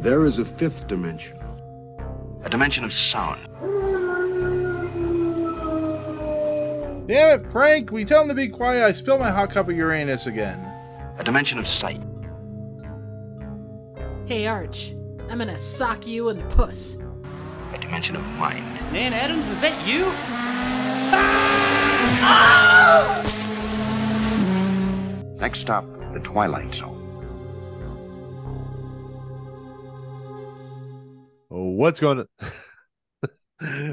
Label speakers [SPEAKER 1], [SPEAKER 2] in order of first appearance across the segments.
[SPEAKER 1] There is a fifth dimension, a dimension of sound.
[SPEAKER 2] Damn it, Frank! We tell him to be quiet. I spill my hot cup of Uranus again.
[SPEAKER 1] a dimension of sight,
[SPEAKER 3] Hey, Arch, I'm gonna sock you in the puss.
[SPEAKER 1] a dimension of mind,
[SPEAKER 4] Nan Adams, is that you?
[SPEAKER 1] Next stop, the Twilight Zone.
[SPEAKER 5] What's going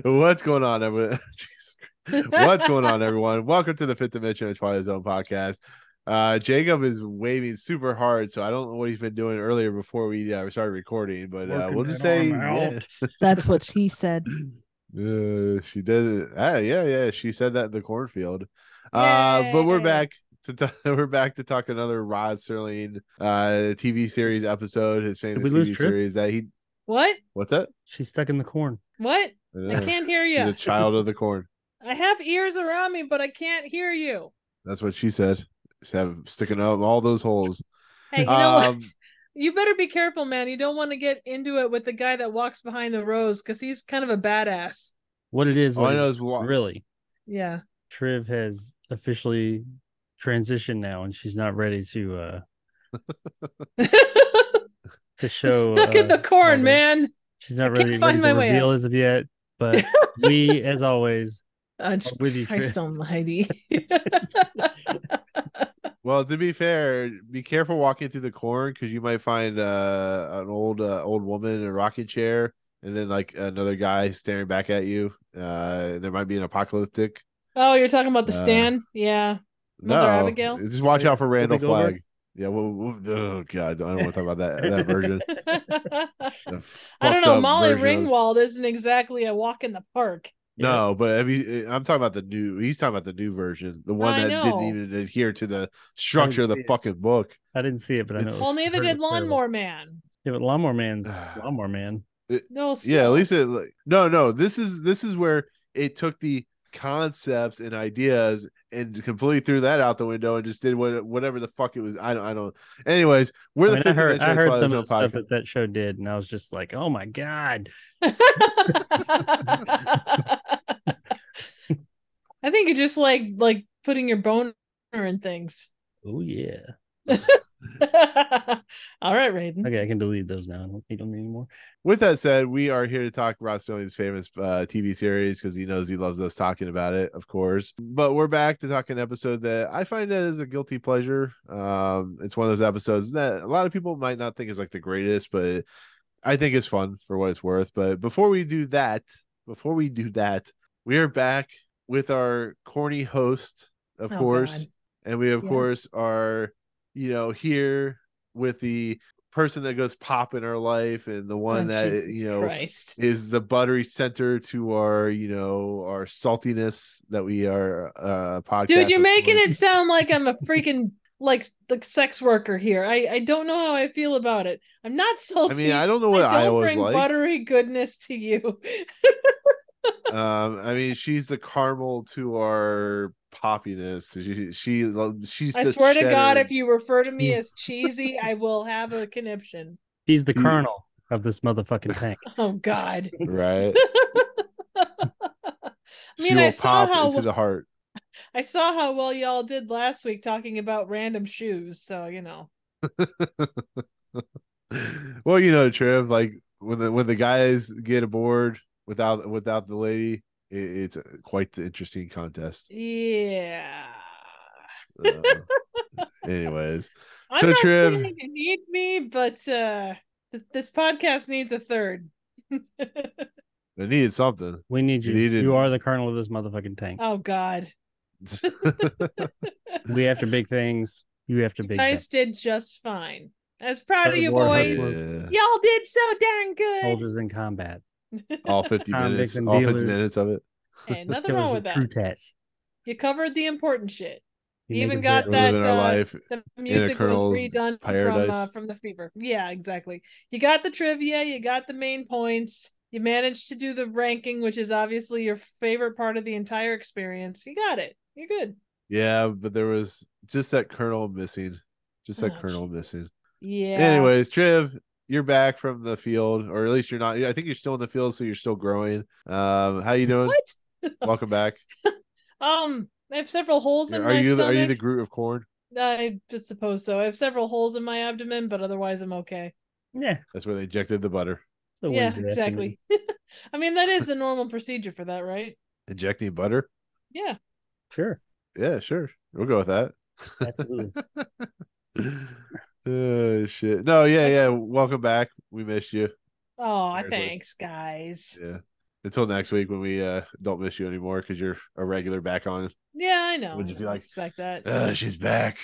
[SPEAKER 5] What's going on, everyone? Jesus Christ. What's going on, everyone? Welcome to the Fifth Dimension of Twilight Zone podcast. Uh, Jacob is waving super hard, so I don't know what he's been doing earlier before we uh, started recording, but uh,
[SPEAKER 6] Working
[SPEAKER 5] we'll just
[SPEAKER 6] that
[SPEAKER 5] say
[SPEAKER 6] arm out.
[SPEAKER 5] yeah.
[SPEAKER 3] That's what she said.
[SPEAKER 5] Uh, she did it. Ah, yeah, yeah. She said that in the cornfield. Uh, but we're
[SPEAKER 3] Yay.
[SPEAKER 5] back to t- we're back to talk another Rod Serling uh TV series episode, his famous
[SPEAKER 6] we lose
[SPEAKER 5] TV
[SPEAKER 6] Trip?
[SPEAKER 5] series that he.
[SPEAKER 7] What?
[SPEAKER 5] What's that?
[SPEAKER 6] She's stuck in the corn.
[SPEAKER 7] What? I
[SPEAKER 5] Uh,
[SPEAKER 7] can't hear
[SPEAKER 5] He's
[SPEAKER 7] you.
[SPEAKER 5] a child of the corn.
[SPEAKER 7] I have ears around me, but I can't hear you.
[SPEAKER 5] That's what she said. She have sticking out all those holes.
[SPEAKER 7] Hey, you know
[SPEAKER 5] Um,
[SPEAKER 7] what? You better be careful, man. You don't want to get into it with the guy that walks behind the rose because he's kind of a badass.
[SPEAKER 6] What it is,
[SPEAKER 5] All I
[SPEAKER 6] like,
[SPEAKER 5] know is wa-
[SPEAKER 6] really,
[SPEAKER 7] Yeah.
[SPEAKER 6] Triv has officially transitioned now, and she's not ready to uh to show.
[SPEAKER 7] Stuck in
[SPEAKER 6] uh,
[SPEAKER 7] the corn,
[SPEAKER 6] Morgan.
[SPEAKER 7] man.
[SPEAKER 6] She's not
[SPEAKER 7] I
[SPEAKER 6] ready,
[SPEAKER 7] can't
[SPEAKER 6] ready
[SPEAKER 7] find my
[SPEAKER 6] to
[SPEAKER 7] way
[SPEAKER 6] reveal
[SPEAKER 7] out.
[SPEAKER 6] as of yet,
[SPEAKER 5] uh,
[SPEAKER 6] but we, as always,
[SPEAKER 7] Uh,
[SPEAKER 6] are with you,
[SPEAKER 7] Christ
[SPEAKER 6] Triv.
[SPEAKER 7] almighty.
[SPEAKER 5] Well, to be fair, be careful walking through the corn because you might find uh, an old uh, old woman in a rocking chair, and then like another guy staring back at you. Uh, there might be an apocalyptic.
[SPEAKER 7] oh, you're talking about the
[SPEAKER 5] Uh,
[SPEAKER 7] stand? Yeah. Mother
[SPEAKER 5] no,
[SPEAKER 7] Abigail?
[SPEAKER 5] just watch out for Randall
[SPEAKER 6] Goldberg?
[SPEAKER 5] Flag. Yeah, well, well, oh god, I don't want to talk about that that version. The
[SPEAKER 7] I don't
[SPEAKER 5] fucked
[SPEAKER 7] know.
[SPEAKER 5] up
[SPEAKER 7] Molly
[SPEAKER 5] version of-
[SPEAKER 7] Ringwald isn't exactly a walk in the park.
[SPEAKER 5] No, but I mean, I'm talking about the new. He's talking about the new version, the one
[SPEAKER 7] I
[SPEAKER 5] that
[SPEAKER 7] know.
[SPEAKER 5] didn't even adhere to the structure of the
[SPEAKER 6] see it.
[SPEAKER 5] fucking book.
[SPEAKER 6] I didn't see it, but I know.
[SPEAKER 5] It's-
[SPEAKER 6] it
[SPEAKER 7] Well,
[SPEAKER 6] was-
[SPEAKER 7] neither
[SPEAKER 6] heard
[SPEAKER 7] did
[SPEAKER 6] it was terrible.
[SPEAKER 7] Lawnmower Man.
[SPEAKER 6] Yeah, but Lawnmower Man's Lawnmower Man.
[SPEAKER 7] No.
[SPEAKER 5] yeah at
[SPEAKER 7] stop.
[SPEAKER 5] least it like, no no this is this is where it took the concepts and ideas and completely threw that out the window and just did what, whatever the fuck it was i don't i don't anyways we're
[SPEAKER 6] I,
[SPEAKER 5] the
[SPEAKER 6] mean, I
[SPEAKER 5] fifth
[SPEAKER 6] heard,
[SPEAKER 5] dimension
[SPEAKER 6] I
[SPEAKER 5] of
[SPEAKER 6] heard
[SPEAKER 5] Twilight
[SPEAKER 6] some
[SPEAKER 5] Zone
[SPEAKER 6] of the
[SPEAKER 5] podcast.
[SPEAKER 6] stuff that that show did, and I was just like, oh my God.
[SPEAKER 7] I think you just like like putting your boner in things.
[SPEAKER 6] Oh, yeah.
[SPEAKER 7] All right, Raiden.
[SPEAKER 6] Okay, I can delete those now. I don't need them anymore.
[SPEAKER 5] with that said we are here to talk Rod Serling's famous uh, tv series because he knows he loves us talking about it of course but we're back to talk an episode that i find as a guilty pleasure um it's one of those episodes that a lot of people might not think is like the greatest but I think it's fun for what it's worth. But before we do that, before we do that, we are back with our corny host, of
[SPEAKER 7] Oh,
[SPEAKER 5] course,
[SPEAKER 7] God.
[SPEAKER 5] and we of
[SPEAKER 7] Yeah.
[SPEAKER 5] course are, you know, here with the person that goes pop in our life and the one
[SPEAKER 7] Oh,
[SPEAKER 5] that eh,
[SPEAKER 7] Jesus
[SPEAKER 5] you know
[SPEAKER 7] Christ.
[SPEAKER 5] is the buttery center to our, you know, our saltiness that we are uh podcast.
[SPEAKER 7] Dude, you're
[SPEAKER 5] of
[SPEAKER 7] making
[SPEAKER 5] course.
[SPEAKER 7] it sound like I'm a freaking like like sex worker here. I I don't know how I feel about it. I'm not salty.
[SPEAKER 5] I mean, I don't know what
[SPEAKER 7] I don't
[SPEAKER 5] Iowa's
[SPEAKER 7] bring
[SPEAKER 5] like.
[SPEAKER 7] buttery goodness to you.
[SPEAKER 5] um i mean she's the caramel to our poppiness she, she lo- she's
[SPEAKER 7] I
[SPEAKER 5] the
[SPEAKER 7] swear to God,
[SPEAKER 5] cheddar.
[SPEAKER 7] if you refer to me
[SPEAKER 6] Jeez.
[SPEAKER 7] as cheesy, I will have a conniption.
[SPEAKER 6] He's the
[SPEAKER 5] Mm.
[SPEAKER 6] colonel of this motherfucking tank.
[SPEAKER 7] Oh God.
[SPEAKER 5] right
[SPEAKER 7] mean,
[SPEAKER 5] she will
[SPEAKER 7] I saw
[SPEAKER 5] pop
[SPEAKER 7] how-
[SPEAKER 5] into the heart
[SPEAKER 7] I saw how well y'all did last week talking about random shoes, so you know.
[SPEAKER 5] well you know triv like when the when the guys get aboard without without the lady it, it's quite the interesting contest
[SPEAKER 7] Yeah.
[SPEAKER 5] uh, anyways
[SPEAKER 7] I'm
[SPEAKER 5] So,
[SPEAKER 7] not
[SPEAKER 5] Triv-
[SPEAKER 7] saying you need me, but uh th- this podcast needs a third.
[SPEAKER 5] i needed something
[SPEAKER 6] We need you.
[SPEAKER 5] You didn't-
[SPEAKER 6] You are the colonel of this motherfucking tank.
[SPEAKER 7] oh God.
[SPEAKER 6] We after big things. You after
[SPEAKER 7] You
[SPEAKER 6] big
[SPEAKER 7] guys
[SPEAKER 6] things.
[SPEAKER 7] did just fine. I was proud of
[SPEAKER 6] Proud
[SPEAKER 7] you
[SPEAKER 6] of Warhol.
[SPEAKER 7] boys.
[SPEAKER 5] Yeah.
[SPEAKER 7] Y'all did so darn good.
[SPEAKER 6] Soldiers in combat.
[SPEAKER 5] all 50 minutes
[SPEAKER 6] Convicts and
[SPEAKER 5] all 50
[SPEAKER 6] dealers.
[SPEAKER 5] minutes of it
[SPEAKER 7] hey, nothing
[SPEAKER 6] Killers
[SPEAKER 7] wrong with
[SPEAKER 6] of
[SPEAKER 7] that.
[SPEAKER 6] True tats.
[SPEAKER 7] You covered the important shit.
[SPEAKER 6] You
[SPEAKER 7] You
[SPEAKER 6] make
[SPEAKER 7] even
[SPEAKER 6] it
[SPEAKER 7] got
[SPEAKER 5] we're
[SPEAKER 6] very-
[SPEAKER 7] that,
[SPEAKER 5] living our
[SPEAKER 7] uh,
[SPEAKER 5] life
[SPEAKER 7] the music was
[SPEAKER 5] Colonel's
[SPEAKER 7] redone from uh,
[SPEAKER 5] Paradise.
[SPEAKER 7] from the fever yeah exactly you got the trivia you got the main points you managed to do the ranking which is obviously your favorite part of the entire experience you got it you're good
[SPEAKER 5] Yeah, but there was just that kernel missing. Just that
[SPEAKER 7] Oh,
[SPEAKER 5] kernel missing.
[SPEAKER 7] yeah
[SPEAKER 5] Anyways, Triv, you're back from the field, or at least you're not. I think you're still in the field, so you're still growing. Um, how you doing?
[SPEAKER 7] What?
[SPEAKER 5] Welcome back.
[SPEAKER 7] Um, I have several holes in
[SPEAKER 5] Are
[SPEAKER 7] my
[SPEAKER 5] you the,
[SPEAKER 7] stomach.
[SPEAKER 5] are you the Groot of corn?
[SPEAKER 7] I just suppose so. I have several holes in my abdomen, but otherwise I'm okay.
[SPEAKER 6] Yeah.
[SPEAKER 5] That's where they injected the butter.
[SPEAKER 6] it's a
[SPEAKER 7] yeah,
[SPEAKER 6] Wednesday
[SPEAKER 7] exactly. I mean, that is the normal procedure for that, right?
[SPEAKER 5] Injecting butter?
[SPEAKER 7] Yeah.
[SPEAKER 6] afternoon. Sure.
[SPEAKER 5] Yeah, sure. We'll go with that.
[SPEAKER 6] Absolutely.
[SPEAKER 5] Uh, shit. No, yeah, yeah. Welcome back. We missed you.
[SPEAKER 7] Oh,
[SPEAKER 5] Seriously.
[SPEAKER 7] thanks, guys.
[SPEAKER 5] Yeah. Until next week when we uh don't miss you anymore because you're a regular back on.
[SPEAKER 7] Yeah, I know.
[SPEAKER 5] Would you
[SPEAKER 7] I
[SPEAKER 5] be
[SPEAKER 7] don't
[SPEAKER 5] like,
[SPEAKER 7] expect that?
[SPEAKER 5] Uh, she's back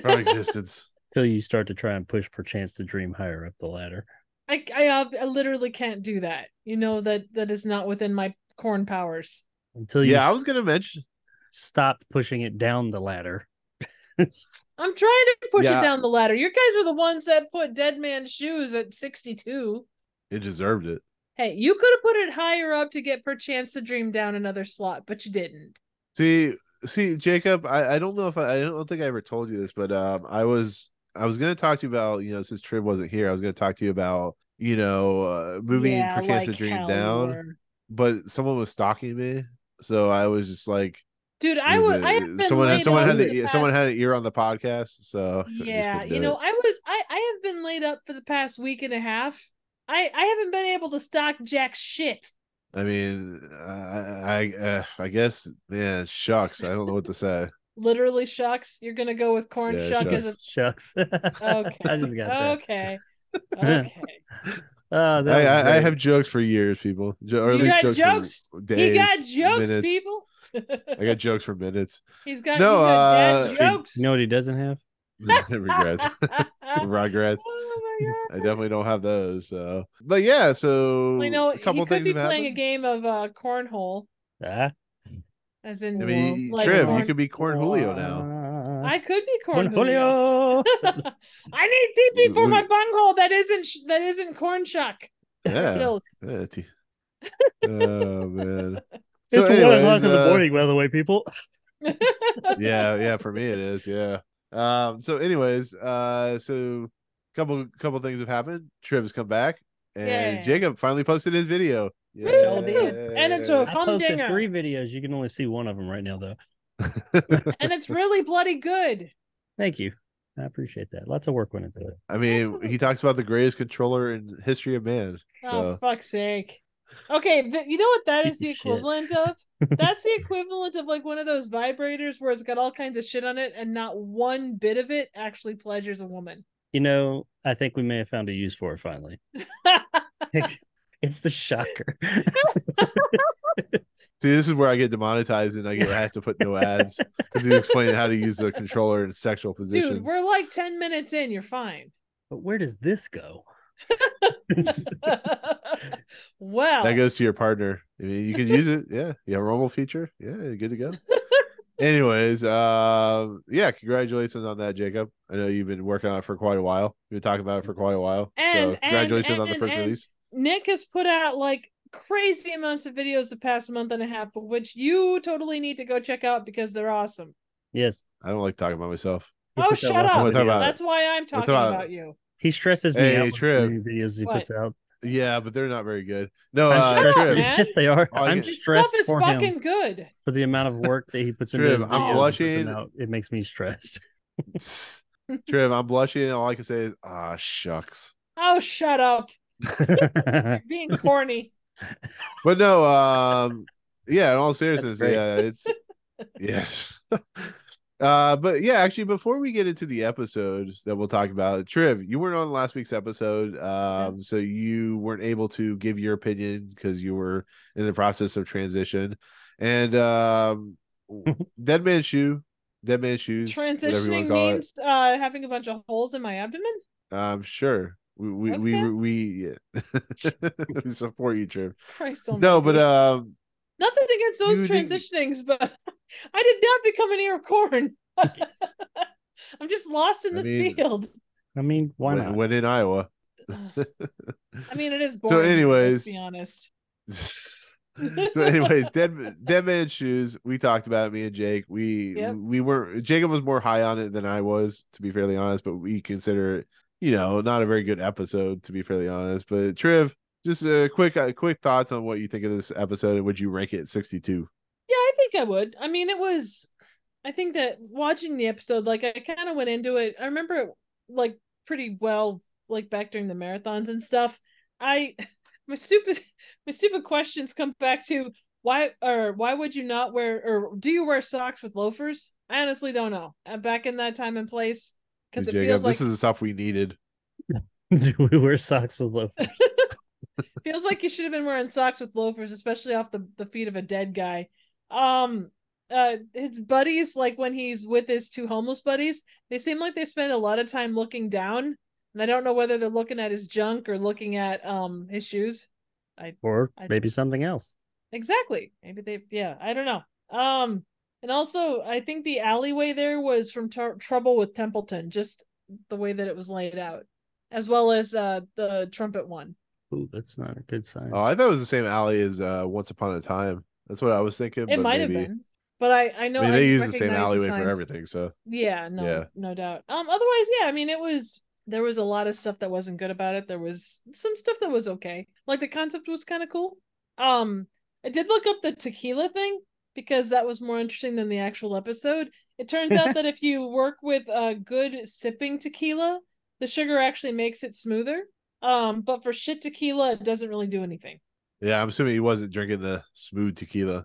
[SPEAKER 5] from existence.
[SPEAKER 6] Till you start to try and push perchance to dream higher up the ladder.
[SPEAKER 7] I, I ob- I literally can't do that. You know that that is not within my corn powers.
[SPEAKER 6] Until you
[SPEAKER 5] yeah, I was gonna mention.
[SPEAKER 6] stop pushing it down the ladder.
[SPEAKER 7] I'm trying to push
[SPEAKER 5] Yeah.
[SPEAKER 7] it down the ladder. You guys are the ones that put dead man's shoes at 62.
[SPEAKER 5] It deserved it.
[SPEAKER 7] Hey, you could have put it higher up to get perchance to dream down another slot, but you didn't.
[SPEAKER 5] See, see, Jacob, I, I don't know if I, I don't think I ever told you this, but um, I was I was gonna talk to you about you know since Trib wasn't here, I was gonna talk to you about you know uh, moving Perchance to
[SPEAKER 7] like
[SPEAKER 5] Dream
[SPEAKER 7] hell
[SPEAKER 5] down,
[SPEAKER 7] you were.
[SPEAKER 5] but someone was stalking me, so I was just like,
[SPEAKER 7] Dude, I
[SPEAKER 5] is
[SPEAKER 7] would.
[SPEAKER 5] it-
[SPEAKER 7] I have been
[SPEAKER 5] someone
[SPEAKER 7] laid
[SPEAKER 5] someone
[SPEAKER 7] off
[SPEAKER 5] had
[SPEAKER 7] for
[SPEAKER 5] the,
[SPEAKER 7] the
[SPEAKER 5] someone
[SPEAKER 7] past-
[SPEAKER 5] had an ear on the podcast, so I just
[SPEAKER 7] Yeah,
[SPEAKER 5] couldn't
[SPEAKER 7] you
[SPEAKER 5] do
[SPEAKER 7] know,
[SPEAKER 5] it.
[SPEAKER 7] I was. I I have been laid up for the past week and a half. I I haven't been able to stock jack shit.
[SPEAKER 5] I mean, I I, uh, I guess man, shucks, I don't know what to say.
[SPEAKER 7] Literally, shucks. You're gonna go with corn
[SPEAKER 5] Yeah,
[SPEAKER 7] shuck
[SPEAKER 5] shucks.
[SPEAKER 7] as a
[SPEAKER 6] Shucks.
[SPEAKER 7] okay.
[SPEAKER 6] I just got that.
[SPEAKER 7] okay. Okay.
[SPEAKER 6] Oh,
[SPEAKER 5] I,
[SPEAKER 6] that
[SPEAKER 5] I, I
[SPEAKER 6] was
[SPEAKER 5] have jokes for years, people, jo- or at
[SPEAKER 7] You
[SPEAKER 5] least
[SPEAKER 7] got
[SPEAKER 5] jokes.
[SPEAKER 7] jokes?
[SPEAKER 5] For
[SPEAKER 7] he
[SPEAKER 5] days,
[SPEAKER 7] got jokes,
[SPEAKER 5] minutes.
[SPEAKER 7] people.
[SPEAKER 5] I got jokes for minutes.
[SPEAKER 7] He's got,
[SPEAKER 5] No,
[SPEAKER 7] no,
[SPEAKER 5] uh,
[SPEAKER 7] got dad
[SPEAKER 6] great.
[SPEAKER 7] jokes.
[SPEAKER 6] You know what he doesn't have?
[SPEAKER 5] Regrets. Regrets.
[SPEAKER 7] oh my
[SPEAKER 5] I
[SPEAKER 7] god.
[SPEAKER 5] definitely don't have those. So, but yeah. So
[SPEAKER 7] Well, you know,
[SPEAKER 5] a couple
[SPEAKER 7] he could
[SPEAKER 5] things
[SPEAKER 7] be
[SPEAKER 5] have
[SPEAKER 7] playing a
[SPEAKER 5] happened.
[SPEAKER 7] game of uh, cornhole,
[SPEAKER 6] Ah,
[SPEAKER 7] as in
[SPEAKER 5] I
[SPEAKER 7] well,
[SPEAKER 5] mean,
[SPEAKER 7] like
[SPEAKER 5] Triv, you
[SPEAKER 7] corn-
[SPEAKER 5] could be Corn Julio now.
[SPEAKER 7] I could be
[SPEAKER 6] Corn
[SPEAKER 7] corn Julio. I need DP for
[SPEAKER 5] We-
[SPEAKER 7] my bunghole. That isn't sh- that isn't corn shuck.
[SPEAKER 5] Yeah.
[SPEAKER 7] So
[SPEAKER 5] yeah, t- oh man.
[SPEAKER 6] It's one
[SPEAKER 5] anyways,
[SPEAKER 6] o'clock in the
[SPEAKER 5] uh,
[SPEAKER 6] morning, by the way, people.
[SPEAKER 5] yeah, yeah. For me, it is. Yeah. Um. So, anyways, uh. So, couple couple things have happened. Triv's come back, and
[SPEAKER 7] Yay.
[SPEAKER 5] Jacob finally posted his video.
[SPEAKER 6] Sure did.
[SPEAKER 7] And it's a-
[SPEAKER 6] I posted
[SPEAKER 7] Humdinger.
[SPEAKER 6] three videos. You can only see one of them right now, though.
[SPEAKER 7] and it's really bloody good.
[SPEAKER 6] Thank you. I appreciate that. Lots of work went into it.
[SPEAKER 5] I mean,
[SPEAKER 7] Absolutely.
[SPEAKER 5] he talks about the greatest controller in history of man. So.
[SPEAKER 7] Oh fuck's sake. Okay, th- you know what that
[SPEAKER 6] Piece
[SPEAKER 7] is the
[SPEAKER 6] of shit.
[SPEAKER 7] equivalent of? That's the equivalent of like one of those vibrators where it's got all kinds of shit on it and not one bit of it actually pleasures a woman.
[SPEAKER 6] You know, I think we may have found a use for it finally. it's the shocker.
[SPEAKER 5] See, this is where I get demonetized and I get I have to put no ads because he's explaining how to use the controller in sexual
[SPEAKER 7] Dude,
[SPEAKER 5] positions.
[SPEAKER 7] we're like 10 minutes in, you're fine.
[SPEAKER 6] but where does this go?
[SPEAKER 7] well,
[SPEAKER 5] that goes to your partner. I mean, you could use it. Yeah, you have a rumble feature. Yeah, you're good to go. Anyways, um, yeah, congratulations on that, Jacob. I know you've been working on it for quite a while. You've been talking about it for quite a while.
[SPEAKER 7] And-
[SPEAKER 5] so
[SPEAKER 7] and-
[SPEAKER 5] congratulations on the
[SPEAKER 7] and-
[SPEAKER 5] first
[SPEAKER 7] and-
[SPEAKER 5] release.
[SPEAKER 7] Nick has put out like crazy amounts of videos the past month and a half, but which you totally need to go check out because they're awesome.
[SPEAKER 6] Yes.
[SPEAKER 5] I don't like talking about myself.
[SPEAKER 6] He
[SPEAKER 7] Oh,
[SPEAKER 6] put that
[SPEAKER 7] shut
[SPEAKER 6] one
[SPEAKER 7] up.
[SPEAKER 5] I'm gonna talk
[SPEAKER 6] video.
[SPEAKER 5] about it.
[SPEAKER 7] That's why I'm
[SPEAKER 5] That's
[SPEAKER 7] talking
[SPEAKER 5] about-
[SPEAKER 7] about you.
[SPEAKER 6] He stresses me
[SPEAKER 5] Hey,
[SPEAKER 6] out with
[SPEAKER 5] Triv.
[SPEAKER 6] the videos he
[SPEAKER 7] What?
[SPEAKER 6] puts out.
[SPEAKER 5] Yeah, but they're not very good. No,
[SPEAKER 6] I'm
[SPEAKER 5] uh,
[SPEAKER 7] Shut up,
[SPEAKER 6] stressed-
[SPEAKER 5] Trib,
[SPEAKER 7] man.
[SPEAKER 6] Yes, they are.
[SPEAKER 5] All I
[SPEAKER 6] I'm
[SPEAKER 5] get-
[SPEAKER 7] His stuff
[SPEAKER 6] stressed
[SPEAKER 7] is
[SPEAKER 6] for him
[SPEAKER 7] fucking good.
[SPEAKER 6] for the amount of work that he puts into
[SPEAKER 5] Triv,
[SPEAKER 6] his
[SPEAKER 5] I'm
[SPEAKER 6] videos. he puts them
[SPEAKER 5] blushing.
[SPEAKER 6] out. It makes me stressed.
[SPEAKER 5] Trib, I'm blushing. And all I can say is, ah, shucks.
[SPEAKER 7] Oh, shut up.
[SPEAKER 6] That's
[SPEAKER 7] Being corny.
[SPEAKER 5] but no um yeah in all seriousness
[SPEAKER 6] great.
[SPEAKER 5] yeah it's yes uh but yeah actually before we get into the episode that we'll talk about triv you weren't on last week's episode
[SPEAKER 7] Mm.
[SPEAKER 5] um so you weren't able to give your opinion because you were in the process of transition and um dead man shoe dead man shoes whatever you want
[SPEAKER 7] Transitioning
[SPEAKER 5] to call it.
[SPEAKER 7] means uh having a bunch of holes in my abdomen.
[SPEAKER 5] um sure we we we,
[SPEAKER 7] Okay.
[SPEAKER 5] we, yeah. we support you triv
[SPEAKER 7] Christ
[SPEAKER 5] no but
[SPEAKER 7] almighty.
[SPEAKER 5] um
[SPEAKER 7] nothing against those
[SPEAKER 5] you didn't-
[SPEAKER 7] transitionings, but I did not become an ear of corn. I'm just lost in
[SPEAKER 5] I
[SPEAKER 7] this
[SPEAKER 5] mean-
[SPEAKER 7] field.
[SPEAKER 6] I mean, why
[SPEAKER 5] when,
[SPEAKER 6] not?
[SPEAKER 5] when in iowa
[SPEAKER 7] Ugh, I mean, it is
[SPEAKER 5] So
[SPEAKER 7] boring. let's
[SPEAKER 5] anyways-
[SPEAKER 7] be honest.
[SPEAKER 5] so anyways dead dead man's shoes we talked about it, me and jake we
[SPEAKER 7] Yep.
[SPEAKER 5] we were jacob was more high on it than i was to be fairly honest but we consider it you know, not a very good episode to be fairly honest. But Triv, just a quick, uh, quick thoughts on what you think of this episode and would you rank it sixty two?
[SPEAKER 7] Yeah, I think I would. I mean, it was. I think that watching the episode, like I kind of went into it. I remember it like pretty well, like back during the marathons and stuff. I my stupid my stupid questions come back to why or why would you not wear or do you wear socks with loafers? I honestly don't know. Uh, Back in that time and place, because it
[SPEAKER 5] Jacob,
[SPEAKER 7] feels like
[SPEAKER 5] this is the stuff we needed.
[SPEAKER 6] Do we wear socks with loafers?
[SPEAKER 7] feels like you should have been wearing socks with loafers, especially off the, the feet of a dead guy. Um uh his buddies, like when he's with his two homeless buddies, they seem like they spend a lot of time looking down. And I don't know whether they're looking at his junk or looking at um his shoes.
[SPEAKER 6] Or
[SPEAKER 7] I-
[SPEAKER 6] maybe something else.
[SPEAKER 7] Exactly. Maybe they yeah, I don't know. Um and also I think the alleyway there was from Tr- Trouble with Templeton, just the way that it was laid out, as well as uh the trumpet one.
[SPEAKER 6] Ooh, that's not a good sign.
[SPEAKER 5] Oh, I thought it was the same alley as uh, Once Upon a Time. That's what I was thinking.
[SPEAKER 7] It
[SPEAKER 5] but
[SPEAKER 7] might have
[SPEAKER 5] maybe-
[SPEAKER 7] been. But I I know
[SPEAKER 5] I mean,
[SPEAKER 7] I
[SPEAKER 5] they use the same
[SPEAKER 7] recognize
[SPEAKER 5] alleyway for
[SPEAKER 7] signs.
[SPEAKER 5] everything. So
[SPEAKER 7] Yeah, no,
[SPEAKER 5] Yeah.
[SPEAKER 7] no doubt. Um, otherwise, yeah, I mean, it was there was a lot of stuff that wasn't good about it. There was some stuff that was okay. Like the concept was kind of cool. Um, I did look up the tequila thing because that was more interesting than the actual episode. It turns out that if you work with uh good sipping tequila, the sugar actually makes it smoother. Um, but for shit tequila, it doesn't really do anything.
[SPEAKER 5] yeah, I'm assuming he wasn't drinking the smooth tequila,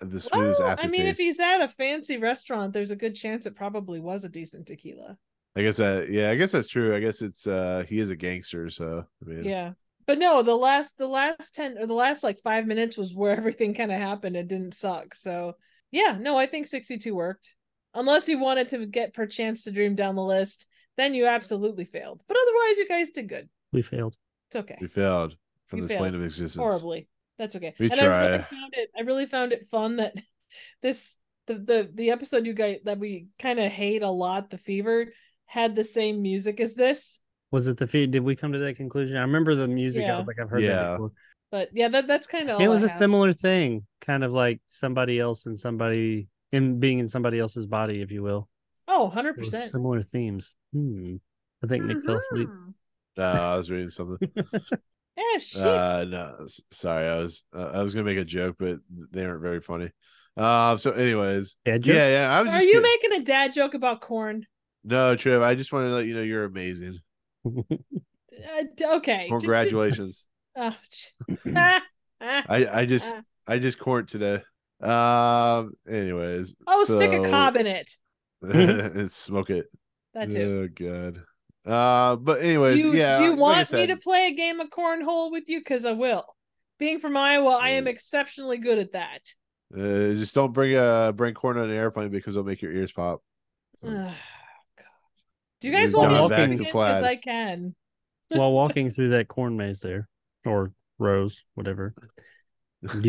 [SPEAKER 5] uh, the smooth
[SPEAKER 7] Well, I
[SPEAKER 5] aftertaste.
[SPEAKER 7] mean, if he's at a fancy restaurant, there's a good chance it probably was a decent tequila.
[SPEAKER 5] I guess that yeah, I guess that's true. I guess it's uh he is a gangster, so I mean
[SPEAKER 7] yeah but no the last the last 10 or the last like five minutes was where everything kind of happened and didn't suck so yeah no i think 62 worked unless you wanted to get perchance to dream down the list then you absolutely failed but otherwise you guys did good
[SPEAKER 6] we failed.
[SPEAKER 7] it's okay
[SPEAKER 5] we failed from
[SPEAKER 7] You
[SPEAKER 5] this
[SPEAKER 7] failed
[SPEAKER 5] plane of existence.
[SPEAKER 7] horribly that's okay
[SPEAKER 5] We
[SPEAKER 7] and i really
[SPEAKER 5] try.
[SPEAKER 7] found it i really found it fun that this the the, the episode you guys that we kind of hate a lot the fever had the same music as this
[SPEAKER 6] Was it the feed? Did we come to that conclusion? I remember the music. I
[SPEAKER 7] Yeah.
[SPEAKER 6] was like, I've heard
[SPEAKER 5] Yeah.
[SPEAKER 6] that before.
[SPEAKER 7] but yeah that, that's kind of
[SPEAKER 6] it was a similar thing, kind of like somebody else and somebody in being in somebody else's body, if you will.
[SPEAKER 7] oh 100
[SPEAKER 6] It was
[SPEAKER 7] percent
[SPEAKER 6] Similar themes. Hmm. I think Nick fell asleep.
[SPEAKER 5] No, I was reading something.
[SPEAKER 7] Yeah, shit.
[SPEAKER 5] uh no, s- sorry, I was uh, I was gonna make a joke, but they aren't very funny. Uh so anyways.
[SPEAKER 6] Dad jokes?
[SPEAKER 5] Yeah, yeah. I was
[SPEAKER 7] Are
[SPEAKER 5] just
[SPEAKER 7] you
[SPEAKER 5] curi-
[SPEAKER 7] making a dad joke about corn?
[SPEAKER 5] No, Triv, I just wanted to let you know you're amazing.
[SPEAKER 7] Uh, d- okay. just-
[SPEAKER 5] Congratulations.
[SPEAKER 7] just- oh, j- Ah, ah.
[SPEAKER 5] I I just
[SPEAKER 7] Ah.
[SPEAKER 5] I just court today. Um anyways.
[SPEAKER 7] oh, stick a
[SPEAKER 5] so-
[SPEAKER 7] cob in it.
[SPEAKER 5] and smoke it.
[SPEAKER 7] That too.
[SPEAKER 5] Oh god. Uh, but anyways,
[SPEAKER 7] you,
[SPEAKER 5] yeah.
[SPEAKER 7] do you
[SPEAKER 5] like I
[SPEAKER 7] want me
[SPEAKER 5] said,
[SPEAKER 7] to play a game of cornhole with you? Because I will. Being from Iowa, I am
[SPEAKER 5] Mm.
[SPEAKER 7] exceptionally good at that.
[SPEAKER 5] Uh, just don't bring uh bring corn on an airplane because it'll make your ears pop. So,
[SPEAKER 7] God. Do you
[SPEAKER 5] We've
[SPEAKER 7] guys want me
[SPEAKER 6] gone back
[SPEAKER 7] to
[SPEAKER 6] to
[SPEAKER 7] Because
[SPEAKER 5] plaid.
[SPEAKER 7] I can.
[SPEAKER 6] While walking through that corn maze there, or rose, whatever, do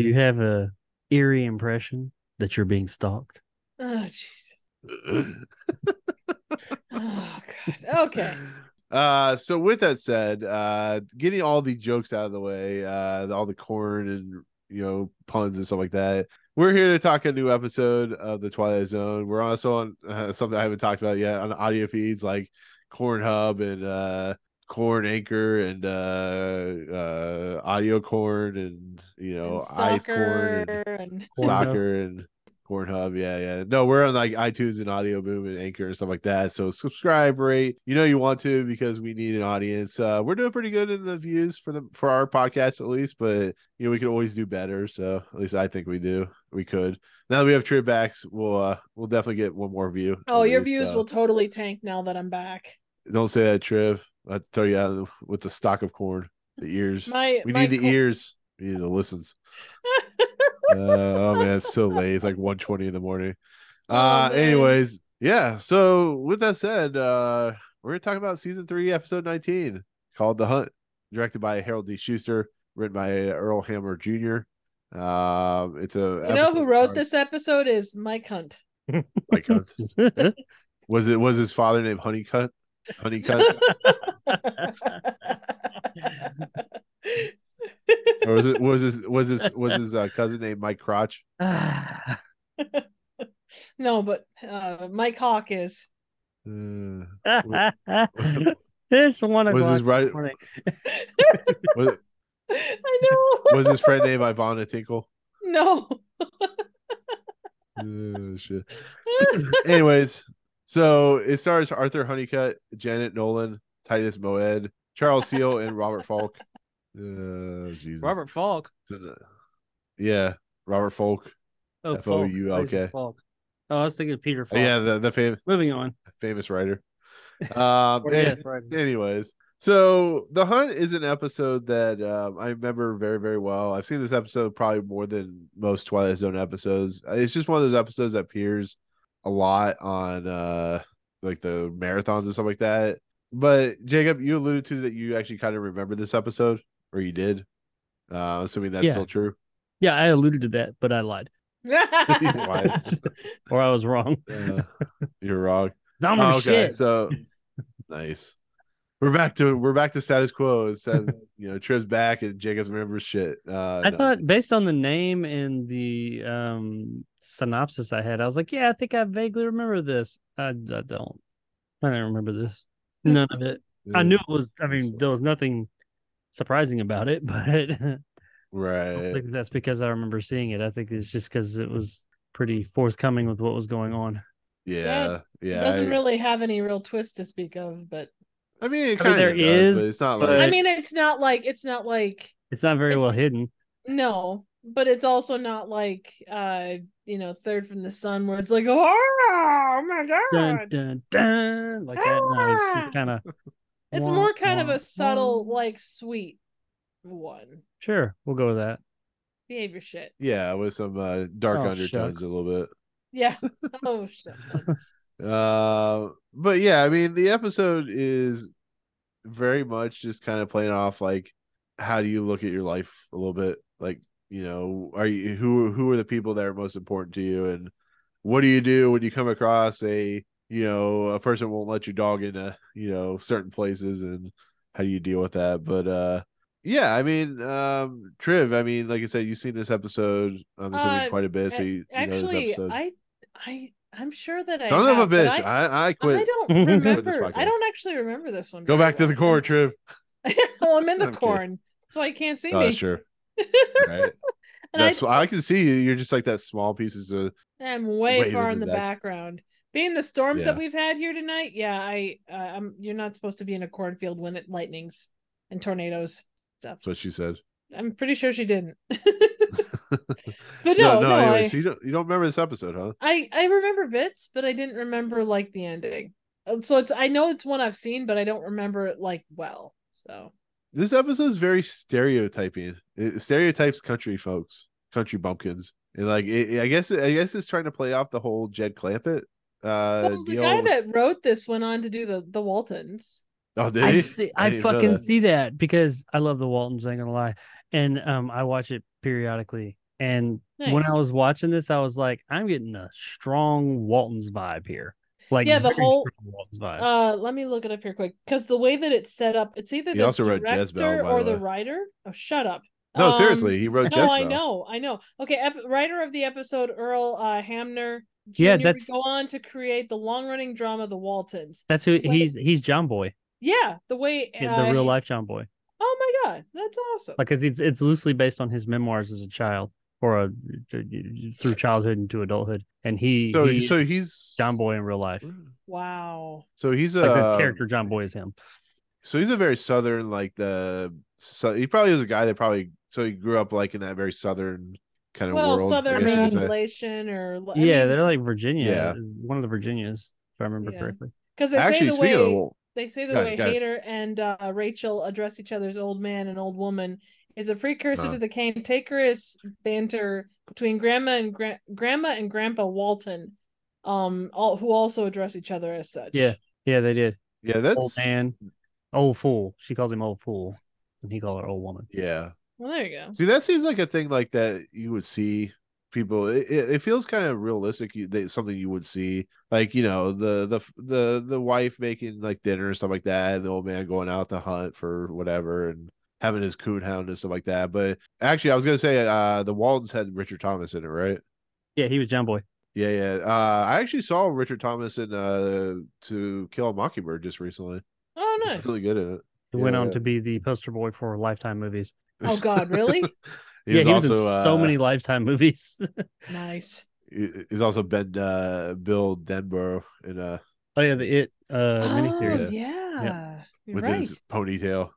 [SPEAKER 6] you have a eerie impression that you're being stalked?
[SPEAKER 7] Oh, Jesus. Oh, God. Okay.
[SPEAKER 5] Uh, so with that said, uh, getting all the jokes out of the way, uh, all the corn and you know puns and stuff like that. We're here to talk a new episode of the Twilight Zone. We're also on uh, something I haven't talked about yet on audio feeds like Corn Hub and uh, Corn Anchor and uh, uh, Audio Corn and you know
[SPEAKER 7] and
[SPEAKER 5] Ice Corn and
[SPEAKER 7] stalker and
[SPEAKER 6] Corn Hub.
[SPEAKER 5] Soccer and Pornhub. Yeah, yeah. No, we're on like iTunes and Audio Boom and Anchor and stuff like that. So subscribe rate. You know you want to because we need an audience. Uh, we're doing pretty good in the views for the for our podcast at least, but you know we could always do better. So at least I think we do. We could. Now that we have trip backs, we'll uh, we'll definitely get one more view.
[SPEAKER 7] Oh,
[SPEAKER 5] at
[SPEAKER 7] your
[SPEAKER 5] least,
[SPEAKER 7] views
[SPEAKER 5] so.
[SPEAKER 7] will totally tank now that I'm back.
[SPEAKER 5] Don't say that, Triv. I throw you out with the stock of corn, the ears.
[SPEAKER 7] My
[SPEAKER 5] we
[SPEAKER 7] my
[SPEAKER 5] need the
[SPEAKER 7] cor-
[SPEAKER 5] ears. We need the listens. uh, oh man, it's so late. It's like 1.20 in the morning.
[SPEAKER 7] Oh,
[SPEAKER 5] Uh
[SPEAKER 7] man.
[SPEAKER 5] anyways, yeah. So with that said, uh we're gonna talk about season three, episode 19, called The Hunt, directed by Harold D. Schuster, written by uh, Earl Hammer Jr. Um, it's a
[SPEAKER 7] You know who wrote this episode is Mike Hunt.
[SPEAKER 5] Like, uh, was it was his father named Honeycutt? Honeycutt, or was it was his was his was his uh, cousin named Mike Crotch?
[SPEAKER 7] no, but uh, Mike Hawk is.
[SPEAKER 5] Uh,
[SPEAKER 6] It's one
[SPEAKER 5] Was
[SPEAKER 6] o'clock
[SPEAKER 5] his
[SPEAKER 6] in
[SPEAKER 5] right-
[SPEAKER 6] the morning.
[SPEAKER 5] Was,
[SPEAKER 7] I know.
[SPEAKER 5] was his friend named Ivana Tinkle?
[SPEAKER 7] no.
[SPEAKER 5] Oh, shit. Anyways, so it stars Arthur Honeycutt, Janet Nolan, Titus Moed, Charles Seal, and Robert Falk. Uh, Jesus.
[SPEAKER 4] Robert Falk.
[SPEAKER 5] Yeah, Robert Falk.
[SPEAKER 6] Oh,
[SPEAKER 5] F O
[SPEAKER 6] Falk.
[SPEAKER 5] U
[SPEAKER 6] I
[SPEAKER 5] L
[SPEAKER 6] thought you
[SPEAKER 5] K.
[SPEAKER 6] said Falk. Oh, I was thinking of Peter Falk.
[SPEAKER 5] Yeah, the, the fam-
[SPEAKER 6] Moving on.
[SPEAKER 5] famous writer. Um,
[SPEAKER 6] Or
[SPEAKER 5] and-
[SPEAKER 6] Jeff Ryder.
[SPEAKER 5] anyways so the hunt is an episode that um, i remember very very well i've seen this episode probably more than most twilight zone episodes Uh, it's just one of those episodes that appears a lot on uh like the marathons and stuff like that but jacob you alluded to that you actually kind of remember this episode or you did uh assuming that's
[SPEAKER 6] Yeah.
[SPEAKER 5] still true
[SPEAKER 6] Yeah, I alluded to that, but I lied.
[SPEAKER 5] Wise.
[SPEAKER 6] Or I was wrong.
[SPEAKER 5] Uh, you're wrong
[SPEAKER 6] I'm
[SPEAKER 5] Oh,
[SPEAKER 6] the shit.
[SPEAKER 5] so nice we're back to we're back to status quo instead of, you know trips back and jacob's remembers shit uh
[SPEAKER 6] I
[SPEAKER 5] no.
[SPEAKER 6] thought based on the name and the um synopsis I had, I was like, yeah, I think I vaguely remember this. I, I don't. I don't remember this. None of it. I knew it was. I mean, there was nothing surprising about it, but I don't
[SPEAKER 5] right
[SPEAKER 6] think that's because I remember seeing it. I think it's just because it was pretty forthcoming with what was going on.
[SPEAKER 5] yeah yeah
[SPEAKER 7] Doesn't
[SPEAKER 5] I,
[SPEAKER 7] really have any real twist to speak of, but
[SPEAKER 5] I mean it
[SPEAKER 6] I mean,
[SPEAKER 5] kind
[SPEAKER 6] there
[SPEAKER 5] of does,
[SPEAKER 6] is,
[SPEAKER 5] but it's not
[SPEAKER 6] but-
[SPEAKER 5] like
[SPEAKER 7] I mean, it's not like it's not like
[SPEAKER 6] It's not very
[SPEAKER 7] It's-
[SPEAKER 6] well hidden.
[SPEAKER 7] no, but it's also not like uh you know third from the sun where it's like oh my
[SPEAKER 6] Dun,
[SPEAKER 7] god.
[SPEAKER 6] dun, dun, like that. No, it's just kind of.
[SPEAKER 7] It's more kind of a subtle, like sweet one.
[SPEAKER 6] Sure, we'll go with that.
[SPEAKER 7] Behave your shit.
[SPEAKER 5] yeah with some uh dark
[SPEAKER 6] Oh,
[SPEAKER 5] undertones
[SPEAKER 6] shucks.
[SPEAKER 5] a little bit
[SPEAKER 7] Yeah. Oh shit.
[SPEAKER 5] Uh, but yeah, I mean, the episode is very much just kind of playing off like how do you look at your life a little bit? Like, you know, are you who who are the people that are most important to you and what do you do when you come across a, you know, a person won't let your dog into, you know, certain places and how do you deal with that? But uh yeah, I mean, um Triv, I mean, like I said, you've seen this episode, I'm assuming
[SPEAKER 7] Uh,
[SPEAKER 5] quite a bit, so you, you know this
[SPEAKER 7] Actually,
[SPEAKER 5] episode.
[SPEAKER 7] I, I, I'm sure that I.
[SPEAKER 5] Son
[SPEAKER 7] have,
[SPEAKER 5] of a
[SPEAKER 7] but
[SPEAKER 5] bitch.
[SPEAKER 7] I,
[SPEAKER 5] I, I quit.
[SPEAKER 7] I don't
[SPEAKER 6] Quit this
[SPEAKER 7] remember. I
[SPEAKER 5] podcast.
[SPEAKER 7] don't actually remember this one.
[SPEAKER 5] Go
[SPEAKER 7] very
[SPEAKER 5] back to the
[SPEAKER 7] well.
[SPEAKER 5] core, Triv.
[SPEAKER 7] well, I'm in the
[SPEAKER 5] I'm kidding.
[SPEAKER 7] corn, so I can't see
[SPEAKER 5] Oh,
[SPEAKER 7] me.
[SPEAKER 5] that's true. Right.
[SPEAKER 7] and I,
[SPEAKER 5] That's I, can see you. You're just like that small pieces of
[SPEAKER 7] I'm way,
[SPEAKER 5] way
[SPEAKER 7] far
[SPEAKER 5] in
[SPEAKER 7] in
[SPEAKER 5] the
[SPEAKER 7] the
[SPEAKER 5] back.
[SPEAKER 7] background. Being the storms that
[SPEAKER 5] Yeah.
[SPEAKER 7] we've had here tonight, yeah, I, uh, I'm. You're not supposed to be in a cornfield when it lightnings and tornadoes stuff.
[SPEAKER 5] that's what she said.
[SPEAKER 7] I'm pretty sure she didn't. but
[SPEAKER 5] no,
[SPEAKER 7] no, no,
[SPEAKER 5] anyways,
[SPEAKER 7] I,
[SPEAKER 5] you don't you don't remember this episode, huh?
[SPEAKER 7] I, I remember bits, but I didn't remember like the ending. Um, So it's, I know it's one I've seen, but I don't remember it like well. So
[SPEAKER 5] This episode is very stereotyping. It stereotypes country folks, country bumpkins. And like it, it- I guess I guess it's trying to play off the whole Jed Clampett uh
[SPEAKER 7] well, Oh, the
[SPEAKER 5] deal.
[SPEAKER 7] guy
[SPEAKER 5] with-
[SPEAKER 7] that wrote this went on to do the the Waltons.
[SPEAKER 5] oh, did
[SPEAKER 6] I
[SPEAKER 5] he?
[SPEAKER 6] see,
[SPEAKER 5] I
[SPEAKER 6] I,
[SPEAKER 5] didn't know
[SPEAKER 6] fucking
[SPEAKER 5] that.
[SPEAKER 6] see that because I love the Waltons. I ain't gonna lie, and um, I watch it periodically. And when
[SPEAKER 7] Nice.
[SPEAKER 6] I was watching this, I was like, I'm getting a strong Waltons vibe here. Like,
[SPEAKER 7] Yeah, the
[SPEAKER 6] very
[SPEAKER 7] whole-
[SPEAKER 6] strong Waltons vibe.
[SPEAKER 7] Uh, let me look it up here quick because the way that it's set up, it's either
[SPEAKER 5] He
[SPEAKER 7] the
[SPEAKER 5] also wrote
[SPEAKER 7] director
[SPEAKER 5] Jezebel, by
[SPEAKER 7] or
[SPEAKER 5] the
[SPEAKER 7] the,
[SPEAKER 5] way.
[SPEAKER 7] writer. Oh, shut up!
[SPEAKER 5] No,
[SPEAKER 7] Um,
[SPEAKER 5] seriously, he wrote
[SPEAKER 7] No,
[SPEAKER 5] Jezebel.
[SPEAKER 7] I know, I know. Okay, ep- writer of the episode Earl uh, Hamner. Jr.
[SPEAKER 6] Yeah,
[SPEAKER 7] would
[SPEAKER 6] that's-
[SPEAKER 7] go on to create the long-running drama The Waltons.
[SPEAKER 6] That's who
[SPEAKER 7] the way-
[SPEAKER 6] he's. He's John Boy,
[SPEAKER 7] Yeah, the way
[SPEAKER 6] the
[SPEAKER 7] uh,
[SPEAKER 6] real life John Boy.
[SPEAKER 7] Oh my god, that's awesome!
[SPEAKER 6] Like, 'cause it's it's loosely based on his memoirs as a child or a, through childhood into adulthood, and he,
[SPEAKER 5] So
[SPEAKER 6] he
[SPEAKER 5] so
[SPEAKER 6] is
[SPEAKER 5] he's
[SPEAKER 6] John Boy in real life.
[SPEAKER 7] wow.
[SPEAKER 5] So he's um, a
[SPEAKER 6] Like the character John Boy is him.
[SPEAKER 5] So he's a very southern, like the so he probably was a guy that probably so he grew up like in that very southern kind of
[SPEAKER 7] Well,
[SPEAKER 5] world. I
[SPEAKER 7] Southern
[SPEAKER 5] guess you could say.
[SPEAKER 7] Revelation, or I
[SPEAKER 6] yeah,
[SPEAKER 7] mean,
[SPEAKER 6] they're like Virginia, uh,
[SPEAKER 5] Yeah.
[SPEAKER 6] one of the Virginias, if I remember
[SPEAKER 7] Yeah.
[SPEAKER 6] correctly.
[SPEAKER 7] Because they say
[SPEAKER 5] Actually,
[SPEAKER 7] the
[SPEAKER 5] speaking of the
[SPEAKER 7] way
[SPEAKER 5] wall,
[SPEAKER 7] they say the
[SPEAKER 5] Go ahead,
[SPEAKER 7] way
[SPEAKER 5] go ahead.
[SPEAKER 7] Hader and uh, Rachel address each other's old man and old woman is a precursor
[SPEAKER 5] Uh-huh.
[SPEAKER 7] to the cantankerous banter between grandma and gra- grandma and grandpa Walton, um, all who also address each other as such.
[SPEAKER 6] Yeah, yeah, they did.
[SPEAKER 5] yeah, that's
[SPEAKER 6] Old man, old fool. She called him old fool, and he called her old woman.
[SPEAKER 5] yeah.
[SPEAKER 7] Well, there you go.
[SPEAKER 5] See, that seems like a thing like that you would see people. It, it, it feels kind of realistic. You, they, something you would see, like you know the the the the wife making like dinner and stuff like that, and the old man going out to hunt for whatever and having his coon hound and stuff like that. But actually, I was gonna say uh the Waldens had Richard Thomas in it, right?
[SPEAKER 6] Yeah, he was John Boy.
[SPEAKER 5] Yeah, yeah. Uh, I actually saw Richard Thomas in uh, To Kill a Mockingbird just recently.
[SPEAKER 7] Oh,
[SPEAKER 5] He's
[SPEAKER 7] nice.
[SPEAKER 5] really good at it.
[SPEAKER 6] He went on
[SPEAKER 5] Yeah.
[SPEAKER 6] to be the poster boy for Lifetime movies.
[SPEAKER 7] Oh, God, really?
[SPEAKER 5] He
[SPEAKER 6] yeah, he was
[SPEAKER 5] also,
[SPEAKER 6] in so
[SPEAKER 5] uh,
[SPEAKER 6] many Lifetime movies.
[SPEAKER 7] nice.
[SPEAKER 5] he- He's also been uh, Bill Denborough in uh,
[SPEAKER 6] oh yeah, the It uh,
[SPEAKER 7] oh,
[SPEAKER 6] miniseries.
[SPEAKER 7] yeah. You're
[SPEAKER 5] with
[SPEAKER 7] right.
[SPEAKER 5] his ponytail.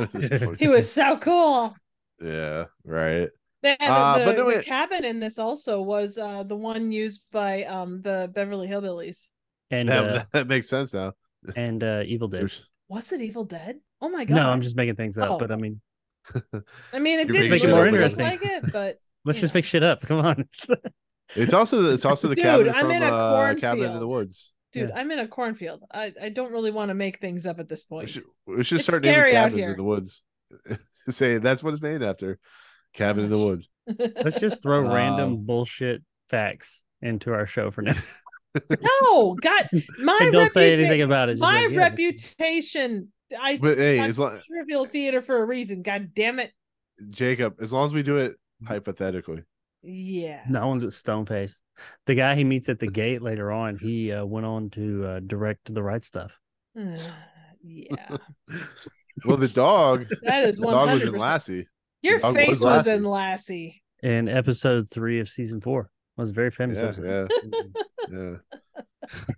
[SPEAKER 5] With his
[SPEAKER 7] He was so cool.
[SPEAKER 5] Yeah, right.
[SPEAKER 7] The, the,
[SPEAKER 5] Uh, but
[SPEAKER 7] the-
[SPEAKER 5] no,
[SPEAKER 7] the
[SPEAKER 5] it-
[SPEAKER 7] cabin in this also was uh, the one used by um, the Beverly Hillbillies.
[SPEAKER 6] And
[SPEAKER 5] that,
[SPEAKER 6] uh,
[SPEAKER 5] that makes sense now.
[SPEAKER 6] and uh, Evil Dead.
[SPEAKER 5] There's-
[SPEAKER 7] Was it Evil Dead? Oh my god!
[SPEAKER 6] No, I'm just making things up,
[SPEAKER 7] Oh.
[SPEAKER 6] but I mean,
[SPEAKER 7] I mean, it
[SPEAKER 5] You're
[SPEAKER 7] did
[SPEAKER 5] making
[SPEAKER 7] look
[SPEAKER 5] it more
[SPEAKER 7] look
[SPEAKER 6] interesting.
[SPEAKER 7] like it, but
[SPEAKER 6] let's
[SPEAKER 7] You
[SPEAKER 6] just
[SPEAKER 7] know.
[SPEAKER 6] make shit up. Come on.
[SPEAKER 5] It's also the, it's also the
[SPEAKER 7] Dude,
[SPEAKER 5] cabin
[SPEAKER 7] I'm
[SPEAKER 5] from
[SPEAKER 7] in a
[SPEAKER 5] uh, Cabin in the
[SPEAKER 7] cornfield.
[SPEAKER 5] Woods.
[SPEAKER 7] dude, I'm in a cornfield. I, I don't really want to make things up at this
[SPEAKER 5] We
[SPEAKER 7] point.
[SPEAKER 5] should, we should
[SPEAKER 7] It's
[SPEAKER 5] start naming
[SPEAKER 7] scary out
[SPEAKER 5] cabins in
[SPEAKER 7] here.
[SPEAKER 5] the woods. Say that's what it's named after. Cabin in the
[SPEAKER 7] Gosh.
[SPEAKER 5] woods.
[SPEAKER 6] let's just throw random
[SPEAKER 5] Um,
[SPEAKER 6] bullshit facts into our show for now.
[SPEAKER 7] no, God, my
[SPEAKER 6] and don't say
[SPEAKER 7] reputa-
[SPEAKER 6] anything about it. Just
[SPEAKER 7] My
[SPEAKER 6] like, yeah,
[SPEAKER 7] reputation. I
[SPEAKER 5] But hey,
[SPEAKER 7] got
[SPEAKER 5] as long
[SPEAKER 7] Trivial Theater for a reason. God damn it.
[SPEAKER 5] Jacob, as long as we do it
[SPEAKER 7] Mm-hmm.
[SPEAKER 5] hypothetically.
[SPEAKER 7] Yeah.
[SPEAKER 6] No one's with Stoneface. The guy he meets at the gate later on, he uh, went on to uh, direct the right stuff.
[SPEAKER 7] Uh, yeah.
[SPEAKER 5] Well, the dog,
[SPEAKER 7] That is
[SPEAKER 5] the dog was
[SPEAKER 7] 100%.
[SPEAKER 5] in Lassie.
[SPEAKER 7] Your
[SPEAKER 5] dog was
[SPEAKER 7] face was, in Lassie.
[SPEAKER 6] In episode three of season four, was a very famous.
[SPEAKER 5] Yeah,
[SPEAKER 6] episode.
[SPEAKER 5] yeah, yeah.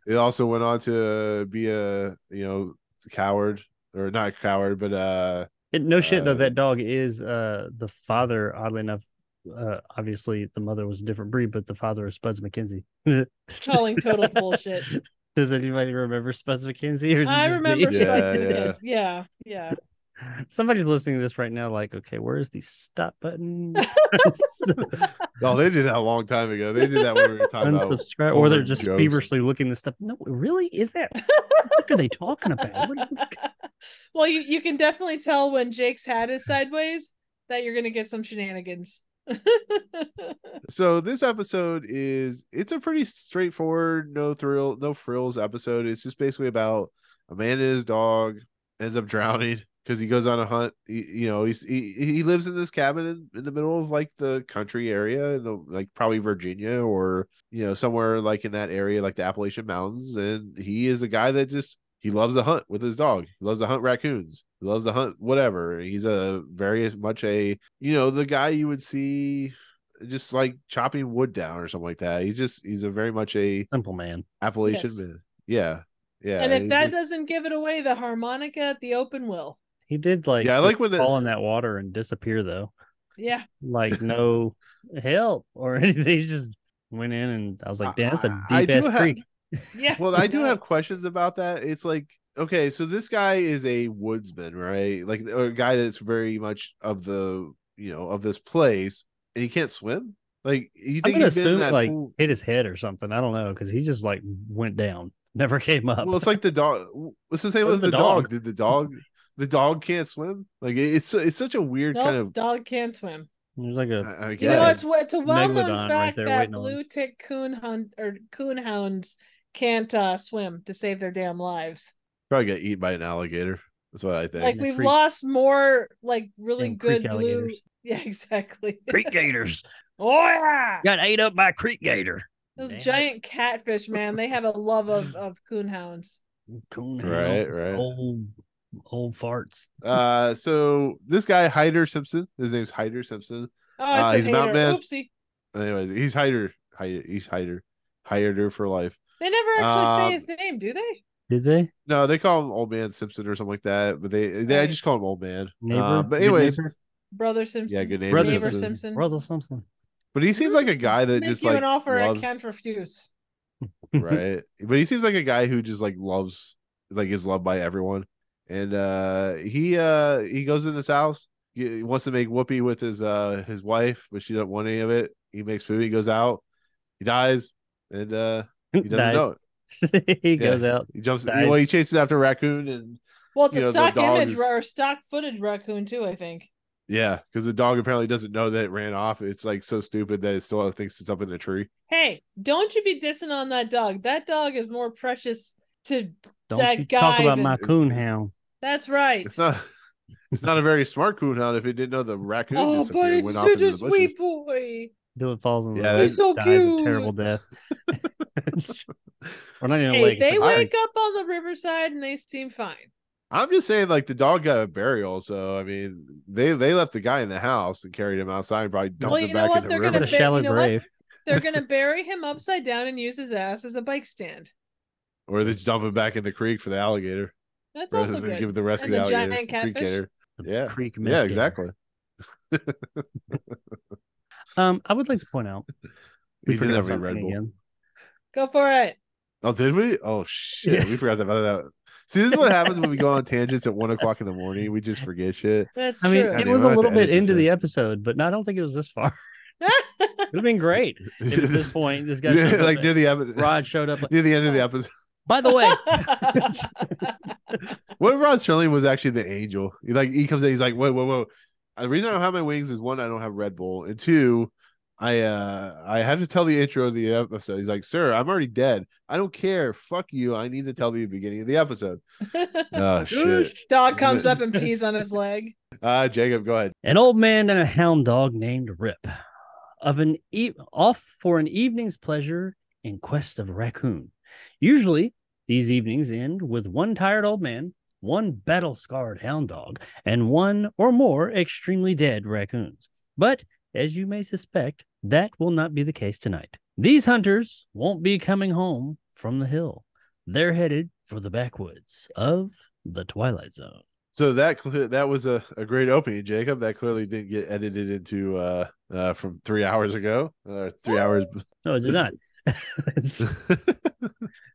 [SPEAKER 5] It also went on to uh, be a you know coward or not coward, but uh,
[SPEAKER 6] It- no shit though.
[SPEAKER 5] Uh,
[SPEAKER 6] That dog is uh, the father. Oddly enough, uh, obviously the mother was a different breed, but the father is Spuds McKenzie.
[SPEAKER 7] Calling total bullshit.
[SPEAKER 6] Does anybody remember Spuds McKenzie? Or is it
[SPEAKER 7] I
[SPEAKER 6] just me?
[SPEAKER 7] remember
[SPEAKER 5] Yeah,
[SPEAKER 7] yeah,
[SPEAKER 5] yeah.
[SPEAKER 7] yeah. yeah, yeah.
[SPEAKER 6] Somebody's listening to this right now, like, okay, where is the stop button?
[SPEAKER 5] no, oh, they did that a long time ago. They did that when we were talking about
[SPEAKER 6] unsubscribe, or they're
[SPEAKER 5] Homer
[SPEAKER 6] just
[SPEAKER 5] jokes.
[SPEAKER 6] feverishly looking this stuff. No, really, is that? What are they talking about? What- what's-
[SPEAKER 7] Well, you, you can definitely tell when Jake's hat is sideways that you're gonna get some shenanigans.
[SPEAKER 5] So this episode is it's a pretty straightforward, no thrill, no frills episode. It's just basically about a man and his dog ends up drowning because he goes on a hunt. He, you know, he's he, he lives in this cabin in, in the middle of like the country area, in the, like probably Virginia or you know somewhere like in that area, like the Appalachian Mountains. And he is a guy that just he loves to hunt with his dog. He loves to hunt raccoons. He loves to hunt whatever. He's a very much a you know the guy you would see just like chopping wood down or something like that. He just he's a very much a
[SPEAKER 6] Simple man.
[SPEAKER 5] Appalachian
[SPEAKER 7] Yes.
[SPEAKER 5] man. Yeah. Yeah.
[SPEAKER 7] and if
[SPEAKER 5] he
[SPEAKER 7] that
[SPEAKER 5] just-
[SPEAKER 7] doesn't give it away, the harmonica at the open will.
[SPEAKER 6] He did like
[SPEAKER 5] Yeah, I like
[SPEAKER 6] just
[SPEAKER 5] when the-
[SPEAKER 6] fall in that water and disappear though.
[SPEAKER 7] Yeah.
[SPEAKER 6] Like no help or anything. He just went in and I was like, damn, that's a
[SPEAKER 5] I- I
[SPEAKER 6] deep
[SPEAKER 5] do
[SPEAKER 6] ass
[SPEAKER 5] have-
[SPEAKER 6] creek.
[SPEAKER 7] Yeah.
[SPEAKER 5] well, I do have questions about that. It's like, okay, so this guy is a woodsman, right? Like or a guy that's very much of the you know, of this place, and he can't swim? Like you
[SPEAKER 6] I'm
[SPEAKER 5] think
[SPEAKER 6] gonna
[SPEAKER 5] he's been in
[SPEAKER 6] assume
[SPEAKER 5] that
[SPEAKER 6] like
[SPEAKER 5] pool-
[SPEAKER 6] hit his head or something. I don't know because he just like went down, never came up.
[SPEAKER 5] Well, it's like the dog. What's the same
[SPEAKER 6] Where's
[SPEAKER 5] with
[SPEAKER 6] uh, the
[SPEAKER 5] the dog?
[SPEAKER 6] dog?
[SPEAKER 5] Did the dog the dog can't swim? Like it- it's it's such a weird
[SPEAKER 7] Nope,
[SPEAKER 5] kind of
[SPEAKER 7] dog can't swim.
[SPEAKER 6] There's like
[SPEAKER 7] Uh,
[SPEAKER 6] a
[SPEAKER 5] I, I
[SPEAKER 7] You know,
[SPEAKER 5] guess.
[SPEAKER 7] it's it's a well
[SPEAKER 6] Megalodon
[SPEAKER 7] known
[SPEAKER 6] right
[SPEAKER 7] fact
[SPEAKER 6] there
[SPEAKER 7] that
[SPEAKER 6] waiting on him.
[SPEAKER 7] blue tick coon hound or coon hounds can't uh, swim to save their damn lives.
[SPEAKER 5] Probably got eaten by an alligator. That's what I think.
[SPEAKER 7] Like
[SPEAKER 6] the
[SPEAKER 7] we've
[SPEAKER 6] creek-
[SPEAKER 7] lost more like really
[SPEAKER 6] and
[SPEAKER 7] good
[SPEAKER 6] creek
[SPEAKER 7] blue.
[SPEAKER 6] alligators.
[SPEAKER 7] Yeah, exactly.
[SPEAKER 6] Creek gators
[SPEAKER 7] oh yeah,
[SPEAKER 6] got ate up by a creek gator.
[SPEAKER 7] those
[SPEAKER 6] Man,
[SPEAKER 7] giant catfish, man. They have a love of of coon hounds.
[SPEAKER 6] coon
[SPEAKER 5] Right,
[SPEAKER 6] hounds,
[SPEAKER 5] right.
[SPEAKER 6] Old old farts.
[SPEAKER 5] Uh, so this guy Hyder Simpson, his name's Hyder Simpson.
[SPEAKER 7] Oh,
[SPEAKER 5] Ah,
[SPEAKER 7] I said
[SPEAKER 5] he's a mountain
[SPEAKER 7] hater.
[SPEAKER 5] man.
[SPEAKER 7] Oopsie.
[SPEAKER 5] Anyways, he's Hyder, Hyder, he's Hyder, Hyder for life.
[SPEAKER 7] They never actually
[SPEAKER 5] Um,
[SPEAKER 7] say his name, do they?
[SPEAKER 6] Did they?
[SPEAKER 5] No, they call him Old Man Simpson or something like that, but they they I
[SPEAKER 7] Right.
[SPEAKER 5] just call him Old Man.
[SPEAKER 6] Neighbor.
[SPEAKER 5] Uh, but
[SPEAKER 6] Good
[SPEAKER 5] anyways,
[SPEAKER 6] neighbor?
[SPEAKER 7] Brother Simpson.
[SPEAKER 5] yeah, good neighbor,
[SPEAKER 6] Brother
[SPEAKER 7] Neighbor
[SPEAKER 5] Simpson.
[SPEAKER 7] Simpson.
[SPEAKER 6] brother something.
[SPEAKER 5] But he seems like a guy that
[SPEAKER 7] Make
[SPEAKER 5] just
[SPEAKER 7] you
[SPEAKER 5] like
[SPEAKER 7] an offer
[SPEAKER 5] loves,
[SPEAKER 7] I can't refuse.
[SPEAKER 5] right? But he seems like a guy who just like loves, like is loved by everyone. And uh he uh he goes in this house. He he wants to make whoopee with his uh his wife, but she doesn't want any of it. He makes food. He goes out. He dies, and uh he doesn't
[SPEAKER 6] Dies.
[SPEAKER 5] know it.
[SPEAKER 6] he goes out.
[SPEAKER 5] He jumps.
[SPEAKER 6] Dies.
[SPEAKER 5] Well, he chases after a raccoon, and
[SPEAKER 7] Well, it's
[SPEAKER 5] You
[SPEAKER 7] a
[SPEAKER 5] know, the
[SPEAKER 7] stock
[SPEAKER 5] dog
[SPEAKER 7] image
[SPEAKER 5] is-
[SPEAKER 7] or stock footage raccoon too. I think.
[SPEAKER 5] yeah, because the dog apparently doesn't know that it ran off. It's like so stupid that it still thinks it's up in the tree.
[SPEAKER 7] Hey, don't you be dissing on that dog. That dog is more precious to.
[SPEAKER 6] Don't
[SPEAKER 7] That
[SPEAKER 6] you talk
[SPEAKER 7] guy
[SPEAKER 6] about
[SPEAKER 7] that-
[SPEAKER 6] my coon
[SPEAKER 5] It's-
[SPEAKER 6] hound.
[SPEAKER 7] That's right.
[SPEAKER 5] It's not. It's not a very smart coon hound if it didn't know the raccoon
[SPEAKER 7] Oh,
[SPEAKER 5] disappeared
[SPEAKER 7] but
[SPEAKER 5] and
[SPEAKER 7] it's
[SPEAKER 5] went off
[SPEAKER 7] such
[SPEAKER 5] into
[SPEAKER 7] a
[SPEAKER 5] the bushes.
[SPEAKER 7] sweet boy.
[SPEAKER 6] Till it falls in
[SPEAKER 5] Yeah,
[SPEAKER 6] love.
[SPEAKER 5] He's
[SPEAKER 7] so
[SPEAKER 6] dies a terrible death. We're not even
[SPEAKER 7] Hey,
[SPEAKER 6] late.
[SPEAKER 7] they
[SPEAKER 5] I-
[SPEAKER 7] wake up on the riverside and they seem fine.
[SPEAKER 5] I'm just saying, like the dog got a burial, so I mean, they they left the guy in the house and carried him outside and probably dumped
[SPEAKER 7] Well,
[SPEAKER 5] him
[SPEAKER 7] you know
[SPEAKER 5] back
[SPEAKER 7] what?
[SPEAKER 5] in the
[SPEAKER 7] They're
[SPEAKER 5] river.
[SPEAKER 6] What
[SPEAKER 7] gonna-
[SPEAKER 6] a shallow
[SPEAKER 7] you know what?
[SPEAKER 6] grave.
[SPEAKER 7] They're gonna bury him upside down and use his ass as a bike stand.
[SPEAKER 5] or they just dump him back in the creek for the alligator.
[SPEAKER 7] That's
[SPEAKER 5] Rather
[SPEAKER 7] also
[SPEAKER 5] than
[SPEAKER 7] good.
[SPEAKER 5] give the rest
[SPEAKER 7] And
[SPEAKER 5] of
[SPEAKER 7] the
[SPEAKER 5] the,
[SPEAKER 7] giant
[SPEAKER 5] alligator. the creek
[SPEAKER 7] catfish.
[SPEAKER 5] gator. Yeah.
[SPEAKER 6] Creek
[SPEAKER 5] yeah,
[SPEAKER 6] Michigan.
[SPEAKER 5] exactly.
[SPEAKER 6] Um, I would like to point out we
[SPEAKER 5] He did
[SPEAKER 6] forgot
[SPEAKER 5] have a
[SPEAKER 6] something
[SPEAKER 5] Red Bull.
[SPEAKER 6] again.
[SPEAKER 7] Go for it.
[SPEAKER 5] Oh, did we? Oh shit,
[SPEAKER 6] Yeah.
[SPEAKER 5] we forgot about that. See, this is what happens when we go on tangents at one o'clock in the morning. We just forget shit.
[SPEAKER 7] That's
[SPEAKER 6] I mean,
[SPEAKER 7] true.
[SPEAKER 5] Yeah,
[SPEAKER 6] it
[SPEAKER 5] they
[SPEAKER 6] was
[SPEAKER 5] will
[SPEAKER 6] a
[SPEAKER 5] have to
[SPEAKER 6] little bit
[SPEAKER 5] edit this
[SPEAKER 6] into the episode, but no, I don't think it was this far. It would have been great if at this point this guy
[SPEAKER 5] Yeah,
[SPEAKER 6] showed up
[SPEAKER 5] like
[SPEAKER 6] at-
[SPEAKER 5] near the episode,
[SPEAKER 6] Rod showed up. like,
[SPEAKER 5] near the end of the episode.
[SPEAKER 6] By the way,
[SPEAKER 5] What if Rod Sterling was actually the angel? He like he comes in, he's like, whoa, whoa, whoa. The reason I don't have my wings is one, I don't have Red Bull, and two, I uh I have to tell the intro of the episode. He's like, sir, I'm already dead. I don't care. Fuck you. I need to tell the beginning of the episode. Oh shit.
[SPEAKER 7] Dog comes up and pees on his leg.
[SPEAKER 5] Uh Jacob, go ahead.
[SPEAKER 6] An old man and a hound dog named Rip, of an e- off for an evening's pleasure in quest of a raccoon. Usually, these evenings end with one tired old man, one battle scarred hound dog, and one or more extremely dead raccoons. But as you may suspect, that will not be the case tonight. These hunters won't be coming home from the hill. They're headed for the backwoods of the Twilight Zone.
[SPEAKER 5] So that clear that was a, a great opening, Jacob. That clearly didn't get edited into uh uh from three hours ago or three hours
[SPEAKER 6] No, it did not.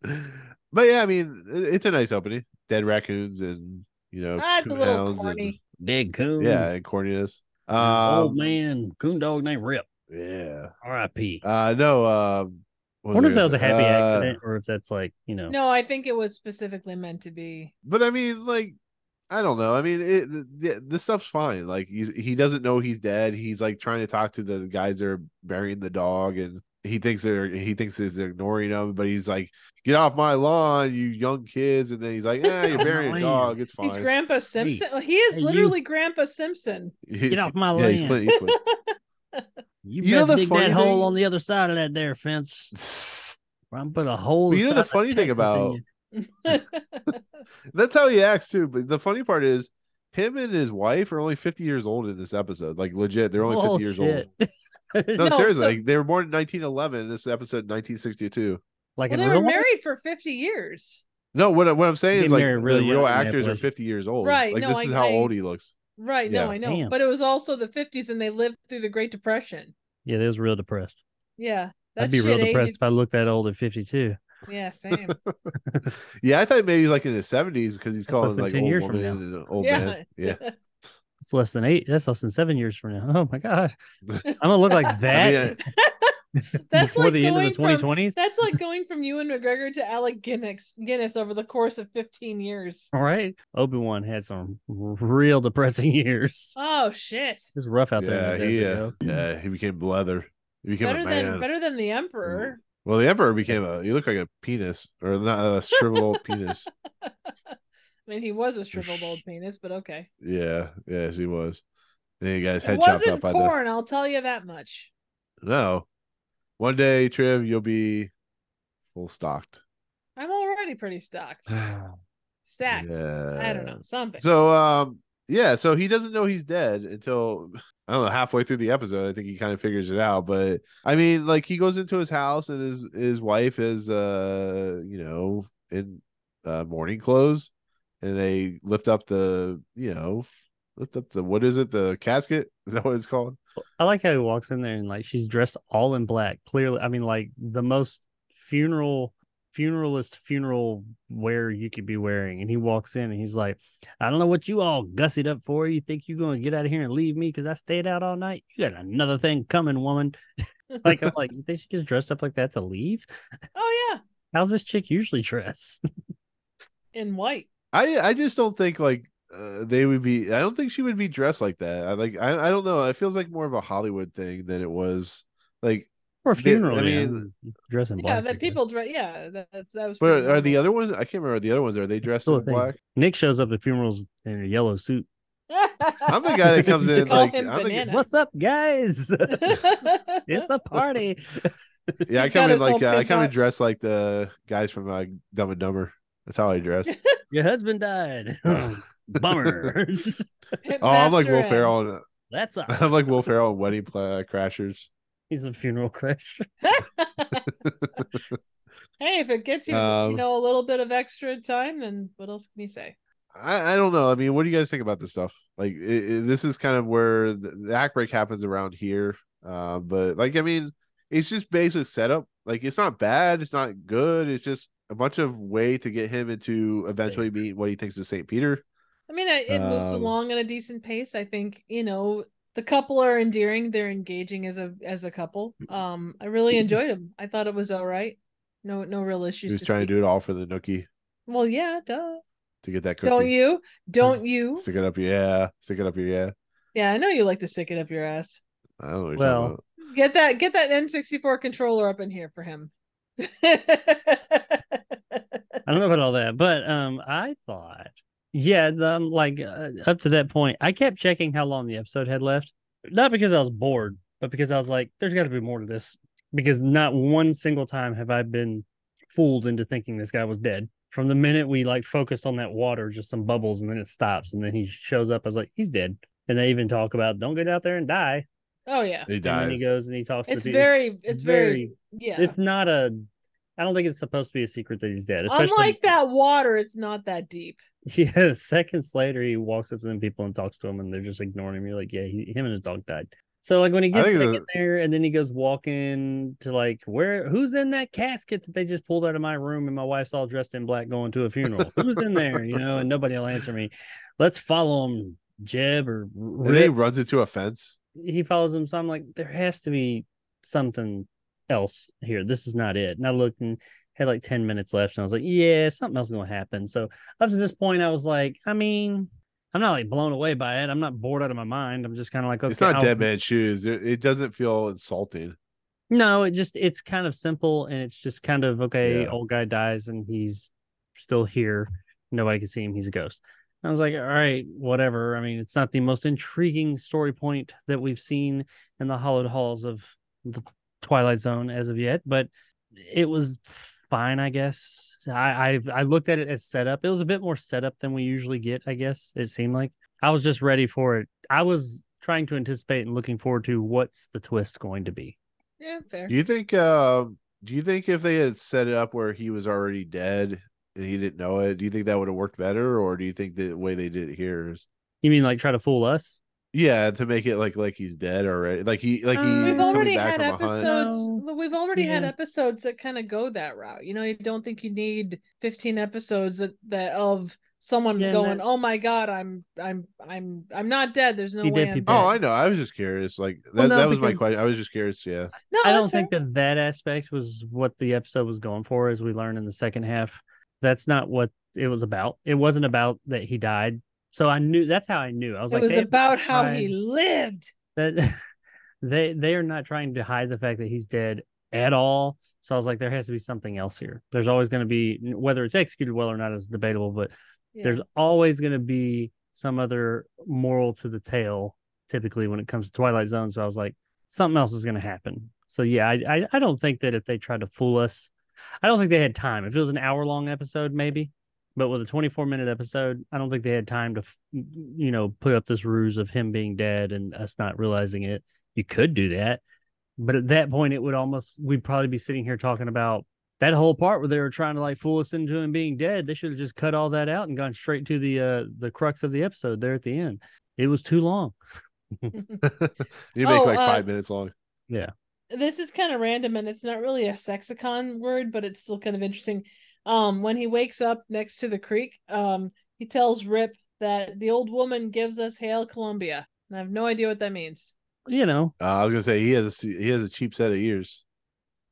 [SPEAKER 5] but yeah, I mean, it- it's a nice opening. Dead raccoons and you know,
[SPEAKER 7] Ah, it's a
[SPEAKER 5] coon
[SPEAKER 7] little
[SPEAKER 5] hounds
[SPEAKER 7] corny.
[SPEAKER 6] Dead
[SPEAKER 5] And,
[SPEAKER 6] coon.
[SPEAKER 5] yeah, and corniness.
[SPEAKER 6] An
[SPEAKER 7] uh,
[SPEAKER 6] old
[SPEAKER 5] Um,
[SPEAKER 6] man, coon dog named Rip.
[SPEAKER 5] yeah.
[SPEAKER 6] R.I.P.
[SPEAKER 5] Uh, no. Um,
[SPEAKER 6] I
[SPEAKER 5] what
[SPEAKER 6] wonder
[SPEAKER 5] I
[SPEAKER 6] if that
[SPEAKER 5] gonna
[SPEAKER 6] was a
[SPEAKER 5] say?
[SPEAKER 6] happy
[SPEAKER 5] Uh,
[SPEAKER 6] accident or if that's like you know.
[SPEAKER 7] No, I think it was specifically meant to be.
[SPEAKER 5] But I mean, like, I don't know. I mean, it the, this stuff's fine. Like, he's, he doesn't know he's dead. He's like trying to talk to the guys that are burying the dog, and he thinks they're he thinks is ignoring him. But he's like, "Get off my lawn, you young kids!" And then he's like, "Yeah, you're
[SPEAKER 6] my
[SPEAKER 5] burying a
[SPEAKER 6] land."
[SPEAKER 5] dog. It's fine."
[SPEAKER 7] He's Grandpa Simpson. He is
[SPEAKER 6] Hey,
[SPEAKER 7] literally Grandpa Simpson.
[SPEAKER 5] He's-
[SPEAKER 6] Get off my
[SPEAKER 5] yeah,
[SPEAKER 6] land!
[SPEAKER 5] he's Clint Eastwood.
[SPEAKER 6] you
[SPEAKER 5] You know
[SPEAKER 6] better
[SPEAKER 5] the
[SPEAKER 6] dig
[SPEAKER 5] funny
[SPEAKER 6] that hole
[SPEAKER 5] thing-
[SPEAKER 6] on the other side of that there fence. I'm gonna put a hole.
[SPEAKER 5] Well, you know
[SPEAKER 6] the
[SPEAKER 5] the
[SPEAKER 6] size of
[SPEAKER 5] funny thing
[SPEAKER 6] Texas in
[SPEAKER 5] about-
[SPEAKER 6] you.
[SPEAKER 5] That's how he acts too. But the funny part is, him and his wife are only 50 years old in this episode. Like legit, they're only 50 years old.
[SPEAKER 6] Oh, Bullshit.
[SPEAKER 5] No,
[SPEAKER 7] No,
[SPEAKER 5] seriously,
[SPEAKER 7] so-
[SPEAKER 5] like, they were born in 1911. This episode 1962.
[SPEAKER 6] like
[SPEAKER 7] well,
[SPEAKER 6] in
[SPEAKER 7] they
[SPEAKER 6] real
[SPEAKER 7] were
[SPEAKER 6] life?
[SPEAKER 7] married for 50 years.
[SPEAKER 5] No, what what I'm saying
[SPEAKER 6] They
[SPEAKER 5] is like
[SPEAKER 6] married really
[SPEAKER 5] the real
[SPEAKER 6] young and had
[SPEAKER 5] actors are
[SPEAKER 6] pleasure.
[SPEAKER 5] 50 years old.
[SPEAKER 7] Right,
[SPEAKER 5] Like
[SPEAKER 7] no,
[SPEAKER 5] this
[SPEAKER 7] I-
[SPEAKER 5] is how
[SPEAKER 7] I-
[SPEAKER 5] old he looks.
[SPEAKER 7] Right.
[SPEAKER 5] Yeah.
[SPEAKER 7] No, I know.
[SPEAKER 6] Damn.
[SPEAKER 7] But it was also the 50s and they lived through the Great Depression.
[SPEAKER 6] Yeah, they was real depressed.
[SPEAKER 7] Yeah. That
[SPEAKER 6] I'd be
[SPEAKER 7] shit
[SPEAKER 6] real depressed
[SPEAKER 7] ages-
[SPEAKER 6] if I looked that old at 52.
[SPEAKER 7] Yeah, same.
[SPEAKER 5] yeah, I thought maybe he's like in his 70s because he's
[SPEAKER 6] That's less
[SPEAKER 5] calling
[SPEAKER 6] than
[SPEAKER 5] like
[SPEAKER 6] 10
[SPEAKER 5] old
[SPEAKER 6] years from
[SPEAKER 5] woman
[SPEAKER 6] now.
[SPEAKER 5] and an old
[SPEAKER 7] Yeah.
[SPEAKER 5] man. Yeah,
[SPEAKER 6] It's less than eight. That's less than seven years from now. Oh my gosh, I'm gonna look like that
[SPEAKER 5] I mean, uh,
[SPEAKER 7] That's
[SPEAKER 6] before
[SPEAKER 7] like
[SPEAKER 6] the end of the
[SPEAKER 7] going from-
[SPEAKER 6] 2020s.
[SPEAKER 7] That's like going from Ewan McGregor to Alec Guinness, Guinness over the course of 15 years.
[SPEAKER 6] All right, Obi Wan had some real depressing years.
[SPEAKER 7] Oh, shit.
[SPEAKER 6] It's rough out there.
[SPEAKER 5] yeah,
[SPEAKER 6] in the
[SPEAKER 5] he
[SPEAKER 6] desert,
[SPEAKER 5] uh,
[SPEAKER 6] yo.
[SPEAKER 5] yeah, he became leather. He became
[SPEAKER 7] Better
[SPEAKER 5] a
[SPEAKER 7] than
[SPEAKER 5] man.
[SPEAKER 7] better than the Emperor.
[SPEAKER 5] Well, the emperor became a. You look like a penis or not a shriveled old penis. Mm.
[SPEAKER 7] I mean, he was a shriveled old penis, but okay.
[SPEAKER 5] Yeah, yes, he was. Then he got his
[SPEAKER 7] It
[SPEAKER 5] head chopped up
[SPEAKER 7] wasn't
[SPEAKER 5] by
[SPEAKER 7] corn, I'll tell you that much.
[SPEAKER 5] the. No, one day, Triv, you'll be full stocked.
[SPEAKER 7] I'm already pretty stocked. Stacked. I don't know. Something.
[SPEAKER 5] So um yeah, so he doesn't know he's dead until I don't know halfway through the episode. I think he kind of figures it out, but I mean, like he goes into his house and his his wife is uh you know in uh, morning clothes, and they lift up the you know lift up the what is it the casket is that what it's called?
[SPEAKER 6] I like how he walks in there and like she's dressed all in black. Clearly, I mean, like the most funeral, funeralist funeral wear you could be wearing. And he walks in and he's like, "I don't know what you all gussied up for. You think you're gonna get out of here and leave me because I stayed out all night? You got another thing coming, woman." like I'm like, you think she gets dressed up like that to leave?
[SPEAKER 7] oh
[SPEAKER 6] How's this chick usually dressed?
[SPEAKER 7] yeah. In white.
[SPEAKER 5] I I just don't think like uh, they would be. I don't think she would be dressed like that. I like I I don't know. It feels like more of a Hollywood thing than it was like
[SPEAKER 6] For a
[SPEAKER 5] Yeah, I
[SPEAKER 6] funeral, I
[SPEAKER 5] mean-
[SPEAKER 6] mean, dressing black.
[SPEAKER 7] Yeah,
[SPEAKER 6] I
[SPEAKER 7] that
[SPEAKER 6] guess.
[SPEAKER 7] people dress. Yeah, that, that's- that was.
[SPEAKER 5] But
[SPEAKER 7] pretty
[SPEAKER 5] are, are the
[SPEAKER 7] normal.
[SPEAKER 5] other ones? I can't remember the other ones. Are they
[SPEAKER 6] It's
[SPEAKER 5] dressed
[SPEAKER 6] still a
[SPEAKER 5] in
[SPEAKER 6] thing.
[SPEAKER 5] black?
[SPEAKER 6] Nick shows up at funerals in a yellow suit.
[SPEAKER 5] I'm the guy that comes
[SPEAKER 6] They
[SPEAKER 5] in
[SPEAKER 7] call
[SPEAKER 5] like
[SPEAKER 7] him
[SPEAKER 5] I'm the,
[SPEAKER 7] banana.
[SPEAKER 5] g-
[SPEAKER 6] What's up, guys? it's a party.
[SPEAKER 5] yeah, I
[SPEAKER 7] He's got
[SPEAKER 5] come in
[SPEAKER 7] his whole
[SPEAKER 5] like uh, I
[SPEAKER 7] pink
[SPEAKER 5] come in
[SPEAKER 7] up.
[SPEAKER 5] dressed like the guys from uh, Dumb and Dumber. That's how I dress.
[SPEAKER 6] Your husband died. Bummer.
[SPEAKER 5] Oh, I'm like Will
[SPEAKER 7] Pitmaster
[SPEAKER 5] Ferrell. on-
[SPEAKER 6] that sucks.
[SPEAKER 5] I'm like Will Ferrell in Wedding Pla- Crashers.
[SPEAKER 6] He's a funeral crasher.
[SPEAKER 7] hey, if it gets you,
[SPEAKER 5] Um,
[SPEAKER 7] you know, a little bit of extra time, then what else can you say?
[SPEAKER 5] I, I don't know. I mean, what do you guys think about this stuff? Like, i i this is kind of where the, the act break happens around here. Uh, but like, I mean, it's just basic setup. Like, it's not bad. It's not good. It's just a bunch of way to get him into eventually meet what he thinks is Saint Peter.
[SPEAKER 7] I mean, I- it moves
[SPEAKER 5] Um,
[SPEAKER 7] along at a decent pace. I think you know the couple are endearing. They're engaging as a as a couple. Um, I really enjoyed them. I thought it was all right. No, no real
[SPEAKER 5] He
[SPEAKER 7] issues.
[SPEAKER 5] was trying to
[SPEAKER 7] speak-
[SPEAKER 5] do it all for the nookie
[SPEAKER 7] Well, yeah, duh.
[SPEAKER 5] to get that cookie.
[SPEAKER 7] Don't you? Don't you?
[SPEAKER 5] stick it up your yeah? Stick it up your yeah?
[SPEAKER 7] Yeah, I know you like to stick it up your ass.
[SPEAKER 5] I don't know. What you're
[SPEAKER 6] Well,
[SPEAKER 5] talking about.
[SPEAKER 7] Get that get that N64 controller up in here for him.
[SPEAKER 6] I don't know about all that, but um, I thought, yeah, the- um, like uh, up to that point, I kept checking how long the episode had left, not because I was bored, but because I was like, there's got to be more to this, because not one single time have I been fooled into thinking this guy was dead. From the minute we like focused on that water, just some bubbles, and then it stops, and then he shows up. I was like, he's dead. And they even talk about don't get out there and die.
[SPEAKER 7] oh yeah.
[SPEAKER 5] He
[SPEAKER 6] And then
[SPEAKER 5] dies.
[SPEAKER 6] he goes and he talks.
[SPEAKER 7] It's
[SPEAKER 6] to the,
[SPEAKER 7] very it's very,
[SPEAKER 6] very-
[SPEAKER 7] yeah.
[SPEAKER 6] It's not a. I don't think it's supposed to be a secret that he's dead. Especially
[SPEAKER 7] Unlike that water, it's not that deep.
[SPEAKER 6] Yeah, seconds later, he walks up to them people and talks to them, and they're just ignoring him. You're like, yeah, he, him and his dog died. So like when he gets
[SPEAKER 5] think
[SPEAKER 6] back
[SPEAKER 5] the-
[SPEAKER 6] in there, and then he goes walking to like where who's in that casket that they just pulled out of my room, and my wife's all dressed in black going to a funeral. who's in there? You know, and nobody will answer me. Let's follow him, Jeb or
[SPEAKER 5] and then he
[SPEAKER 6] Rip.
[SPEAKER 5] runs into a fence.
[SPEAKER 6] He follows him, so I'm like, there has to be something else here. This is not it. And I looked and had like 10 minutes left and I was like, yeah, something else is gonna happen. So up to this point, I was like, I mean, I'm not like blown away by it. I'm not bored out of my mind. I'm just kind of like, okay,
[SPEAKER 5] it's not
[SPEAKER 6] I'll-
[SPEAKER 5] dead man's shoes. It, it doesn't feel insulting.
[SPEAKER 6] No, it just it's kind of simple and it's just kind of okay,
[SPEAKER 5] Yeah.
[SPEAKER 6] old guy dies and he's still here. Nobody can see him, he's a ghost. And I was like, all right, whatever. I mean, it's not the most intriguing story point that we've seen in the hollowed halls of the Twilight Zone as of yet, but it was fine, I guess. I I, I looked at it as setup. It was a bit more setup than we usually get, I guess. It seemed like I was just ready for it. I was trying to anticipate and looking forward to what's the twist going to be.
[SPEAKER 7] Yeah, fair.
[SPEAKER 5] Do you think? Uh, do you think if they had set it up where he was already dead and he didn't know it, do you think that would have worked better, or do you think the way they did it here is
[SPEAKER 6] You mean like try to fool us?
[SPEAKER 5] yeah to make it like like he's dead already, like he like
[SPEAKER 6] Um,
[SPEAKER 5] he's
[SPEAKER 7] We've
[SPEAKER 6] He's
[SPEAKER 7] already
[SPEAKER 5] coming back
[SPEAKER 7] had
[SPEAKER 5] from a hunt?
[SPEAKER 7] episodes.
[SPEAKER 6] No.
[SPEAKER 7] but We've already had
[SPEAKER 6] Yeah.
[SPEAKER 7] episodes that kind of go that route. You know, you don't think you need 15 episodes that, that of someone
[SPEAKER 6] Yeah, and
[SPEAKER 7] going,
[SPEAKER 6] that-
[SPEAKER 7] "Oh my god, I'm I'm I'm I'm not dead. There's no
[SPEAKER 6] See
[SPEAKER 7] way
[SPEAKER 6] dead
[SPEAKER 7] I'm
[SPEAKER 6] people.
[SPEAKER 7] dead."
[SPEAKER 5] Oh, I know. I was just curious. Like that,
[SPEAKER 6] Well, no,
[SPEAKER 5] that was my
[SPEAKER 6] because-
[SPEAKER 5] question. I was just curious. Yeah.
[SPEAKER 7] no,
[SPEAKER 6] I
[SPEAKER 7] that's
[SPEAKER 6] don't think that that aspect was what the episode was going for, as we learned in the second half. That's not what it was about. It wasn't about that he died. So I knew that's how I knew. I was
[SPEAKER 7] fair.
[SPEAKER 6] like,
[SPEAKER 7] it was
[SPEAKER 6] they-
[SPEAKER 7] about how he
[SPEAKER 6] tried-
[SPEAKER 7] lived.
[SPEAKER 6] that they they are not trying to hide the fact that he's dead at all. So I was like, there has to be something else here. There's always going to be whether it's executed well or not is debatable, but
[SPEAKER 7] Yeah.
[SPEAKER 6] there's always going to be some other moral to the tale typically when it comes to twilight zone so i was like something else is going to happen so yeah I, I i don't think that if they tried to fool us i don't think they had time if it was an hour long episode maybe but with a 24 minute episode i don't think they had time to f- you know put up this ruse of him being dead and us not realizing it you could do that but at that point it would almost we'd probably be sitting here talking about that whole part where they were trying to like fool us into him being dead, they should have just cut all that out and gone straight to the uh the crux of the episode there at the end. It was too long.
[SPEAKER 5] you make
[SPEAKER 7] Oh,
[SPEAKER 5] like
[SPEAKER 7] uh,
[SPEAKER 5] five minutes long.
[SPEAKER 7] this is kind of random and it's not really a sexicon word but it's still kind of interesting um when he wakes up next to the creek um he tells rip that the old woman gives us hail columbia and i have no idea what that means
[SPEAKER 6] You know,
[SPEAKER 5] Uh, I was gonna say he has a, se- he has a cheap set of ears.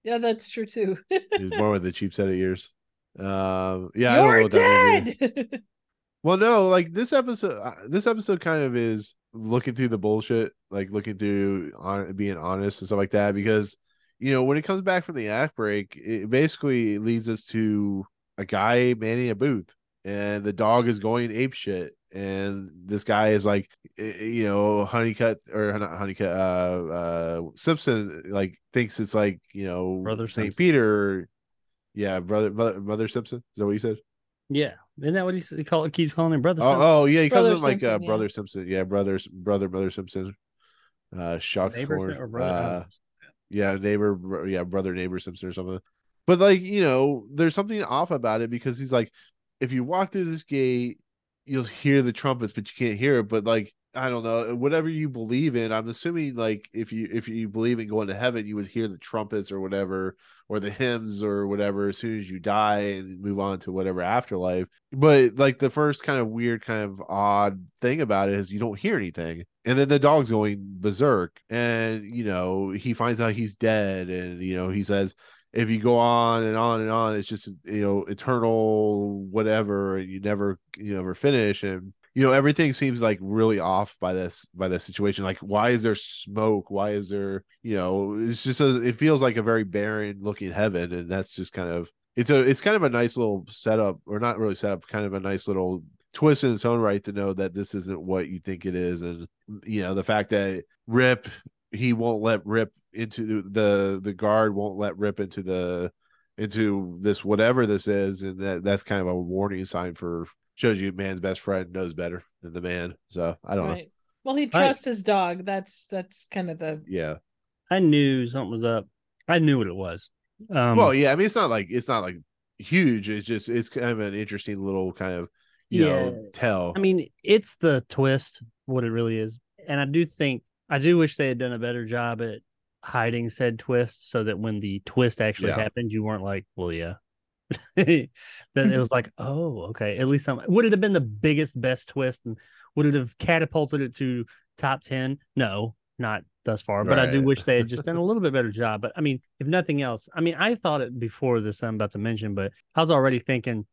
[SPEAKER 7] yeah that's true too
[SPEAKER 5] He's born with a cheap set of ears. Um, yeah, I don't know
[SPEAKER 7] you're
[SPEAKER 5] what that means.
[SPEAKER 7] dead
[SPEAKER 5] Well, no, like this episode, uh, this episode kind of is looking through the bullshit, like looking through on being honest and stuff like that. Because you know, when it comes back from the act break, it basically leads us to a guy manning a booth, and the dog is going ape shit, and this guy is like, eh, eh, you know, honeycut or not honeycut, uh, uh, Simpson, like thinks it's like you know,
[SPEAKER 6] Brother
[SPEAKER 5] Saint
[SPEAKER 6] Simpson.
[SPEAKER 5] Peter, yeah, brother, brother, mother Simpson. Is that what you said?
[SPEAKER 6] Yeah. Isn't that what he, s- he call, keeps calling him brother? Simpson?
[SPEAKER 5] Oh, oh yeah, he calls
[SPEAKER 7] Brother
[SPEAKER 5] him like uh,
[SPEAKER 7] Simpson, yeah.
[SPEAKER 5] brother Simpson. Yeah, brothers, brother, brother Simpson. Uh, shock
[SPEAKER 6] Neighbor
[SPEAKER 5] corn.
[SPEAKER 6] or brother? I don't
[SPEAKER 5] Uh, yeah, neighbor. bro- Yeah, brother, neighbor Simpson or something. But like you know, there's something off about it because he's like, if you walk through this gate, you'll hear the trumpets, but you can't hear it. But like, I don't know, whatever you believe in. I'm assuming like if you if you believe in going to heaven, you would hear the trumpets or whatever, or the hymns or whatever as soon as you die and move on to whatever afterlife but like the first kind of weird kind of odd thing about it is you don't hear anything and then the dog's going berserk and you know he finds out he's dead and you know he says if you go on and on and on it's just you know eternal whatever and you never you never finish and you know everything seems like really off by this by this situation like why is there smoke why is there you know it's just a, it feels like a very barren looking heaven and that's just kind of it's a it's kind of a nice little setup or not really setup kind of a nice little twist in its own right to know that this isn't what you think it is and you know the fact that rip he won't let rip into the the, the guard won't let rip into the into this whatever this is and that that's kind of a warning sign for shows you man's best friend knows better than the man so i don't know
[SPEAKER 7] Right. Well, he
[SPEAKER 6] All right.
[SPEAKER 7] trusts his dog. That's that's kind of the
[SPEAKER 5] yeah
[SPEAKER 6] I knew something was up. I knew what it was. Um,
[SPEAKER 5] well yeah i mean it's not like it's not like huge it's just it's kind of an interesting little kind of you know tell
[SPEAKER 6] I mean, it's the twist, what it really is. And I do think, I do wish they had done a better job at hiding said twist so that when the twist actually
[SPEAKER 5] Yeah.
[SPEAKER 6] happened, you weren't like, well, yeah. then it was like, oh, okay. At least some would it have been the biggest, best twist and would it have catapulted it to top 10? No, not thus far. But I do
[SPEAKER 5] Right.
[SPEAKER 6] wish they had just done a little bit better job. But I mean, if nothing else, I mean, I thought it before this I'm about to mention, but I was already thinking,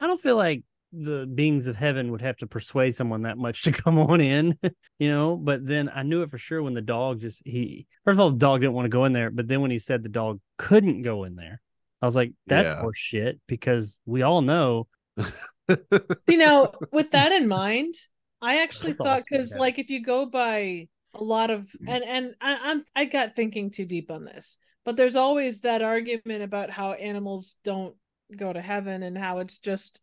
[SPEAKER 6] I don't feel like the beings of heaven would have to persuade someone that much to come on in, you know. But then I knew it for sure when the dog just he first of all the dog didn't want to go in there, but then when he said the dog couldn't go in there, I was like, that's
[SPEAKER 5] Yeah.
[SPEAKER 6] horse shit because we all know
[SPEAKER 7] you know with that in mind i actually
[SPEAKER 6] Thoughts,
[SPEAKER 7] thought because
[SPEAKER 6] okay.
[SPEAKER 7] like if you go by a lot of
[SPEAKER 6] Mm-hmm.
[SPEAKER 7] and and I, i'm i got thinking too deep on this but there's always that argument about how animals don't go to heaven and how it's just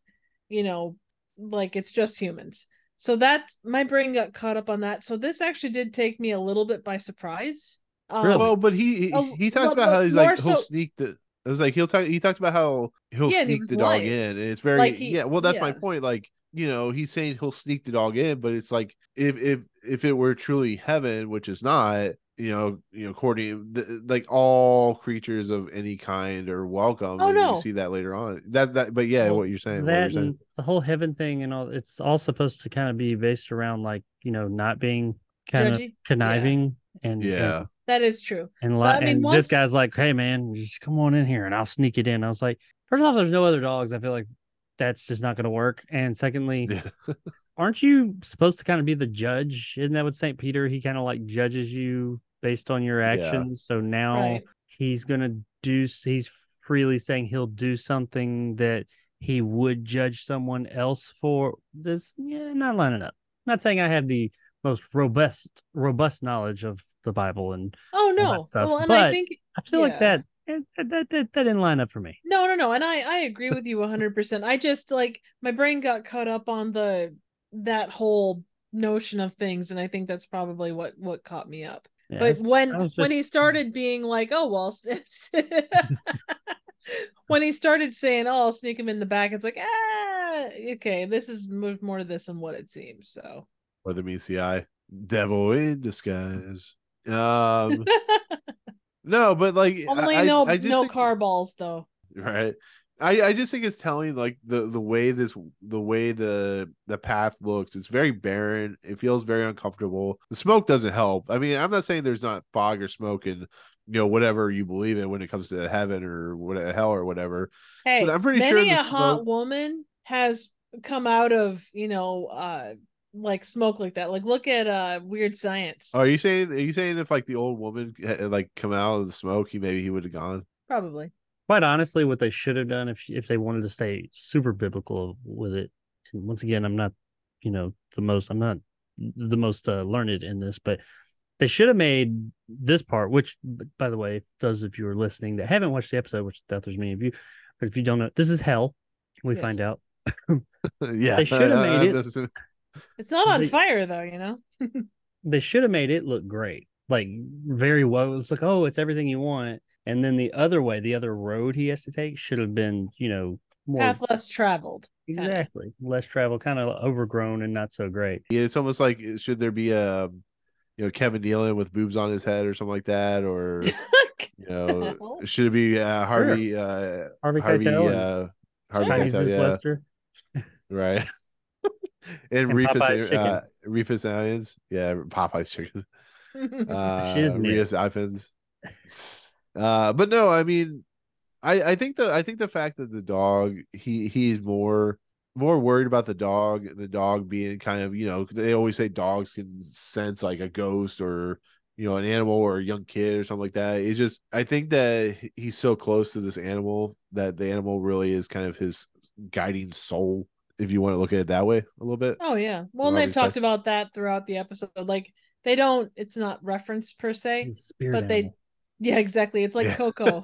[SPEAKER 7] you know like it's just humans so that's my brain got caught up on that so this actually did take me a little bit by surprise um,
[SPEAKER 6] Really?
[SPEAKER 5] Well, but he he,
[SPEAKER 7] Oh,
[SPEAKER 5] he
[SPEAKER 7] but-
[SPEAKER 5] talks about how
[SPEAKER 7] but
[SPEAKER 5] he's like
[SPEAKER 7] more
[SPEAKER 5] he'll
[SPEAKER 7] so-
[SPEAKER 5] sneak the. I was like he'll talk. He talked about how he'll
[SPEAKER 7] Yeah, and he
[SPEAKER 5] sneak
[SPEAKER 7] was
[SPEAKER 5] the dog
[SPEAKER 7] lying.
[SPEAKER 5] in, and it's very
[SPEAKER 7] Like, he-
[SPEAKER 5] yeah. Well, that's my
[SPEAKER 7] yeah.
[SPEAKER 5] point. Like you know, he's saying he'll sneak the dog in, but it's like if if if it were truly heaven, which is not. You know, you know, according th- like all creatures of any kind are welcome.
[SPEAKER 7] Oh,
[SPEAKER 5] and
[SPEAKER 7] no.
[SPEAKER 5] you see that later on. That that, but yeah,
[SPEAKER 6] Well,
[SPEAKER 5] what you're saying, what you're
[SPEAKER 6] that and
[SPEAKER 5] saying.
[SPEAKER 6] the whole heaven thing and all. It's all supposed to kind of be based around like you know not being kind of
[SPEAKER 7] Judgy?
[SPEAKER 6] conniving and
[SPEAKER 5] Yeah,
[SPEAKER 7] that is true
[SPEAKER 6] And, li-
[SPEAKER 7] But, I mean,
[SPEAKER 6] and
[SPEAKER 7] once-
[SPEAKER 6] this guy's like, "Hey, man, just come on in here, and I'll sneak it in." I was like, first off, there's no other dogs. I feel like that's just not going to work. And secondly,
[SPEAKER 5] Yeah.
[SPEAKER 6] aren't you supposed to kind of be the judge? Isn't that what Saint Peter? He kind of like judges you based on your
[SPEAKER 5] Yeah.
[SPEAKER 6] actions. So now
[SPEAKER 7] Right.
[SPEAKER 6] he's going to do. s- He's freely saying he'll do something that he would judge someone else for. This yeah, not lining up. Not saying I have the most robust robust knowledge of the Bible and
[SPEAKER 7] oh
[SPEAKER 6] all that
[SPEAKER 7] no
[SPEAKER 6] stuff,
[SPEAKER 7] well and
[SPEAKER 6] but-
[SPEAKER 7] i think
[SPEAKER 6] I feel like
[SPEAKER 7] Yeah.
[SPEAKER 6] that, eh, that that that didn't line up for me.
[SPEAKER 7] No, no, no. And I I agree with you 100%. I just like my brain got caught up on the that whole notion of things and I think that's probably what what caught me up.
[SPEAKER 6] Yeah,
[SPEAKER 7] but
[SPEAKER 6] that's-
[SPEAKER 7] when
[SPEAKER 6] I was
[SPEAKER 7] when he
[SPEAKER 6] just-
[SPEAKER 7] started being like, "Oh, well," s- when he started saying, "Oh, I'll sneak him in the back." It's like, "Ah, okay, this is mo- more to this than what it seems." So
[SPEAKER 5] or the BCI devil in disguise. Um, no, but like
[SPEAKER 7] Only
[SPEAKER 5] I,
[SPEAKER 7] no
[SPEAKER 5] I, I just
[SPEAKER 7] no
[SPEAKER 5] think-
[SPEAKER 7] car balls though.
[SPEAKER 5] right i i just think it's telling like the the way this the way the the path looks it's very barren it feels very uncomfortable the smoke doesn't help i mean i'm not saying there's not fog or smoke and you know whatever you believe in when it comes to heaven or what hell or whatever
[SPEAKER 7] Hey,
[SPEAKER 5] I'm pretty sure
[SPEAKER 7] many
[SPEAKER 5] the
[SPEAKER 7] a hot
[SPEAKER 5] smoke-
[SPEAKER 7] woman has come out of you know uh like smoke like that. Like look at uh Weird Science.
[SPEAKER 5] are you saying are you saying if like the old woman had, like come out of the smoke he maybe he would have gone
[SPEAKER 7] Probably.
[SPEAKER 6] quite honestly, what they should have done if if they wanted to stay super biblical with it. And once again, I'm not, you know, the most. I'm not the most uh, learned in this, but they should have made this part. Which, b- by the way, those of you who are listening that haven't watched the episode, which I doubt there's many of you, but if you don't know, this is hell. We
[SPEAKER 7] Yes.
[SPEAKER 6] find out.
[SPEAKER 5] yeah,
[SPEAKER 6] They should've made it.
[SPEAKER 5] That's-
[SPEAKER 7] It's not on
[SPEAKER 6] They-
[SPEAKER 7] fire though, you know.
[SPEAKER 6] They should have made it look great, like very well. It's like, oh, it's everything you want. And then the other way, the other road he has to take should have been, you know, more
[SPEAKER 7] Path less traveled. kinda.
[SPEAKER 6] exactly less travel, kind of overgrown and not so great.
[SPEAKER 5] Yeah, it's almost like should there be a, you know, Kevin Nealon with boobs on his head or something like that, or you know,
[SPEAKER 7] Hell.
[SPEAKER 5] should it be uh, Harvey uh,
[SPEAKER 6] Harvey,
[SPEAKER 5] Harvey
[SPEAKER 6] Keitel and
[SPEAKER 5] uh, Harvey
[SPEAKER 6] Chinese
[SPEAKER 5] Keitel,
[SPEAKER 6] Zeus
[SPEAKER 5] yeah,
[SPEAKER 6] Lester.
[SPEAKER 5] right. and
[SPEAKER 6] And
[SPEAKER 5] Rufus
[SPEAKER 6] Popeye's chicken.
[SPEAKER 5] uh, Rufus Onions, yeah, Popeye's chicken. Uh,
[SPEAKER 6] shiznit.
[SPEAKER 5] Rios Athens. Uh, but no, I mean, I I think the I think the fact that the dog he he's more more worried about the dog the dog being kind of you know they always say dogs can sense like a ghost or you know an animal or a young kid or something like that it's just i think that he- he's so close to this animal that the animal really is kind of his guiding soul if you want to look at it that way a little bit
[SPEAKER 7] Oh yeah. Well, and
[SPEAKER 5] lot of
[SPEAKER 7] they've talked
[SPEAKER 5] respect.
[SPEAKER 7] about that throughout the episode. Like they don't. It's not referenced per se.
[SPEAKER 6] His spirit
[SPEAKER 7] But they-
[SPEAKER 6] animal.
[SPEAKER 7] Yeah, exactly. It's like
[SPEAKER 5] Yeah.
[SPEAKER 7] Coco.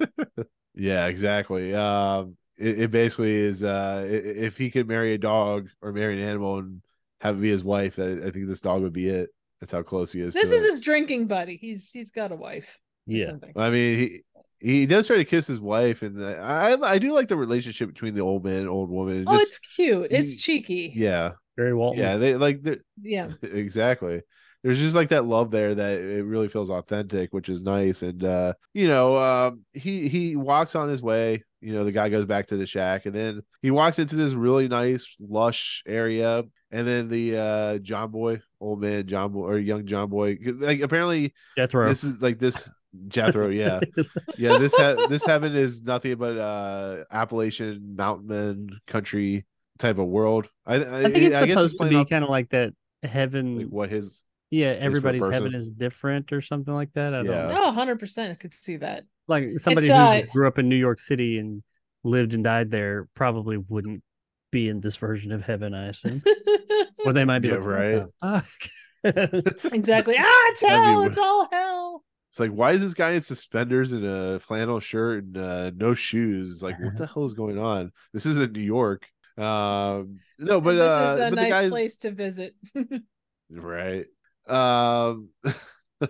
[SPEAKER 5] Yeah, exactly. Um, it, it basically is uh, i- i- if he could marry a dog or marry an animal and have it be his wife, I, I think this dog would be it. That's how close he is.
[SPEAKER 7] this
[SPEAKER 5] to
[SPEAKER 7] is
[SPEAKER 5] it.
[SPEAKER 7] his drinking buddy. He's he's got a wife. or
[SPEAKER 6] yeah.
[SPEAKER 7] something.
[SPEAKER 5] I mean, he he does try to kiss his wife, and I I I do like the relationship between the old man and old woman. It
[SPEAKER 7] oh,
[SPEAKER 5] just-
[SPEAKER 7] it's cute. It's
[SPEAKER 5] he-
[SPEAKER 7] cheeky.
[SPEAKER 5] yeah,
[SPEAKER 6] Gary Walton.
[SPEAKER 5] yeah. They like they're-
[SPEAKER 7] Yeah.
[SPEAKER 5] exactly. There's just like that love there that it really feels authentic, which is nice. And uh, you know, um, he he walks on his way. You know, the guy goes back to the shack, and then he walks into this really nice, lush area. And then the uh, John Boy, old man John Boy or young John Boy, 'cause, like apparently
[SPEAKER 6] Jethro.
[SPEAKER 5] this is like this Jethro, yeah, yeah. This ha- this heaven is nothing but uh, Appalachian mountain country type of world. I, I,
[SPEAKER 6] I think it's
[SPEAKER 5] I guess
[SPEAKER 6] supposed to
[SPEAKER 5] playing
[SPEAKER 6] be
[SPEAKER 5] off,
[SPEAKER 6] kind of like that heaven.
[SPEAKER 5] like what his
[SPEAKER 6] yeah, everybody's
[SPEAKER 5] person.
[SPEAKER 6] heaven is different or something like that. I
[SPEAKER 5] Yeah.
[SPEAKER 6] don't know.
[SPEAKER 7] No, hundred percent. Could see that.
[SPEAKER 6] Like somebody who
[SPEAKER 7] It's, uh,
[SPEAKER 6] grew up in New York City and lived and died there probably wouldn't be in this version of heaven, I assume. or they might be
[SPEAKER 5] Yeah,
[SPEAKER 6] like, "Oh, "What the fuck?"
[SPEAKER 7] exactly. Ah, it's
[SPEAKER 5] That'd be
[SPEAKER 7] hell.
[SPEAKER 5] weird.
[SPEAKER 7] It's all hell.
[SPEAKER 5] It's like, why is this guy in suspenders and a flannel shirt and uh, no shoes? It's like,
[SPEAKER 7] Uh-huh.
[SPEAKER 5] what the hell is going on? This isn't New York. Um, no, but
[SPEAKER 7] And this
[SPEAKER 5] uh,
[SPEAKER 7] is a
[SPEAKER 5] but the
[SPEAKER 7] nice
[SPEAKER 5] guy,
[SPEAKER 7] place to visit.
[SPEAKER 5] right? Um,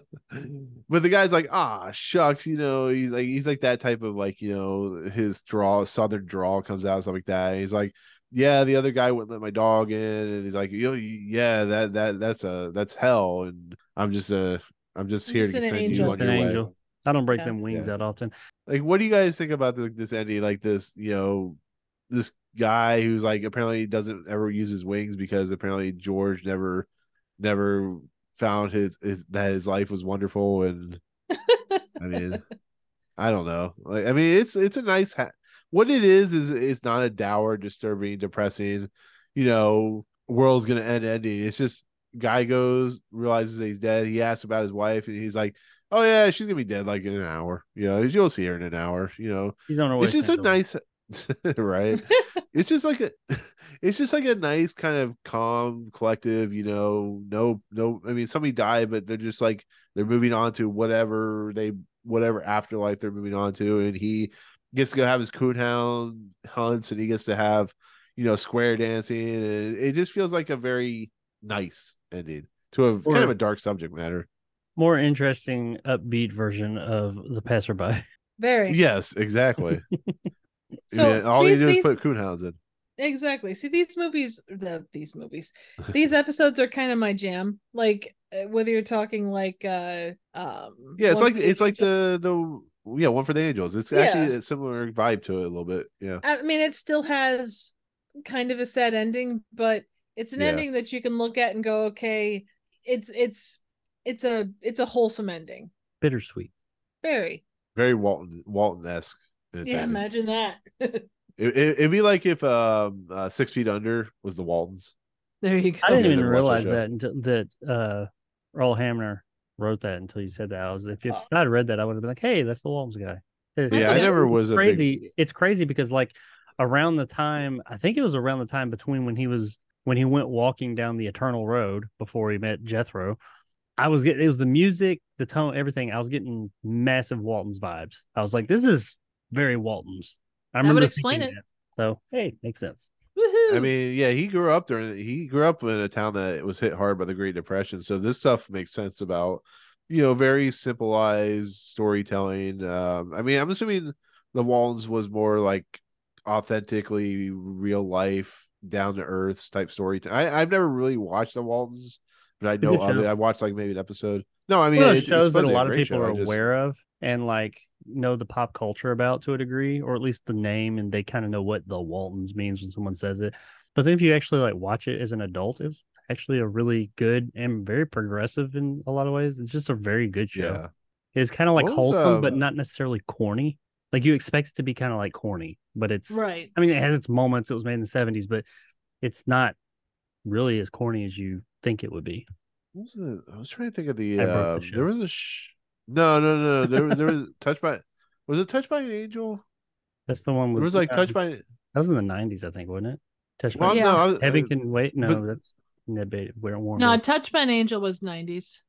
[SPEAKER 5] but the guy's like, ah, shucks, you know, he's like, he's like that type of like, you know, his draw, southern draw comes out, stuff like that. And he's like, yeah, the other guy wouldn't let my dog in, and he's like, yo, yeah, that that that's a that's hell, and I'm just a I'm just
[SPEAKER 7] I'm
[SPEAKER 5] here
[SPEAKER 7] just
[SPEAKER 5] to
[SPEAKER 7] an
[SPEAKER 5] send
[SPEAKER 7] angel.
[SPEAKER 5] you on
[SPEAKER 6] Just an
[SPEAKER 5] your way.
[SPEAKER 6] angel. I don't break
[SPEAKER 7] Yeah.
[SPEAKER 6] them wings
[SPEAKER 5] Yeah.
[SPEAKER 6] that often.
[SPEAKER 5] like what do you guys think about the, this ending like this you know this guy who's like apparently doesn't ever use his wings because apparently george never never found his, his that his life was wonderful and i mean i don't know like i mean it's it's a nice ha- what it is is it's not a dour disturbing depressing you know world's gonna end ending it's just guy goes realizes that he's dead he asks about his wife and he's like oh yeah, she's gonna be dead like in an hour. You know, you'll see her in an hour. You know,
[SPEAKER 6] He's on her way.
[SPEAKER 5] it's just a nice, right? it's just like a, it's just like a nice kind of calm, collective. You know, no, no. I mean, somebody died, but they're just like they're moving on to whatever they, whatever afterlife they're moving on to, and he gets to go have his coonhound hunts, and he gets to have, you know, square dancing, and it just feels like a very nice ending to a kind of
[SPEAKER 6] Or-
[SPEAKER 5] a dark subject matter.
[SPEAKER 6] more interesting, upbeat version of the passerby.
[SPEAKER 7] Very.
[SPEAKER 5] Yes, exactly.
[SPEAKER 7] So
[SPEAKER 5] yeah, all
[SPEAKER 7] these,
[SPEAKER 5] they do
[SPEAKER 7] these-
[SPEAKER 5] is put Kuhnhaus in.
[SPEAKER 7] exactly. See these movies, the, these movies, these episodes are kind of my jam. Like uh, whether you're talking like, uh, um,
[SPEAKER 5] Yeah, it's
[SPEAKER 7] One
[SPEAKER 5] like
[SPEAKER 7] for
[SPEAKER 5] it's like
[SPEAKER 7] Angels.
[SPEAKER 5] the the yeah one for the angels. It's actually a similar vibe to it a little bit. Yeah,
[SPEAKER 7] I mean, it still has kind of a sad ending, but it's an
[SPEAKER 5] Yeah.
[SPEAKER 7] ending that you can look at and go, okay, it's it's it's a it's a wholesome ending.
[SPEAKER 6] Bittersweet.
[SPEAKER 7] Very.
[SPEAKER 5] very Walton Walton esque. Yeah,
[SPEAKER 7] yeah, imagine that.
[SPEAKER 5] It, it, it'd be like if um uh, Six Feet Under was the Waltons.
[SPEAKER 7] there you go.
[SPEAKER 6] I didn't
[SPEAKER 5] Okay,
[SPEAKER 6] even
[SPEAKER 5] then watch the
[SPEAKER 6] realize
[SPEAKER 5] show.
[SPEAKER 6] that until that uh Earl Hamner wrote that until you said that. I was if, if I'd read that, I would have been like, "Hey, that's the Waltons guy." It's-
[SPEAKER 5] Uh. yeah, I
[SPEAKER 7] okay.
[SPEAKER 5] never
[SPEAKER 6] it's
[SPEAKER 5] was a big-
[SPEAKER 6] crazy. It's crazy because like around the time, I think it was around the time between when he was when he went walking down the Eternal Road before he met Jethro. I was getting it was the music, the tone, everything. I was getting massive Waltons vibes. I was like, "This is very Waltons." I
[SPEAKER 7] That would
[SPEAKER 6] remember
[SPEAKER 7] explain
[SPEAKER 6] thinking
[SPEAKER 7] it.
[SPEAKER 6] that. So hey, makes sense.
[SPEAKER 7] Woohoo!
[SPEAKER 5] I mean, yeah, he grew up during he grew up in a town that was hit hard by the Great Depression. So this stuff makes sense about, you know, very simplified storytelling. Um, I mean, I'm assuming the Wallens was more like authentically real life, down to earth type story. I I've never really watched the Waltons, but I know
[SPEAKER 6] good
[SPEAKER 5] of it.
[SPEAKER 6] show.
[SPEAKER 5] I watched like maybe an episode. No, I mean, it-
[SPEAKER 6] one of those
[SPEAKER 5] it's
[SPEAKER 6] shows that
[SPEAKER 5] supposed
[SPEAKER 6] a
[SPEAKER 5] to be
[SPEAKER 6] lot of
[SPEAKER 5] great
[SPEAKER 6] people
[SPEAKER 5] show. I
[SPEAKER 6] are
[SPEAKER 5] just-
[SPEAKER 6] aware of and like know the pop culture about to a degree, or at least the name, and they kind of know what the Waltons means when someone says it. But then if you actually like watch it as an adult, it's actually a really good and very progressive in a lot of ways. It's just a very good show.
[SPEAKER 5] Yeah.
[SPEAKER 6] It's kind of like
[SPEAKER 5] What was,
[SPEAKER 6] wholesome, but
[SPEAKER 5] um,
[SPEAKER 6] not necessarily corny. Like you expect it to be kind of like corny, but it's
[SPEAKER 7] right.
[SPEAKER 6] I mean, it has its moments. It was made in the seventies, but it's not really as corny as you think it would be.
[SPEAKER 5] What was the, I was trying to think of the.
[SPEAKER 6] I broke
[SPEAKER 5] Uh,
[SPEAKER 6] the show.
[SPEAKER 5] there was a. Sh- no, no, no. There was there was touched by. Was it touched by an angel?
[SPEAKER 6] That's the one.
[SPEAKER 5] There
[SPEAKER 6] With,
[SPEAKER 5] was like
[SPEAKER 6] uh,
[SPEAKER 5] touched by.
[SPEAKER 6] That was in the nineties, I think, wasn't it? Touch
[SPEAKER 5] Well,
[SPEAKER 6] by
[SPEAKER 7] Yeah.
[SPEAKER 5] no, I was,
[SPEAKER 6] Heaven can wait. No,
[SPEAKER 5] but-
[SPEAKER 6] that's Nebate. We're warm.
[SPEAKER 7] No, Touched by an Angel was 90s.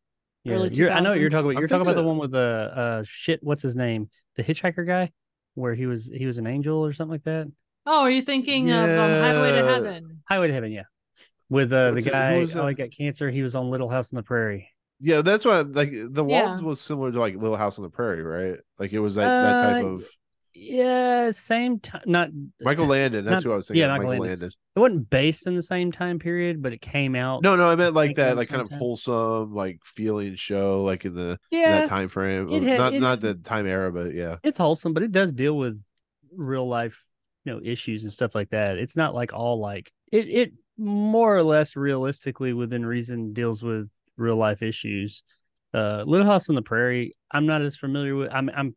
[SPEAKER 7] early
[SPEAKER 6] you're, I know what you're talking
[SPEAKER 7] 2000s.
[SPEAKER 6] about. You're
[SPEAKER 5] I'm
[SPEAKER 6] talking about the
[SPEAKER 5] thinking
[SPEAKER 6] one with the uh shit. What's his name? The hitchhiker guy, where he was he was an angel or something like that.
[SPEAKER 7] Oh, are you thinking of um, Highway to
[SPEAKER 5] Yeah.
[SPEAKER 7] Heaven?
[SPEAKER 6] Highway to Heaven, yeah. With uh, the
[SPEAKER 5] What's it- who
[SPEAKER 6] guy,
[SPEAKER 5] was
[SPEAKER 6] oh,
[SPEAKER 5] that?
[SPEAKER 6] he got cancer. He was on Little House on the Prairie.
[SPEAKER 5] yeah, that's why. Like the
[SPEAKER 7] Yeah.
[SPEAKER 5] Waltons was similar to like Little House on the Prairie, right? Like it was that, that type
[SPEAKER 6] Uh,
[SPEAKER 5] of
[SPEAKER 6] Yeah, same time. Not
[SPEAKER 5] Michael Landon. That's
[SPEAKER 6] not-
[SPEAKER 5] who I was thinking.
[SPEAKER 6] yeah,
[SPEAKER 5] of,
[SPEAKER 6] Michael
[SPEAKER 5] Michael
[SPEAKER 6] Landon.
[SPEAKER 5] Landon.
[SPEAKER 6] It wasn't based in the same time period, but it came out.
[SPEAKER 5] No, no, I meant like
[SPEAKER 6] Michael
[SPEAKER 5] that,
[SPEAKER 6] Landon
[SPEAKER 5] like kind of
[SPEAKER 6] sometime.
[SPEAKER 5] wholesome, like feeling show, like in the
[SPEAKER 6] yeah,
[SPEAKER 5] that time frame.
[SPEAKER 6] It had-
[SPEAKER 5] not
[SPEAKER 6] it-
[SPEAKER 5] not the time era, but yeah.
[SPEAKER 6] it's wholesome, but it does deal with real life, you know, issues and stuff like that. It's not like all like it. It more or less realistically within reason deals with real life issues. Uh, Little House on the Prairie, I'm not as familiar with. I'm I'm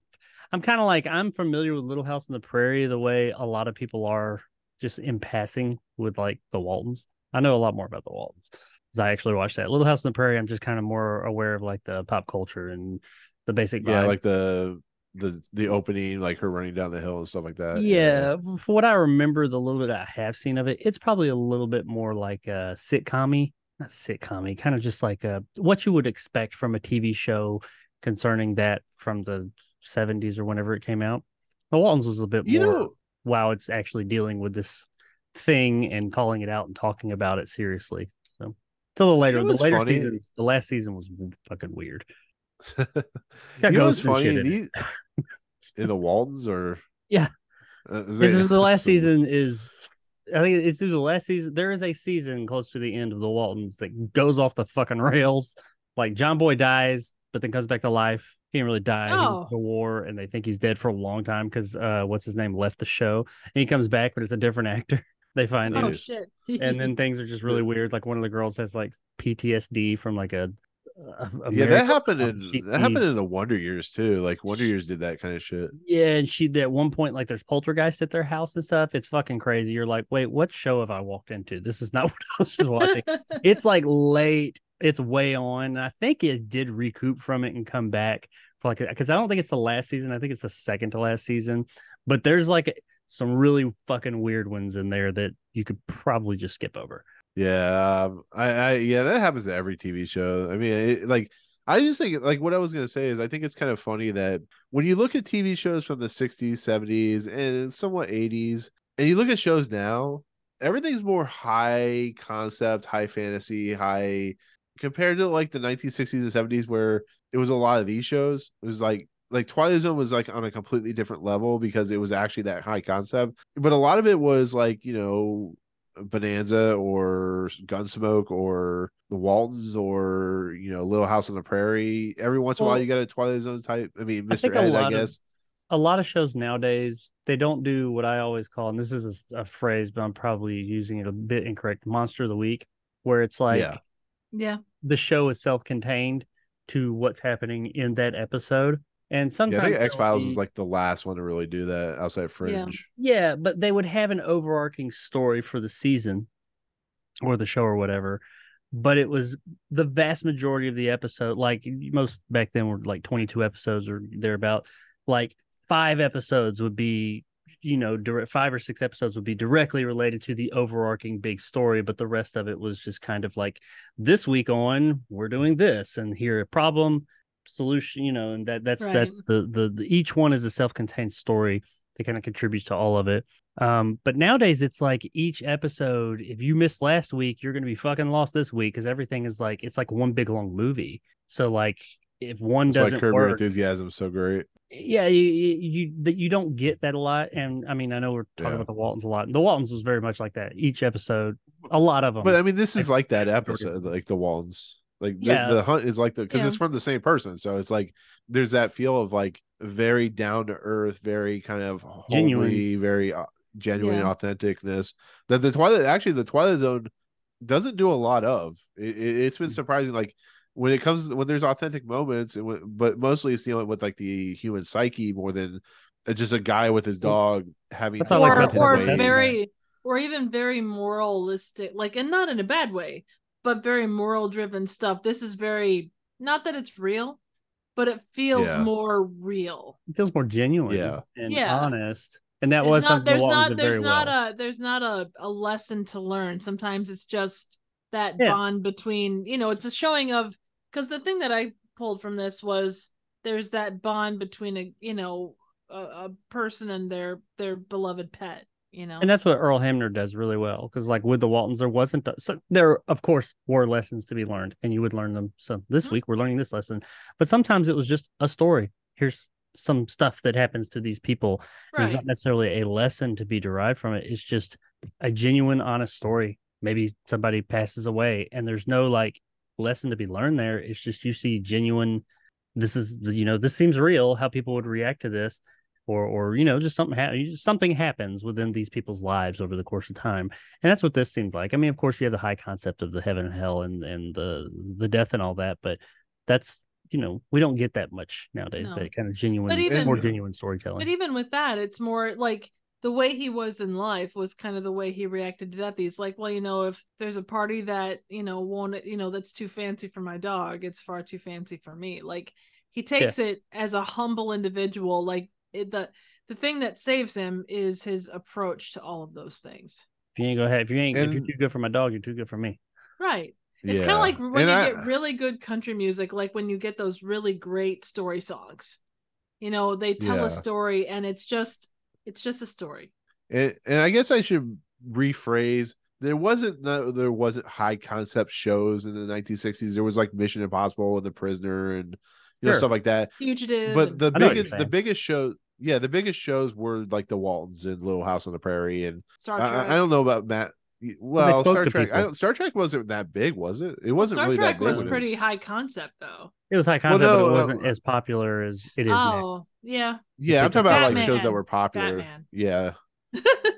[SPEAKER 6] I'm kind of like I'm familiar with Little House on the Prairie the way a lot of people are just in passing with like the Waltons. I know a lot more about the Waltons because I actually watched that Little House on the Prairie. I'm just kind of more aware of like the pop culture and the basic
[SPEAKER 5] Yeah,
[SPEAKER 6] vibe.
[SPEAKER 5] like the the the opening, like her running down the hill and stuff like that.
[SPEAKER 6] yeah, f- for what I remember, the little bit I have seen of it, it's probably a little bit more like a sitcom not sitcom kind of just like a, what you would expect from a TV show concerning that from the 70s or whenever it came out. The Waltons was a bit
[SPEAKER 5] You
[SPEAKER 6] more,
[SPEAKER 5] know,
[SPEAKER 6] wow, it's actually dealing with this thing and calling it out and talking about it seriously. So, till the later,
[SPEAKER 5] know
[SPEAKER 6] the
[SPEAKER 5] what's
[SPEAKER 6] later
[SPEAKER 5] funny?
[SPEAKER 6] seasons, the last season was fucking weird.
[SPEAKER 5] you know what's
[SPEAKER 6] ghosts and
[SPEAKER 5] funny?
[SPEAKER 6] shit in it.
[SPEAKER 5] These- in the Waltons or
[SPEAKER 6] Yeah.
[SPEAKER 5] Uh, is
[SPEAKER 6] It's
[SPEAKER 5] it-
[SPEAKER 6] the last
[SPEAKER 5] so-
[SPEAKER 6] season is I think it's through the last season. There is a season close to the end of the Waltons that goes off the fucking rails. Like John Boy dies, but then comes back to life. He didn't really die. He
[SPEAKER 7] Oh.
[SPEAKER 6] went to the war, and they think he's dead for a long time because uh, what's his name left the show, and he comes back, but it's a different actor. They find
[SPEAKER 5] It
[SPEAKER 7] Oh,
[SPEAKER 6] out,
[SPEAKER 5] is.
[SPEAKER 7] shit.
[SPEAKER 6] and then things are just really weird. Like one of the girls has like PTSD from like a, a,
[SPEAKER 5] Yeah,
[SPEAKER 6] a marriage-
[SPEAKER 5] that happened
[SPEAKER 6] um,
[SPEAKER 5] in
[SPEAKER 6] she's
[SPEAKER 5] that happened
[SPEAKER 6] the-
[SPEAKER 5] in the Wonder Years too. Like Wonder Years did that kind of shit.
[SPEAKER 6] Yeah, and she at one point like there's poltergeists at their house and stuff. It's fucking crazy. You're like, wait, what show have I walked into? This is not what I was watching. it's like late. It's way on. And I think it did recoup from it and come back for like because I don't think it's the last season. I think it's the second to last season. But there's like some really fucking weird ones in there that you could probably just skip over.
[SPEAKER 5] Yeah, um, I, I yeah, that happens to every TV show. I mean, it, like I just think like what I was gonna say is I think it's kind of funny that when you look at TV shows from the '60s, '70s, and somewhat '80s, and you look at shows now, everything's more high concept, high fantasy, high compared to like the 1960s and 70s where it was a lot of these shows. It was like like Twilight Zone was like on a completely different level because it was actually that high concept, but a lot of it was like you know Bonanza or Gunsmoke or The Waltons or you know Little House on the Prairie. Every once in a while,
[SPEAKER 6] Well,
[SPEAKER 5] you got a Twilight Zone type. I mean,
[SPEAKER 6] I think
[SPEAKER 5] Mister
[SPEAKER 6] a
[SPEAKER 5] Ed, I
[SPEAKER 6] lot of-
[SPEAKER 5] guess.
[SPEAKER 6] a lot of shows nowadays they don't do what I always call, and this is a s- a, phrase, but I'm probably using it a bit incorrect. Monster of the week, where it's like
[SPEAKER 5] Yeah.
[SPEAKER 7] yeah.
[SPEAKER 6] the show is self-contained to what's happening in that episode, and
[SPEAKER 5] Yeah,
[SPEAKER 6] sometimes
[SPEAKER 5] I think
[SPEAKER 6] there will
[SPEAKER 5] X Files
[SPEAKER 6] be-
[SPEAKER 5] is like the last one to really do that outside Fringe.
[SPEAKER 6] yeah, but they would have an overarching story for the season or the show or whatever. But it was the vast majority of the episode, like most back then were like 22 episodes or thereabout. Like five episodes would be, you know, direct, five or six episodes would be directly related to the overarching big story. But the rest of it was just kind of like this week on, we're doing this and here a problem solution, you know, and that that's
[SPEAKER 7] Right.
[SPEAKER 6] that's the, the the each one is a self contained story that kind of contributes to all of it. Um, but nowadays it's like each episode, if you missed last week, you're gonna be fucking lost this week because everything is like it's like one big long movie. So like if one
[SPEAKER 5] That's why
[SPEAKER 6] doesn't
[SPEAKER 5] Curb Your
[SPEAKER 6] work,
[SPEAKER 5] Enthusiasm is so great.
[SPEAKER 6] yeah, you you you- that you don't get that a lot. And I mean, I know we're talking
[SPEAKER 5] Yeah.
[SPEAKER 6] about the Waltons a lot. and The Waltons was very much like that. Each episode, a lot of them.
[SPEAKER 5] But I mean, this is
[SPEAKER 6] um, I-
[SPEAKER 5] like that
[SPEAKER 6] I-
[SPEAKER 5] episode, like the Waltons. Like the,
[SPEAKER 6] Yeah.
[SPEAKER 5] the hunt is like the because
[SPEAKER 7] Yeah.
[SPEAKER 5] it's from the same person, so it's like there's that feel of like very down to earth, very kind of
[SPEAKER 6] Genuine.
[SPEAKER 5] homely, very uh, genuine
[SPEAKER 7] Yeah.
[SPEAKER 5] authenticness that the Twilight actually the Twilight Zone doesn't do a lot of. It, it, it's
[SPEAKER 6] Mm.
[SPEAKER 5] been surprising, like when it comes when there's authentic moments, and when, but mostly it's dealing with like the human psyche more than uh, just a guy with his dog having
[SPEAKER 6] I thought, like,
[SPEAKER 5] fun
[SPEAKER 6] Red
[SPEAKER 5] his
[SPEAKER 6] Dead
[SPEAKER 5] way.
[SPEAKER 6] Redemption
[SPEAKER 7] or
[SPEAKER 6] Redemption.
[SPEAKER 7] very or even very moralistic like and not in a bad way but very moral driven stuff this is very not that it's real but it feels
[SPEAKER 5] Yeah.
[SPEAKER 7] more real
[SPEAKER 6] it feels more genuine
[SPEAKER 5] Yeah.
[SPEAKER 6] and
[SPEAKER 7] Yeah.
[SPEAKER 6] honest. And that
[SPEAKER 7] It's
[SPEAKER 6] was
[SPEAKER 7] not,
[SPEAKER 6] something
[SPEAKER 7] there's
[SPEAKER 6] the Waltons
[SPEAKER 7] not
[SPEAKER 6] did
[SPEAKER 7] there's
[SPEAKER 6] very
[SPEAKER 7] not
[SPEAKER 6] well.
[SPEAKER 7] a there's not a, a lesson to learn sometimes it's just that
[SPEAKER 6] Yeah.
[SPEAKER 7] bond between you know it's a showing of because the thing that i pulled from this was there's that bond between a you know a, a person and their their beloved pet you know
[SPEAKER 6] and that's what Earl Hamner does really well because, like with the Waltons, there wasn't so there, of course, were lessons to be learned, and you would learn them. So this
[SPEAKER 7] Mhm.
[SPEAKER 6] week we're learning this lesson, but sometimes it was just a story. Here's some stuff that happens to these people, There's
[SPEAKER 7] right
[SPEAKER 6] not necessarily a lesson to be derived from it. It's just a genuine, honest story. Maybe somebody passes away and there's no like lesson to be learned there. It's just you see genuine, this is, the- you know, this seems real, how people would react to this. Or, or you know, just something ha- you- something happens within these people's lives over the course of time, and that's what this seemed like. I mean, of course, you have the high concept of the heaven and hell and and the the death and all that, but that's you know we don't get that much nowadays.
[SPEAKER 7] No.
[SPEAKER 6] That kind of genuine,
[SPEAKER 7] even-
[SPEAKER 6] more genuine storytelling.
[SPEAKER 7] But even with that, it's more like the way he was in life was kind of the way he reacted to death. He's like, well, you know, if there's a party that you know won't, you know, that's too fancy for my dog, it's far too fancy for me. Like he takes it as a humble individual. Like it, the the thing that saves him is his approach to all of those things.
[SPEAKER 6] If you ain't gonna have, if you ain't, if you're
[SPEAKER 5] And-
[SPEAKER 6] too good for my dog, you're too good for me.
[SPEAKER 7] Right. It's kind
[SPEAKER 5] Yeah.
[SPEAKER 7] of like when
[SPEAKER 5] And
[SPEAKER 7] you
[SPEAKER 5] I-
[SPEAKER 7] get really good country music, like when you get those really great story songs. You know, they tell
[SPEAKER 5] Yeah.
[SPEAKER 7] a story and it's just it's just a story.
[SPEAKER 5] and and I guess I should rephrase. There wasn't no, there wasn't high concept shows in the 1960s. There was like Mission Impossible and The Prisoner and you know
[SPEAKER 6] Sure.
[SPEAKER 5] stuff like that.
[SPEAKER 7] Fugitive.
[SPEAKER 5] But
[SPEAKER 7] and-
[SPEAKER 5] the
[SPEAKER 6] I know what you're
[SPEAKER 5] biggest the
[SPEAKER 6] saying.
[SPEAKER 5] biggest show, yeah, the biggest shows were like The Waltons and Little House on the Prairie. And
[SPEAKER 7] Star
[SPEAKER 5] I,
[SPEAKER 7] Trek.
[SPEAKER 5] I- I don't know about Matt. Well,
[SPEAKER 6] spoke
[SPEAKER 5] Star
[SPEAKER 6] to
[SPEAKER 5] Trek. I
[SPEAKER 6] people.
[SPEAKER 5] don't, Star Trek wasn't that big, was it? It
[SPEAKER 7] Well,
[SPEAKER 5] wasn't
[SPEAKER 7] Star
[SPEAKER 5] really
[SPEAKER 7] Trek
[SPEAKER 5] that big.
[SPEAKER 7] was
[SPEAKER 5] when it-
[SPEAKER 7] pretty high concept though.
[SPEAKER 6] It was high concept,
[SPEAKER 5] no,
[SPEAKER 6] but
[SPEAKER 5] uh,
[SPEAKER 6] it wasn't as popular as it is now.
[SPEAKER 7] Oh, yeah.
[SPEAKER 5] Yeah, I'm talking about like shows that
[SPEAKER 7] Batman.
[SPEAKER 5] were popular.
[SPEAKER 7] Batman.
[SPEAKER 5] Yeah,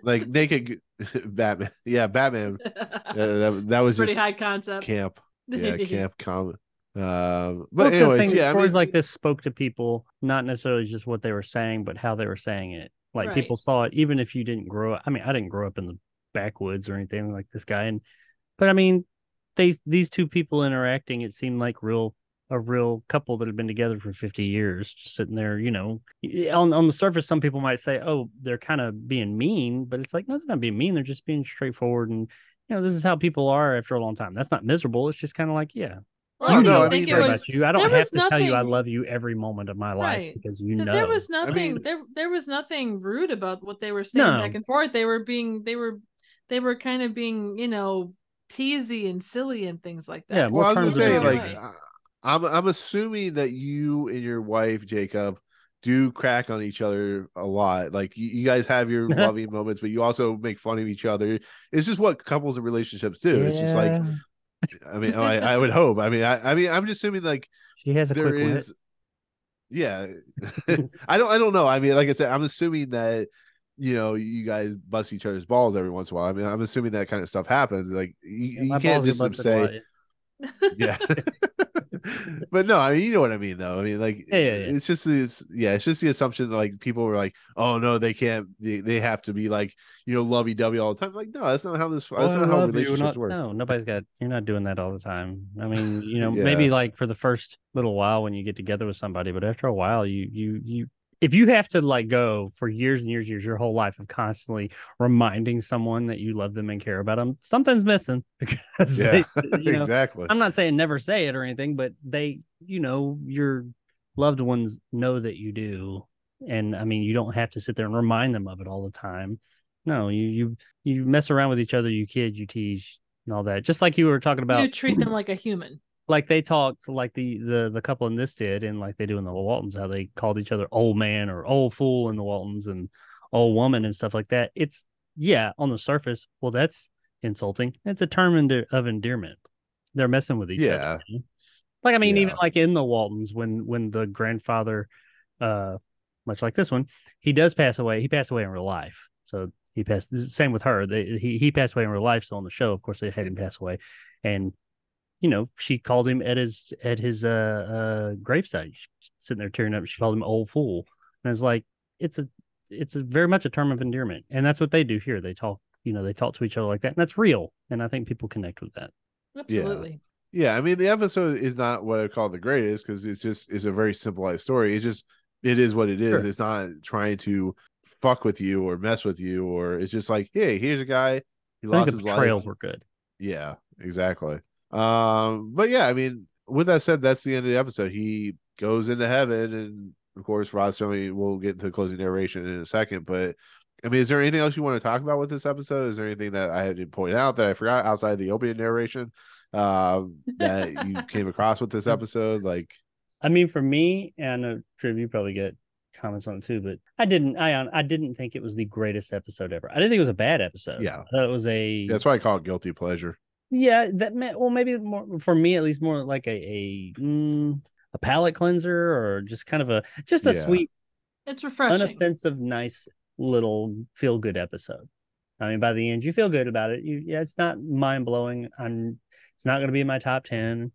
[SPEAKER 5] like Naked G- Batman. Yeah, Batman. Uh, that, that
[SPEAKER 7] It's
[SPEAKER 5] was
[SPEAKER 7] pretty
[SPEAKER 5] just
[SPEAKER 7] high concept.
[SPEAKER 5] camp. yeah, camp comment. Um,
[SPEAKER 6] Well,
[SPEAKER 5] but
[SPEAKER 6] it's 'cause
[SPEAKER 5] anyways,
[SPEAKER 6] things,
[SPEAKER 5] yeah, I
[SPEAKER 6] stories
[SPEAKER 5] mean,
[SPEAKER 6] like this spoke to people, not necessarily just what they were saying, but how they were saying it. Like
[SPEAKER 7] Right.
[SPEAKER 6] people saw it, even if you didn't grow up. I mean, I didn't grow up in the backwoods or anything like this guy, and but I mean, they these two people interacting, it seemed like real a real couple that had been together for 50 years just sitting there you know on on the surface some people might say oh they're kind of being mean but it's like no they're not being mean they're just being straightforward and you know this is how people are after a long time that's not miserable it's just kind of like yeah
[SPEAKER 7] Well,
[SPEAKER 5] Oh,
[SPEAKER 7] I
[SPEAKER 5] no,
[SPEAKER 7] don't
[SPEAKER 5] I
[SPEAKER 7] think
[SPEAKER 5] mean,
[SPEAKER 7] it
[SPEAKER 5] like-
[SPEAKER 7] was,
[SPEAKER 6] about you. I don't
[SPEAKER 7] there
[SPEAKER 6] have
[SPEAKER 7] was
[SPEAKER 6] to tell you I
[SPEAKER 7] nothing-
[SPEAKER 6] love you every moment of my life
[SPEAKER 7] Right.
[SPEAKER 6] because you
[SPEAKER 7] th-
[SPEAKER 6] know.
[SPEAKER 7] there was nothing
[SPEAKER 5] mean-
[SPEAKER 7] there there was nothing rude about what they were saying
[SPEAKER 6] No.
[SPEAKER 7] back and forth. They were being they were they were kind of being, you know, teasy and silly and things like that.
[SPEAKER 6] Yeah,
[SPEAKER 5] well, I was gonna
[SPEAKER 6] terms of
[SPEAKER 5] say,
[SPEAKER 6] being
[SPEAKER 5] like,
[SPEAKER 7] right.
[SPEAKER 5] I- I'm I'm assuming that you and your wife Jacob do crack on each other a lot. Like, you, you guys have your loving moments, but you also make fun of each other. It's just what couples and relationships do. It's just like,
[SPEAKER 6] Yeah.
[SPEAKER 5] I mean, I, I would hope. I mean, I, I mean, I'm just assuming like
[SPEAKER 6] she has a
[SPEAKER 5] there
[SPEAKER 6] quick wit.
[SPEAKER 5] is, yeah. I don't I don't know. I mean, like I said, I'm assuming that you know you guys bust each other's balls every once in a while. I mean, I'm assuming that kind of stuff happens. Like you,
[SPEAKER 6] Yeah, my
[SPEAKER 5] you can't
[SPEAKER 6] balls get
[SPEAKER 5] just
[SPEAKER 6] busted a
[SPEAKER 5] say
[SPEAKER 6] lot.
[SPEAKER 5] yeah. but no, I mean, you know what I mean, though. I mean, like,
[SPEAKER 6] Yeah, yeah, yeah.
[SPEAKER 5] it's just this, yeah, it's just the assumption that like people were like, oh no, they can't, they, they have to be like, you know, lovey dovey all the time. Like, no, that's not how this, that's
[SPEAKER 6] Well,
[SPEAKER 5] not
[SPEAKER 6] Oh, I
[SPEAKER 5] how
[SPEAKER 6] love you,
[SPEAKER 5] relationships
[SPEAKER 6] not-
[SPEAKER 5] work.
[SPEAKER 6] No, nobody's got. You're not doing that all the time. I mean, you know,
[SPEAKER 5] Yeah.
[SPEAKER 6] maybe like for the first little while when you get together with somebody, but after a while, you you you. If you have to like go for years and years, and years, your whole life of constantly reminding someone that you love them and care about them, something's missing because
[SPEAKER 5] Yeah,
[SPEAKER 6] they, you know,
[SPEAKER 5] exactly.
[SPEAKER 6] I'm not saying never say it or anything, but they, you know, your loved ones know that you do. and I mean you don't have to sit there and remind them of it all the time. No, you you you mess around with each other, you kid, you tease, and all that. Just like you were talking about
[SPEAKER 7] you treat them like a human.
[SPEAKER 6] like they talked like the the the couple in this did and like they do in the waltons how they called each other old man or old fool in the waltons and old woman and stuff like that it's yeah on the surface well that's insulting it's a term ende- of endearment they're messing with each
[SPEAKER 5] Yeah.
[SPEAKER 6] other like i mean
[SPEAKER 5] Yeah.
[SPEAKER 6] even like in the waltons when when the grandfather uh much like this one he does pass away he passed away in real life so he passed same with her they, he, he passed away in real life so on the show of course they had him pass away and you know, she called him at his at his uh uh gravesite, She's sitting there tearing up. She called him old fool, and it's like it's a it's a very much a term of endearment, and that's what they do here. They talk, you know, they talk to each other like that, and that's real. And I think people connect with that.
[SPEAKER 7] Absolutely.
[SPEAKER 5] Yeah, I mean the episode is not what I would call the greatest because it's just it's a very simplified story. It's just it is what it is.
[SPEAKER 6] Sure.
[SPEAKER 5] It's not trying to fuck with you or mess with you or it's just like, hey, here's a guy he
[SPEAKER 6] I
[SPEAKER 5] lost
[SPEAKER 6] think the
[SPEAKER 5] his life.
[SPEAKER 6] portrayals were good.
[SPEAKER 5] Yeah, exactly. Um, but yeah, I mean, with that said, that's the end of the episode. He goes into heaven, and of course, Rod certainly will get into the closing narration in a second. But I mean, is there anything else you want to talk about with this episode? Is there anything that I didn't point out that I forgot outside the opening narration um, that you came across with this episode? Like,
[SPEAKER 6] I mean, for me, and I know Triv, you probably get comments on it too, but I didn't. I hon- I didn't think it was the greatest episode ever. I didn't think it was a bad episode.
[SPEAKER 5] Yeah.
[SPEAKER 6] I thought it was a
[SPEAKER 5] that's why I call it guilty pleasure.
[SPEAKER 6] Yeah, that meant well, maybe more for me at least, more like a a mm, a palate cleanser or just kind of a just a
[SPEAKER 5] Yeah.
[SPEAKER 6] sweet,
[SPEAKER 7] It's refreshing.
[SPEAKER 6] unoffensive, nice little feel good episode. I mean, by the end, you feel good about it. You, yeah, it's not mind blowing. I'm, it's not going to be in my top ten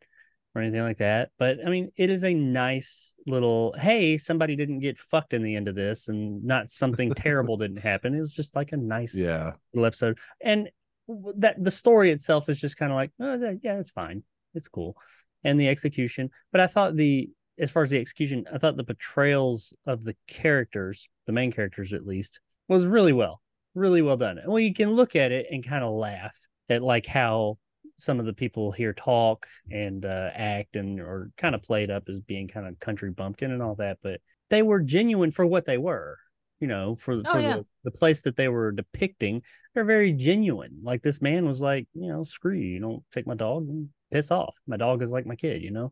[SPEAKER 6] or anything like that. But I mean, it is a nice little. Hey, somebody didn't get fucked in the end of this, and not something terrible didn't happen. It was just like a nice,
[SPEAKER 5] Yeah,
[SPEAKER 6] little episode and w- that the story itself is just kind of like oh that, yeah it's fine it's cool and the execution but i thought the as far as the execution i thought the portrayals of the characters the main characters at least was really well really well done and well you can look at it and kind of laugh at like how some of the people here talk and uh, act and are kind of played up as being kind of country bumpkin and all that but they were genuine for what they were you know for,
[SPEAKER 7] Oh,
[SPEAKER 6] for
[SPEAKER 7] yeah.
[SPEAKER 6] the, the place that they were depicting they're very genuine. Like this man was like, you know, screw you, you don't take my dog and piss off. My dog is like my kid, you know.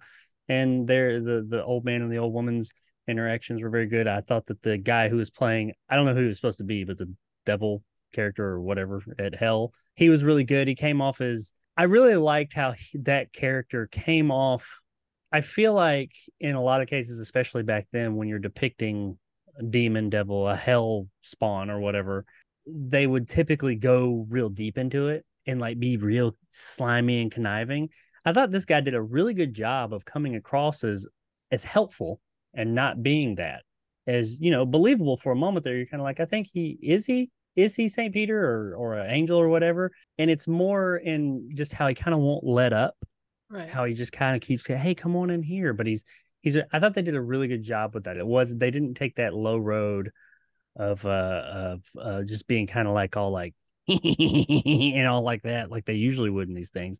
[SPEAKER 6] And there, the the old man and the old woman's interactions were very good. I thought that the guy who was playing, I don't know who he was supposed to be, but the devil character or whatever at hell, he was really good. He came off as I really liked how he, that character came off. I feel like in a lot of cases, especially back then, when you're depicting a demon, devil, a hell spawn or whatever, they would typically go real deep into it and like be real slimy and conniving. I thought this guy did a really good job of coming across as as helpful and not being that as you know believable for a moment there. You're kind of like, I think he is he is he Saint Peter or or an angel or whatever. And it's more in just how he kind of won't let up
[SPEAKER 7] right.
[SPEAKER 6] how he just kind of keeps saying, "Hey, come on in here." But he's he's. I thought they did a really good job with that. It was they didn't take that low road of uh of uh just being kind of like all like and all like that, like they usually would in these things.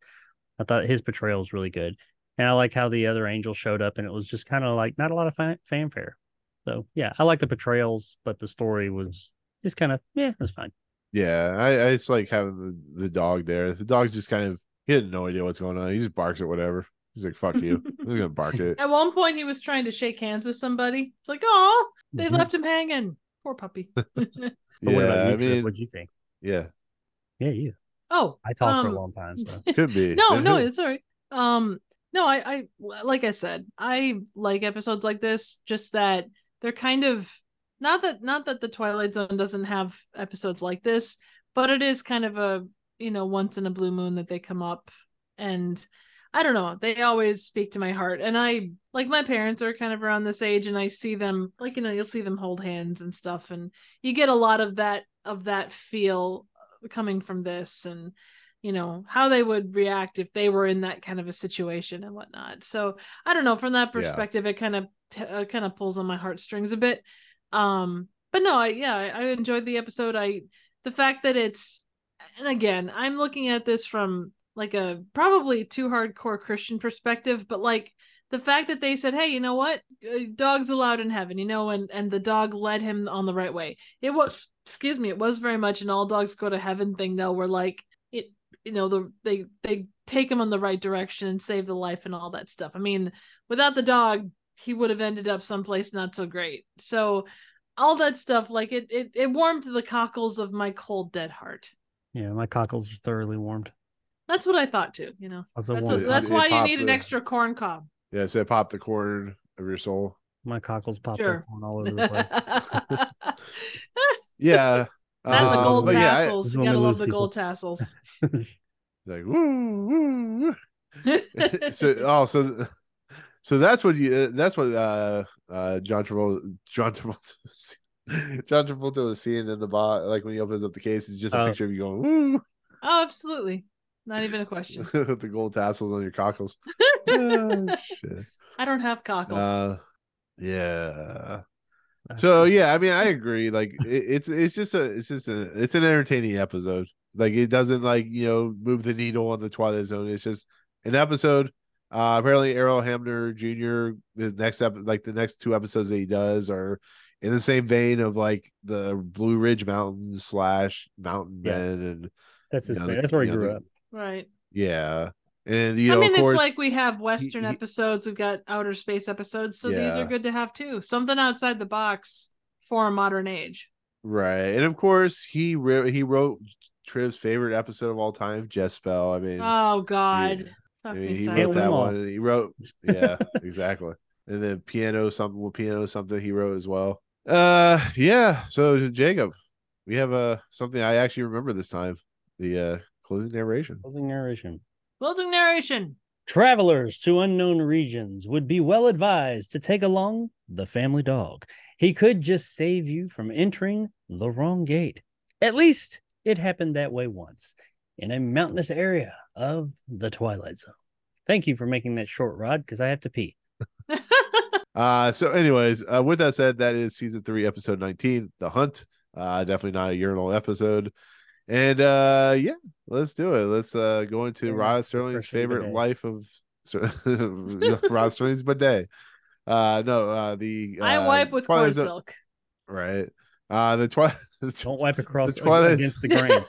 [SPEAKER 6] I thought his portrayal was really good, and I like how the other angel showed up, and it was just kind of like not a lot of fan- fanfare. So yeah, I like the portrayals, but the story was just kind of yeah, it was fine.
[SPEAKER 5] yeah. I, I just like having the, the dog there. The dog's just kind of he had no idea what's going on. He just barks at whatever. He's like, "Fuck you." I'm just gonna bark it.
[SPEAKER 7] At one point, he was trying to shake hands with somebody. It's like, oh, they
[SPEAKER 6] Mhm.
[SPEAKER 7] left him hanging. Poor puppy.
[SPEAKER 6] But what about you?
[SPEAKER 5] Mm-hmm. I mean,
[SPEAKER 6] what do you think?
[SPEAKER 5] yeah,
[SPEAKER 6] Yeah, you.
[SPEAKER 7] oh,
[SPEAKER 6] I talked for
[SPEAKER 7] Um,
[SPEAKER 6] a long time. So.
[SPEAKER 5] could be.
[SPEAKER 7] no,
[SPEAKER 5] It
[SPEAKER 7] no,
[SPEAKER 5] could-
[SPEAKER 7] it's all right. Um, no, I, I, like I said, I like episodes like this. Just that they're kind of not that not that the Twilight Zone doesn't have episodes like this, but it is kind of a you know once in a blue moon that they come up, and I don't know, they always speak to my heart. And I like my parents are kind of around this age, and I see them like you know you'll see them hold hands and stuff, and you get a lot of that of that feel coming from this and you know how they would react if they were in that kind of a situation and whatnot so i don't know from that
[SPEAKER 5] Yeah.
[SPEAKER 7] perspective it kind of t- uh, kind of pulls on my heartstrings a bit um but no i yeah I, I enjoyed the episode i the fact that it's and again i'm looking at this from like a probably too hardcore christian perspective but like the fact that they said, "Hey, you know what? Uh, Dogs allowed in heaven," you know, and and the dog led him on the right way. It was, excuse me, it was very much an all dogs go to heaven thing, though. Where like it, you know, the they they take him on the right direction and save the life and all that stuff. I mean, without the dog, he would have ended up someplace not so great. So all that stuff, like it, it, it warmed the cockles of my cold dead heart.
[SPEAKER 6] Yeah, my cockles are thoroughly warmed.
[SPEAKER 7] That's what I thought too. You know,
[SPEAKER 6] That's,
[SPEAKER 7] that's,
[SPEAKER 5] warm.
[SPEAKER 7] a,
[SPEAKER 5] It-
[SPEAKER 7] that's
[SPEAKER 5] it
[SPEAKER 7] why you
[SPEAKER 5] popped
[SPEAKER 7] need an
[SPEAKER 5] the-
[SPEAKER 7] extra corn cob.
[SPEAKER 5] Yeah, so pop the corn of your soul.
[SPEAKER 6] my cockles popped
[SPEAKER 7] Sure.
[SPEAKER 6] up on all over the place.
[SPEAKER 7] that's
[SPEAKER 5] Yeah.
[SPEAKER 7] the
[SPEAKER 5] um,
[SPEAKER 7] gold
[SPEAKER 5] but yeah, I-
[SPEAKER 7] tassels.
[SPEAKER 6] This is
[SPEAKER 7] you
[SPEAKER 6] when
[SPEAKER 7] gotta
[SPEAKER 6] we
[SPEAKER 7] love
[SPEAKER 6] lose
[SPEAKER 7] the
[SPEAKER 6] people.
[SPEAKER 7] gold tassels.
[SPEAKER 5] like woo, woo, woo. so oh so so that's what you that's what uh uh john travolta john travolta was- john travolta was seeing in the bot like when he opens up the case it's just a
[SPEAKER 6] Oh.
[SPEAKER 5] picture of you going woo
[SPEAKER 7] oh, absolutely. Not even a question.
[SPEAKER 5] with the gold tassels on your cockles Ah, shit.
[SPEAKER 7] I don't have cockles.
[SPEAKER 5] Uh, yeah
[SPEAKER 6] That's
[SPEAKER 5] so
[SPEAKER 6] good.
[SPEAKER 5] yeah i mean i agree like it, it's it's just a it's just a it's an entertaining episode like it doesn't like you know move the needle on the twilight zone it's just an episode uh apparently errol hamner jr his next ep- like the next two episodes that he does are in the same vein of like the blue ridge mountains slash mountain
[SPEAKER 6] Yeah.
[SPEAKER 5] men and
[SPEAKER 6] That's his
[SPEAKER 5] you know,
[SPEAKER 6] thing.
[SPEAKER 5] the-
[SPEAKER 6] That's where he
[SPEAKER 5] you know,
[SPEAKER 6] grew
[SPEAKER 5] the-
[SPEAKER 6] up.
[SPEAKER 7] right.
[SPEAKER 5] yeah and you know
[SPEAKER 7] I mean,
[SPEAKER 5] of course
[SPEAKER 7] it's like we have Western
[SPEAKER 5] he-
[SPEAKER 7] episodes, we've got outer space episodes, so these
[SPEAKER 5] Yeah.
[SPEAKER 7] are good to have too. Something outside the box for a modern age.
[SPEAKER 5] right and of course he re- he wrote triv's favorite episode of all time jess spell i mean
[SPEAKER 7] Oh God.
[SPEAKER 5] Yeah.
[SPEAKER 7] Fuck
[SPEAKER 5] I mean,
[SPEAKER 7] me
[SPEAKER 5] he
[SPEAKER 7] sideways.
[SPEAKER 5] wrote that
[SPEAKER 6] Can't win 'em
[SPEAKER 5] one. And he wrote, yeah, exactly. And then piano something, well, piano something he wrote as well. Uh, yeah. So Jacob, we have uh something I actually remember this time. The uh closing narration.
[SPEAKER 6] Closing narration.
[SPEAKER 7] Closing narration.
[SPEAKER 6] Travelers to unknown regions would be well advised to take along the family dog. He could just save you from entering the wrong gate. At least it happened that way once in a mountainous area of the Twilight Zone. Thank you for making that short, Rod, because I have to pee.
[SPEAKER 5] Uh, so anyways, uh, with that said, that is season three, episode nineteen, The Hunt. Uh, definitely not a urinal episode. And uh, yeah, let's do it. Let's uh go into
[SPEAKER 6] Yeah,
[SPEAKER 5] Rod
[SPEAKER 6] it's the
[SPEAKER 5] Sterling's
[SPEAKER 6] first one
[SPEAKER 5] favorite
[SPEAKER 6] today.
[SPEAKER 5] life of Rod Sterling's bidet. Uh, no, uh, the
[SPEAKER 7] I
[SPEAKER 5] uh,
[SPEAKER 7] wipe with
[SPEAKER 5] Twilight
[SPEAKER 7] corn
[SPEAKER 5] Zone-
[SPEAKER 7] silk.
[SPEAKER 5] Right. Uh the twi-
[SPEAKER 6] Don't wipe across
[SPEAKER 5] The Twilight-
[SPEAKER 6] against the grain.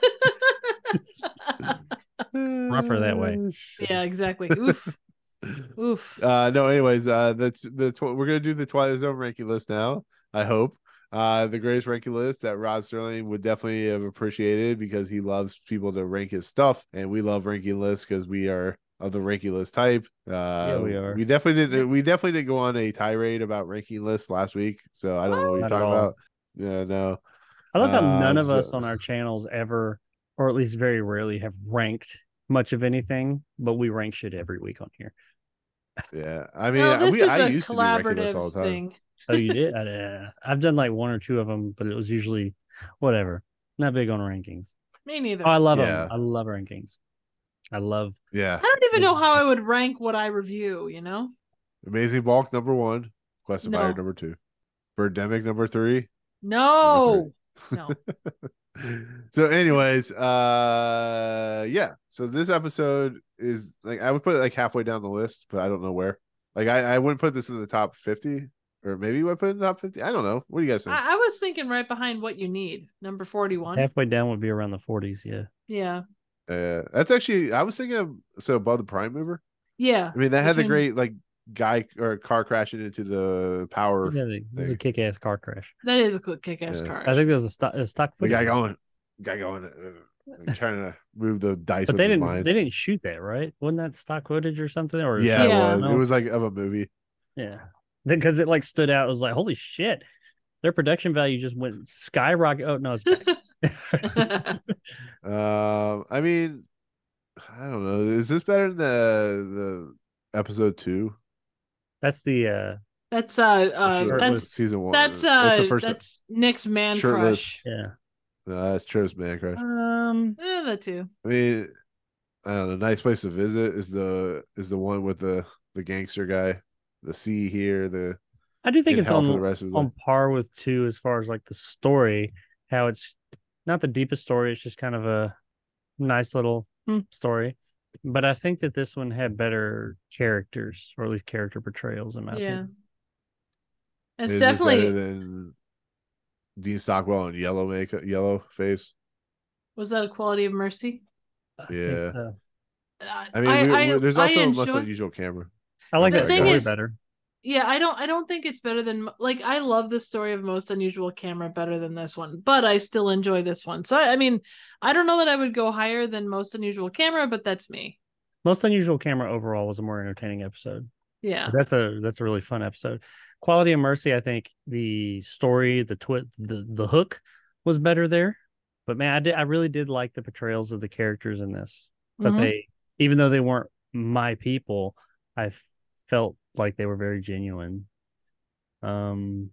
[SPEAKER 6] Rougher that way.
[SPEAKER 7] yeah, exactly. Oof. Oof.
[SPEAKER 5] Uh no, anyways, uh that's the tw- we're going to do the Twilight Zone ranking list now. I hope. Uh the greatest ranking list that Rod Sterling would definitely have appreciated because he loves people to rank his stuff and we love ranking lists cuz we are of the ranking list type. Uh yeah,
[SPEAKER 6] we are.
[SPEAKER 5] We definitely did we definitely did go on a tirade about ranking lists last week, so I don't know what you're
[SPEAKER 6] Not at
[SPEAKER 5] talking
[SPEAKER 6] all.
[SPEAKER 5] about. Yeah, no.
[SPEAKER 6] I love how
[SPEAKER 5] Um,
[SPEAKER 6] none of
[SPEAKER 5] so-
[SPEAKER 6] us on our channels ever, or at least very rarely, have ranked much of anything, but we rank shit every week on here.
[SPEAKER 5] Yeah. I mean,
[SPEAKER 7] Well, this
[SPEAKER 5] we,
[SPEAKER 7] is
[SPEAKER 5] I
[SPEAKER 7] a
[SPEAKER 5] used to do ranking lists all
[SPEAKER 7] collaborative
[SPEAKER 5] the time.
[SPEAKER 7] thing.
[SPEAKER 6] Oh, you did? I, uh, I've done like one or two of them, but it was usually whatever. Not big on rankings.
[SPEAKER 7] Me neither.
[SPEAKER 6] Oh, I
[SPEAKER 7] I
[SPEAKER 6] love
[SPEAKER 5] Yeah.
[SPEAKER 6] them. I love rankings. I love.
[SPEAKER 5] Yeah.
[SPEAKER 7] don't even know how I would rank what I review, you know?
[SPEAKER 5] Amazing Bulk number one, Quest of Fire
[SPEAKER 7] No.
[SPEAKER 5] number two, Birdemic number three.
[SPEAKER 7] No. No.
[SPEAKER 5] so, anyways, uh, yeah. So this episode is like I would put it like halfway down the list, but I don't know where. Like I, I wouldn't put this in the top fifty, or maybe I put it in the top fifty. I don't know. What do you guys think?
[SPEAKER 7] I, I was thinking right behind what you need, number 41.
[SPEAKER 6] Halfway down would be around the 40s. Yeah.
[SPEAKER 7] Yeah.
[SPEAKER 5] uh, that's actually I was thinking of so above the Prime Mover.
[SPEAKER 7] Yeah.
[SPEAKER 5] I mean that had the
[SPEAKER 7] Between-
[SPEAKER 5] great like guy or car crashing into the power.
[SPEAKER 6] yeah they- this is a
[SPEAKER 5] thing.
[SPEAKER 6] kick ass car crash.
[SPEAKER 7] That is a good kick ass
[SPEAKER 5] Yeah.
[SPEAKER 7] car.
[SPEAKER 6] I think there's a stock, a stock
[SPEAKER 5] The
[SPEAKER 6] footage.
[SPEAKER 5] guy
[SPEAKER 6] of it.
[SPEAKER 5] going, guy going, uh, trying to move the dice.
[SPEAKER 6] But
[SPEAKER 5] with
[SPEAKER 6] they
[SPEAKER 5] his
[SPEAKER 6] didn't.
[SPEAKER 5] mind.
[SPEAKER 6] They didn't shoot that, right? Wasn't that stock footage or something? Or
[SPEAKER 5] Yeah,
[SPEAKER 6] something
[SPEAKER 7] Yeah.
[SPEAKER 5] it was. It
[SPEAKER 6] else?
[SPEAKER 5] was like of a movie.
[SPEAKER 6] Yeah. Because it like stood out. It was like, holy shit. Their production value just went skyrocket. Oh, no. It's back.
[SPEAKER 5] Um, I mean, I don't know. Is this better than the the episode two?
[SPEAKER 6] That's the, uh,
[SPEAKER 7] that's uh, uh
[SPEAKER 5] Or
[SPEAKER 7] that's
[SPEAKER 5] season one.
[SPEAKER 7] that's
[SPEAKER 5] That's
[SPEAKER 7] uh
[SPEAKER 5] the first.
[SPEAKER 7] that's Nick's man crush.
[SPEAKER 5] Shirtless.
[SPEAKER 6] yeah.
[SPEAKER 5] no, that's Trips Man Crush.
[SPEAKER 6] Um,
[SPEAKER 7] Eh, that too.
[SPEAKER 5] I mean, I don't know. Nice place to visit is the is the one with the the gangster guy. The sea here. The
[SPEAKER 6] I do think
[SPEAKER 5] in
[SPEAKER 6] it's
[SPEAKER 5] hell
[SPEAKER 6] on
[SPEAKER 5] for the rest of his life.
[SPEAKER 6] on par with two as far as like the story, how it's not the deepest story. It's just kind of a nice little hmm, story. But I think that this one had better characters, or at least character portrayals, in my
[SPEAKER 7] yeah.
[SPEAKER 6] opinion.
[SPEAKER 7] It's
[SPEAKER 5] Is it
[SPEAKER 7] definitely
[SPEAKER 5] better than Dean Stockwell in yellow makeup, yellow face.
[SPEAKER 7] was that a quality of mercy?
[SPEAKER 6] I
[SPEAKER 5] Yeah.
[SPEAKER 6] think so.
[SPEAKER 7] Uh,
[SPEAKER 5] I mean, we, we- there's also a much
[SPEAKER 7] enjoy-
[SPEAKER 5] like usual camera.
[SPEAKER 6] I like
[SPEAKER 5] The
[SPEAKER 6] that
[SPEAKER 5] thing
[SPEAKER 6] story
[SPEAKER 7] is-
[SPEAKER 6] better.
[SPEAKER 7] yeah i don't i don't think it's better than like i love the story of most unusual camera better than this one but i still enjoy this one so i, I mean i don't know that i would go higher than most unusual camera but that's me
[SPEAKER 6] Most unusual camera overall was a more entertaining episode.
[SPEAKER 7] yeah
[SPEAKER 6] That's a that's a really fun episode. Quality of Mercy, I think the story, the twit, the the hook was better there. But man, I did I really did like the portrayals of the characters in this. But
[SPEAKER 7] Mhm.
[SPEAKER 6] they, even though they weren't my people, I f- felt like they were very genuine. Um,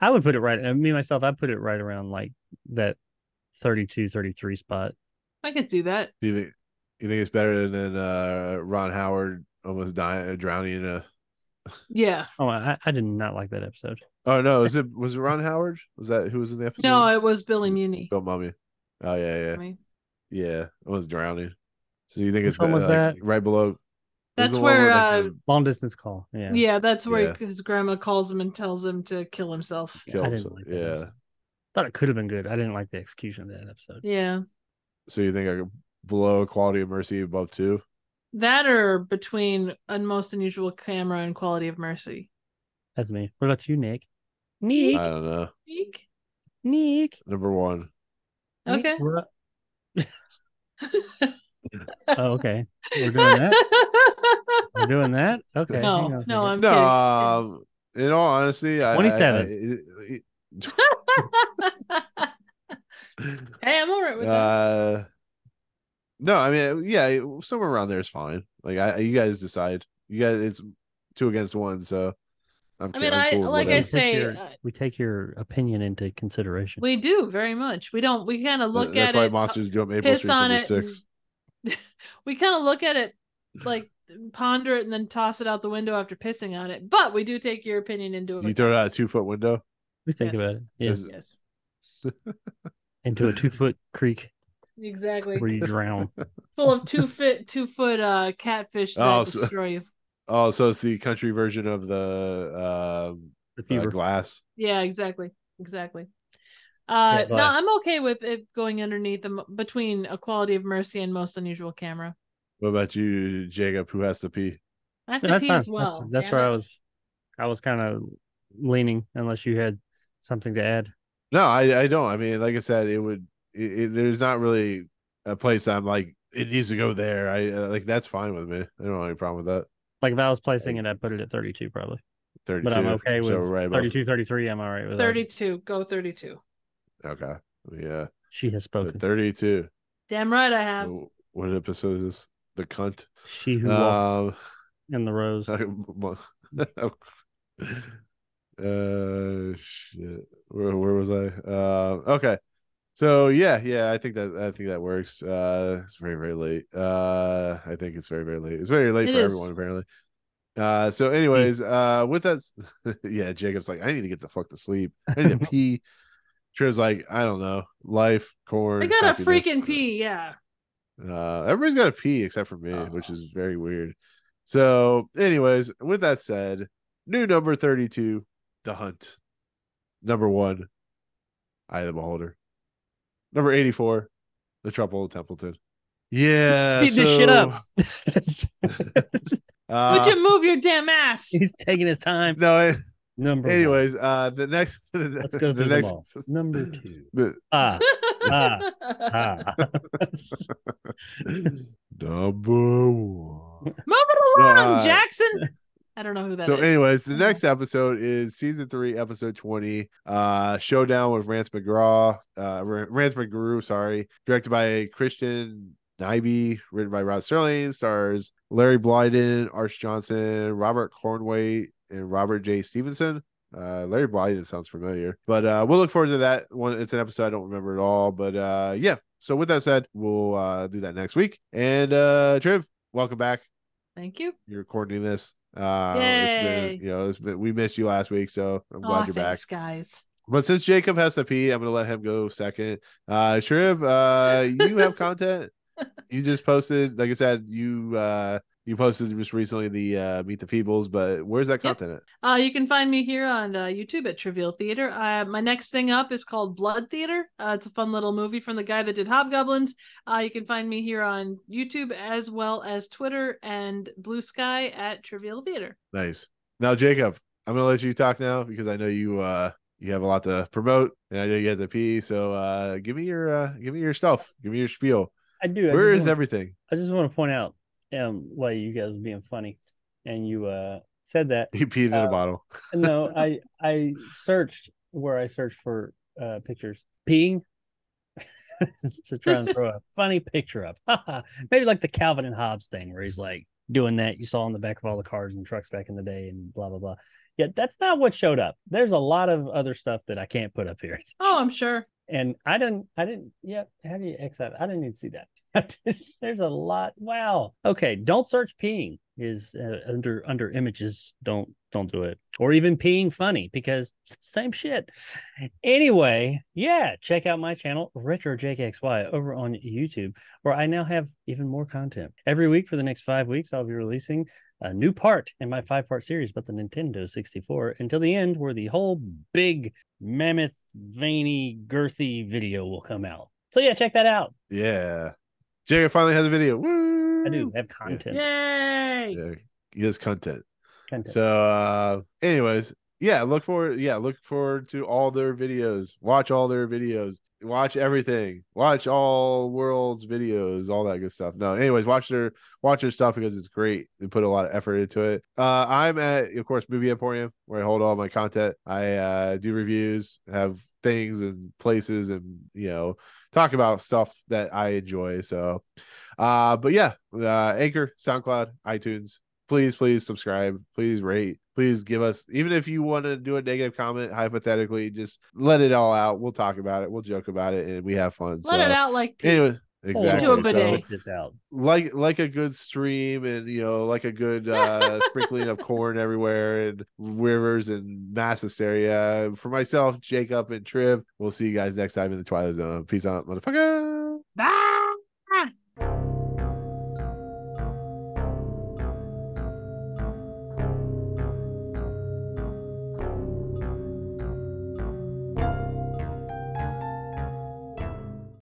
[SPEAKER 6] I would put it right. I mean, myself, I put it right around like that 32, 33 spot.
[SPEAKER 7] i could do that
[SPEAKER 5] Do you think you think it's better than uh, Ron Howard almost dying, uh, drowning in a?
[SPEAKER 7] yeah
[SPEAKER 6] Oh, I, I did not like that episode.
[SPEAKER 5] Oh no, is it was it Ron Howard? Was that who was in the episode?
[SPEAKER 7] no it was billy muni
[SPEAKER 5] Bill Mummy. Oh yeah, yeah,
[SPEAKER 7] I mean,
[SPEAKER 5] yeah. It was drowning. So you think
[SPEAKER 6] Which
[SPEAKER 5] it's
[SPEAKER 6] one
[SPEAKER 5] better,
[SPEAKER 6] was
[SPEAKER 5] like,
[SPEAKER 6] that?
[SPEAKER 5] right below? it was
[SPEAKER 7] That's
[SPEAKER 5] the one with,
[SPEAKER 7] where,
[SPEAKER 5] like,
[SPEAKER 7] uh,
[SPEAKER 5] the
[SPEAKER 6] Long distance call.
[SPEAKER 7] yeah.
[SPEAKER 6] Yeah.
[SPEAKER 7] that's where
[SPEAKER 5] Yeah.
[SPEAKER 7] his grandma calls him and tells him to kill himself
[SPEAKER 5] kill
[SPEAKER 6] I didn't
[SPEAKER 5] himself-
[SPEAKER 6] like that
[SPEAKER 5] yeah.
[SPEAKER 6] episode. Thought it could have been good. I didn't like the execution of that episode.
[SPEAKER 7] yeah
[SPEAKER 5] So you think like below Quality of Mercy, above two?
[SPEAKER 7] that or between Un- most unusual camera and quality of mercy
[SPEAKER 6] That's me. What about you, Nick? Nick,
[SPEAKER 5] I don't know.
[SPEAKER 7] Eek.
[SPEAKER 6] Nick.
[SPEAKER 5] Number one.
[SPEAKER 6] Nick,
[SPEAKER 7] Okay.
[SPEAKER 6] we're up. oh, okay. We're doing that. We're doing that. Okay. hang on
[SPEAKER 7] no
[SPEAKER 6] a
[SPEAKER 7] no i'm
[SPEAKER 5] No,
[SPEAKER 7] kidding.
[SPEAKER 5] um, in all honesty, I, I-
[SPEAKER 6] 27.
[SPEAKER 7] hey, I'm all right with
[SPEAKER 5] I- uh, no, I mean, yeah, somewhere around there is fine. Like, I, you guys decide. You guys, it's two against one, so I'm.
[SPEAKER 7] that. I
[SPEAKER 5] ca-
[SPEAKER 7] mean,
[SPEAKER 5] I'm
[SPEAKER 7] I
[SPEAKER 5] cool with
[SPEAKER 7] like I
[SPEAKER 5] whatever.
[SPEAKER 7] say,
[SPEAKER 6] Here.
[SPEAKER 7] uh,
[SPEAKER 6] we take your opinion into consideration.
[SPEAKER 7] we do very much. We don't. We kind of look
[SPEAKER 5] That's
[SPEAKER 7] at
[SPEAKER 5] why
[SPEAKER 7] it,
[SPEAKER 5] monsters jump
[SPEAKER 7] t-
[SPEAKER 5] April
[SPEAKER 7] piss
[SPEAKER 5] Street's
[SPEAKER 7] on
[SPEAKER 5] number
[SPEAKER 7] it.
[SPEAKER 5] six.
[SPEAKER 7] and- we kind of look at it like ponder it and then toss it out the window after pissing on it. But we do take your opinion into
[SPEAKER 5] You
[SPEAKER 7] it.
[SPEAKER 5] throw it out a two foot window.
[SPEAKER 6] We think
[SPEAKER 7] Yes.
[SPEAKER 6] about it. Yeah.
[SPEAKER 5] Is-
[SPEAKER 7] Yes,
[SPEAKER 6] Into a two foot creek
[SPEAKER 7] exactly.
[SPEAKER 6] where you drown.
[SPEAKER 7] Full of two foot two foot uh catfish that
[SPEAKER 5] Oh, so-
[SPEAKER 7] destroy you.
[SPEAKER 5] Oh, so it's the country version of the um,
[SPEAKER 6] The
[SPEAKER 5] uh,
[SPEAKER 6] fever.
[SPEAKER 5] glass.
[SPEAKER 7] Yeah, exactly. Exactly. Uh
[SPEAKER 6] Yeah,
[SPEAKER 7] no,
[SPEAKER 6] glass.
[SPEAKER 7] I'm okay with it going underneath the, mo- between a quality of mercy and most unusual camera.
[SPEAKER 5] What about you, Jacob? Who has to pee?
[SPEAKER 7] I have to
[SPEAKER 6] Yeah, that's
[SPEAKER 7] pee
[SPEAKER 6] fine.
[SPEAKER 7] as well.
[SPEAKER 6] That's, that's
[SPEAKER 7] damn
[SPEAKER 6] where I
[SPEAKER 7] it.
[SPEAKER 6] was. I was kind of leaning, unless you had something to add.
[SPEAKER 5] No, I, I don't. I mean, like I said, it would. It, it, there's not really a place I'm like it needs to go there. I uh, like that's fine with me. I don't have any problem with that.
[SPEAKER 6] Like if I was placing it, I'd put it at 32 probably.
[SPEAKER 5] Thirty-two.
[SPEAKER 6] But I'm okay
[SPEAKER 5] so
[SPEAKER 6] with
[SPEAKER 5] we're right above-
[SPEAKER 6] 32, 33. I'm all right with that.
[SPEAKER 7] 32. Go 32.
[SPEAKER 5] Okay. Yeah.
[SPEAKER 6] She has
[SPEAKER 5] but
[SPEAKER 6] spoken.
[SPEAKER 5] Thirty-two.
[SPEAKER 7] Damn right I have.
[SPEAKER 5] Wh- What episode is this? The cunt.
[SPEAKER 6] She who walks
[SPEAKER 5] Um,
[SPEAKER 6] in the rose.
[SPEAKER 5] uh, shit. Where, where was I? Uh, okay. So yeah, yeah, I think that I think that works. Uh, it's very very late. Uh, I think it's very very late. It's very late
[SPEAKER 7] It
[SPEAKER 5] for
[SPEAKER 7] is. Hmm.
[SPEAKER 5] everyone apparently. Uh, so anyways, uh, with that, s- yeah, Jacob's like, I need to get the fuck to sleep. I need to pee. Triv's like, I don't know, life, corn.
[SPEAKER 7] I got a
[SPEAKER 5] happiness.
[SPEAKER 7] freaking pee. Yeah.
[SPEAKER 5] Uh, everybody's got a pee except for me,
[SPEAKER 6] Uh-huh.
[SPEAKER 5] which is very weird. So, anyways, with that said, new number 32, The Hunt. Number one, Eye of the Beholder. Number 84, The Trouble in Templeton. Yeah.
[SPEAKER 6] Speed this shit up.
[SPEAKER 5] so, uh,
[SPEAKER 7] Would you move your damn ass?
[SPEAKER 6] He's taking his time.
[SPEAKER 5] no, eh,
[SPEAKER 6] Number. one.
[SPEAKER 5] anyways, uh, the next,
[SPEAKER 6] let's go
[SPEAKER 5] the
[SPEAKER 6] through
[SPEAKER 5] next,
[SPEAKER 6] them all. Number two.
[SPEAKER 5] the-
[SPEAKER 6] Ah, ah.
[SPEAKER 5] number one.
[SPEAKER 7] Move it along,
[SPEAKER 5] No, uh,
[SPEAKER 7] Jackson. I don't know who that is.
[SPEAKER 5] so anyways the
[SPEAKER 7] Oh.
[SPEAKER 5] next episode is season three episode 20 uh showdown with rance mcgraw uh R- rance mcgrew sorry directed by christian nyby written by rod sterling stars larry blyden arch johnson robert cornway and robert j stevenson uh larry blyden sounds familiar but uh we'll look forward to that one it's an episode i don't remember at all but uh yeah so with that said we'll uh do that next week and uh triv welcome back
[SPEAKER 7] Thank you.
[SPEAKER 5] you're recording this. Uh, it's
[SPEAKER 7] Yay.
[SPEAKER 5] been, you know, it's been, we missed you last week, so I'm glad
[SPEAKER 7] Aw,
[SPEAKER 5] you're
[SPEAKER 7] thanks,
[SPEAKER 5] back.
[SPEAKER 7] guys.
[SPEAKER 5] But since Jacob has to pee, I'm gonna let him go second. Uh, Shriv, uh, you have content you just posted, like I said, you uh you posted just recently the uh Meet the Peoples, but where's that
[SPEAKER 7] Yep.
[SPEAKER 5] content at?
[SPEAKER 7] Uh, you can find me here on uh, YouTube at Trivial Theater. Uh, my next thing up is called Blood Theater. Uh, it's a fun little movie from the guy that did Hobgoblins. Uh, you can find me here on YouTube as well as Twitter and Blue Sky at Trivial Theater.
[SPEAKER 5] Nice. Now, Jacob, I'm gonna let you talk now because I know you uh you have a lot to promote and I know you have to pee. So uh give me your uh give me your stuff. Give me your spiel.
[SPEAKER 6] I do. I
[SPEAKER 5] Where
[SPEAKER 6] just
[SPEAKER 5] is
[SPEAKER 6] wanna-
[SPEAKER 5] everything?
[SPEAKER 6] I just want to point out um why you guys were being funny and you uh said that.
[SPEAKER 5] He peed in a
[SPEAKER 6] Uh,
[SPEAKER 5] bottle.
[SPEAKER 6] No, I I searched where I searched for uh pictures peeing to try and throw a funny picture up. Maybe like the Calvin and Hobbes thing where he's like doing that you saw on the back of all the cars and trucks back in the day and blah blah blah. Yeah, that's not what showed up. There's a lot of other stuff that I can't put up here.
[SPEAKER 7] Oh, I'm sure.
[SPEAKER 6] and I didn't, I didn't, yeah, how do you X that? I didn't even see that. There's a lot. Wow. Okay. Don't search peeing is uh, under, under images. Don't, don't do it. Or even peeing funny because it's the same shit. Anyway, yeah, check out my channel, Retro JKXY, over on YouTube, where I now have even more content. Every week for the next five weeks, I'll be releasing a new part in my five part series about the Nintendo 64 until the end, where the whole big mammoth, veiny, girthy video will come out. So yeah, check that out.
[SPEAKER 5] Yeah. Jacob finally has a video. Woo!
[SPEAKER 6] I
[SPEAKER 7] Mm.
[SPEAKER 6] do have content.
[SPEAKER 7] Yay!
[SPEAKER 5] Yeah, he has content.
[SPEAKER 6] content.
[SPEAKER 5] So, uh, anyways, yeah, look forward. Yeah, look forward to all their videos. Watch all their videos. Watch everything. Watch all world's videos. All that good stuff. No, anyways, watch their watch their stuff because it's great. They put a lot of effort into it. Uh, I'm at, of course, Movie Emporium where I hold all my content. I uh, do reviews, have things and places, and you know, talk about stuff that I enjoy. So, uh, but yeah, uh, Anchor, SoundCloud, iTunes, please please subscribe please rate please give us even if you want to do a negative comment hypothetically just let it all out we'll talk about it we'll joke about it and we have fun
[SPEAKER 7] Let
[SPEAKER 5] so
[SPEAKER 7] it out like pee.
[SPEAKER 5] anyway
[SPEAKER 6] Hold
[SPEAKER 5] exactly
[SPEAKER 6] on,
[SPEAKER 7] Do a
[SPEAKER 6] so
[SPEAKER 7] bidet.
[SPEAKER 6] check this out.
[SPEAKER 5] like like a good stream and you know like a good uh sprinkling of corn everywhere and rivers and mass hysteria for myself jacob and triv we'll see you guys next time in the twilight zone peace out motherfucker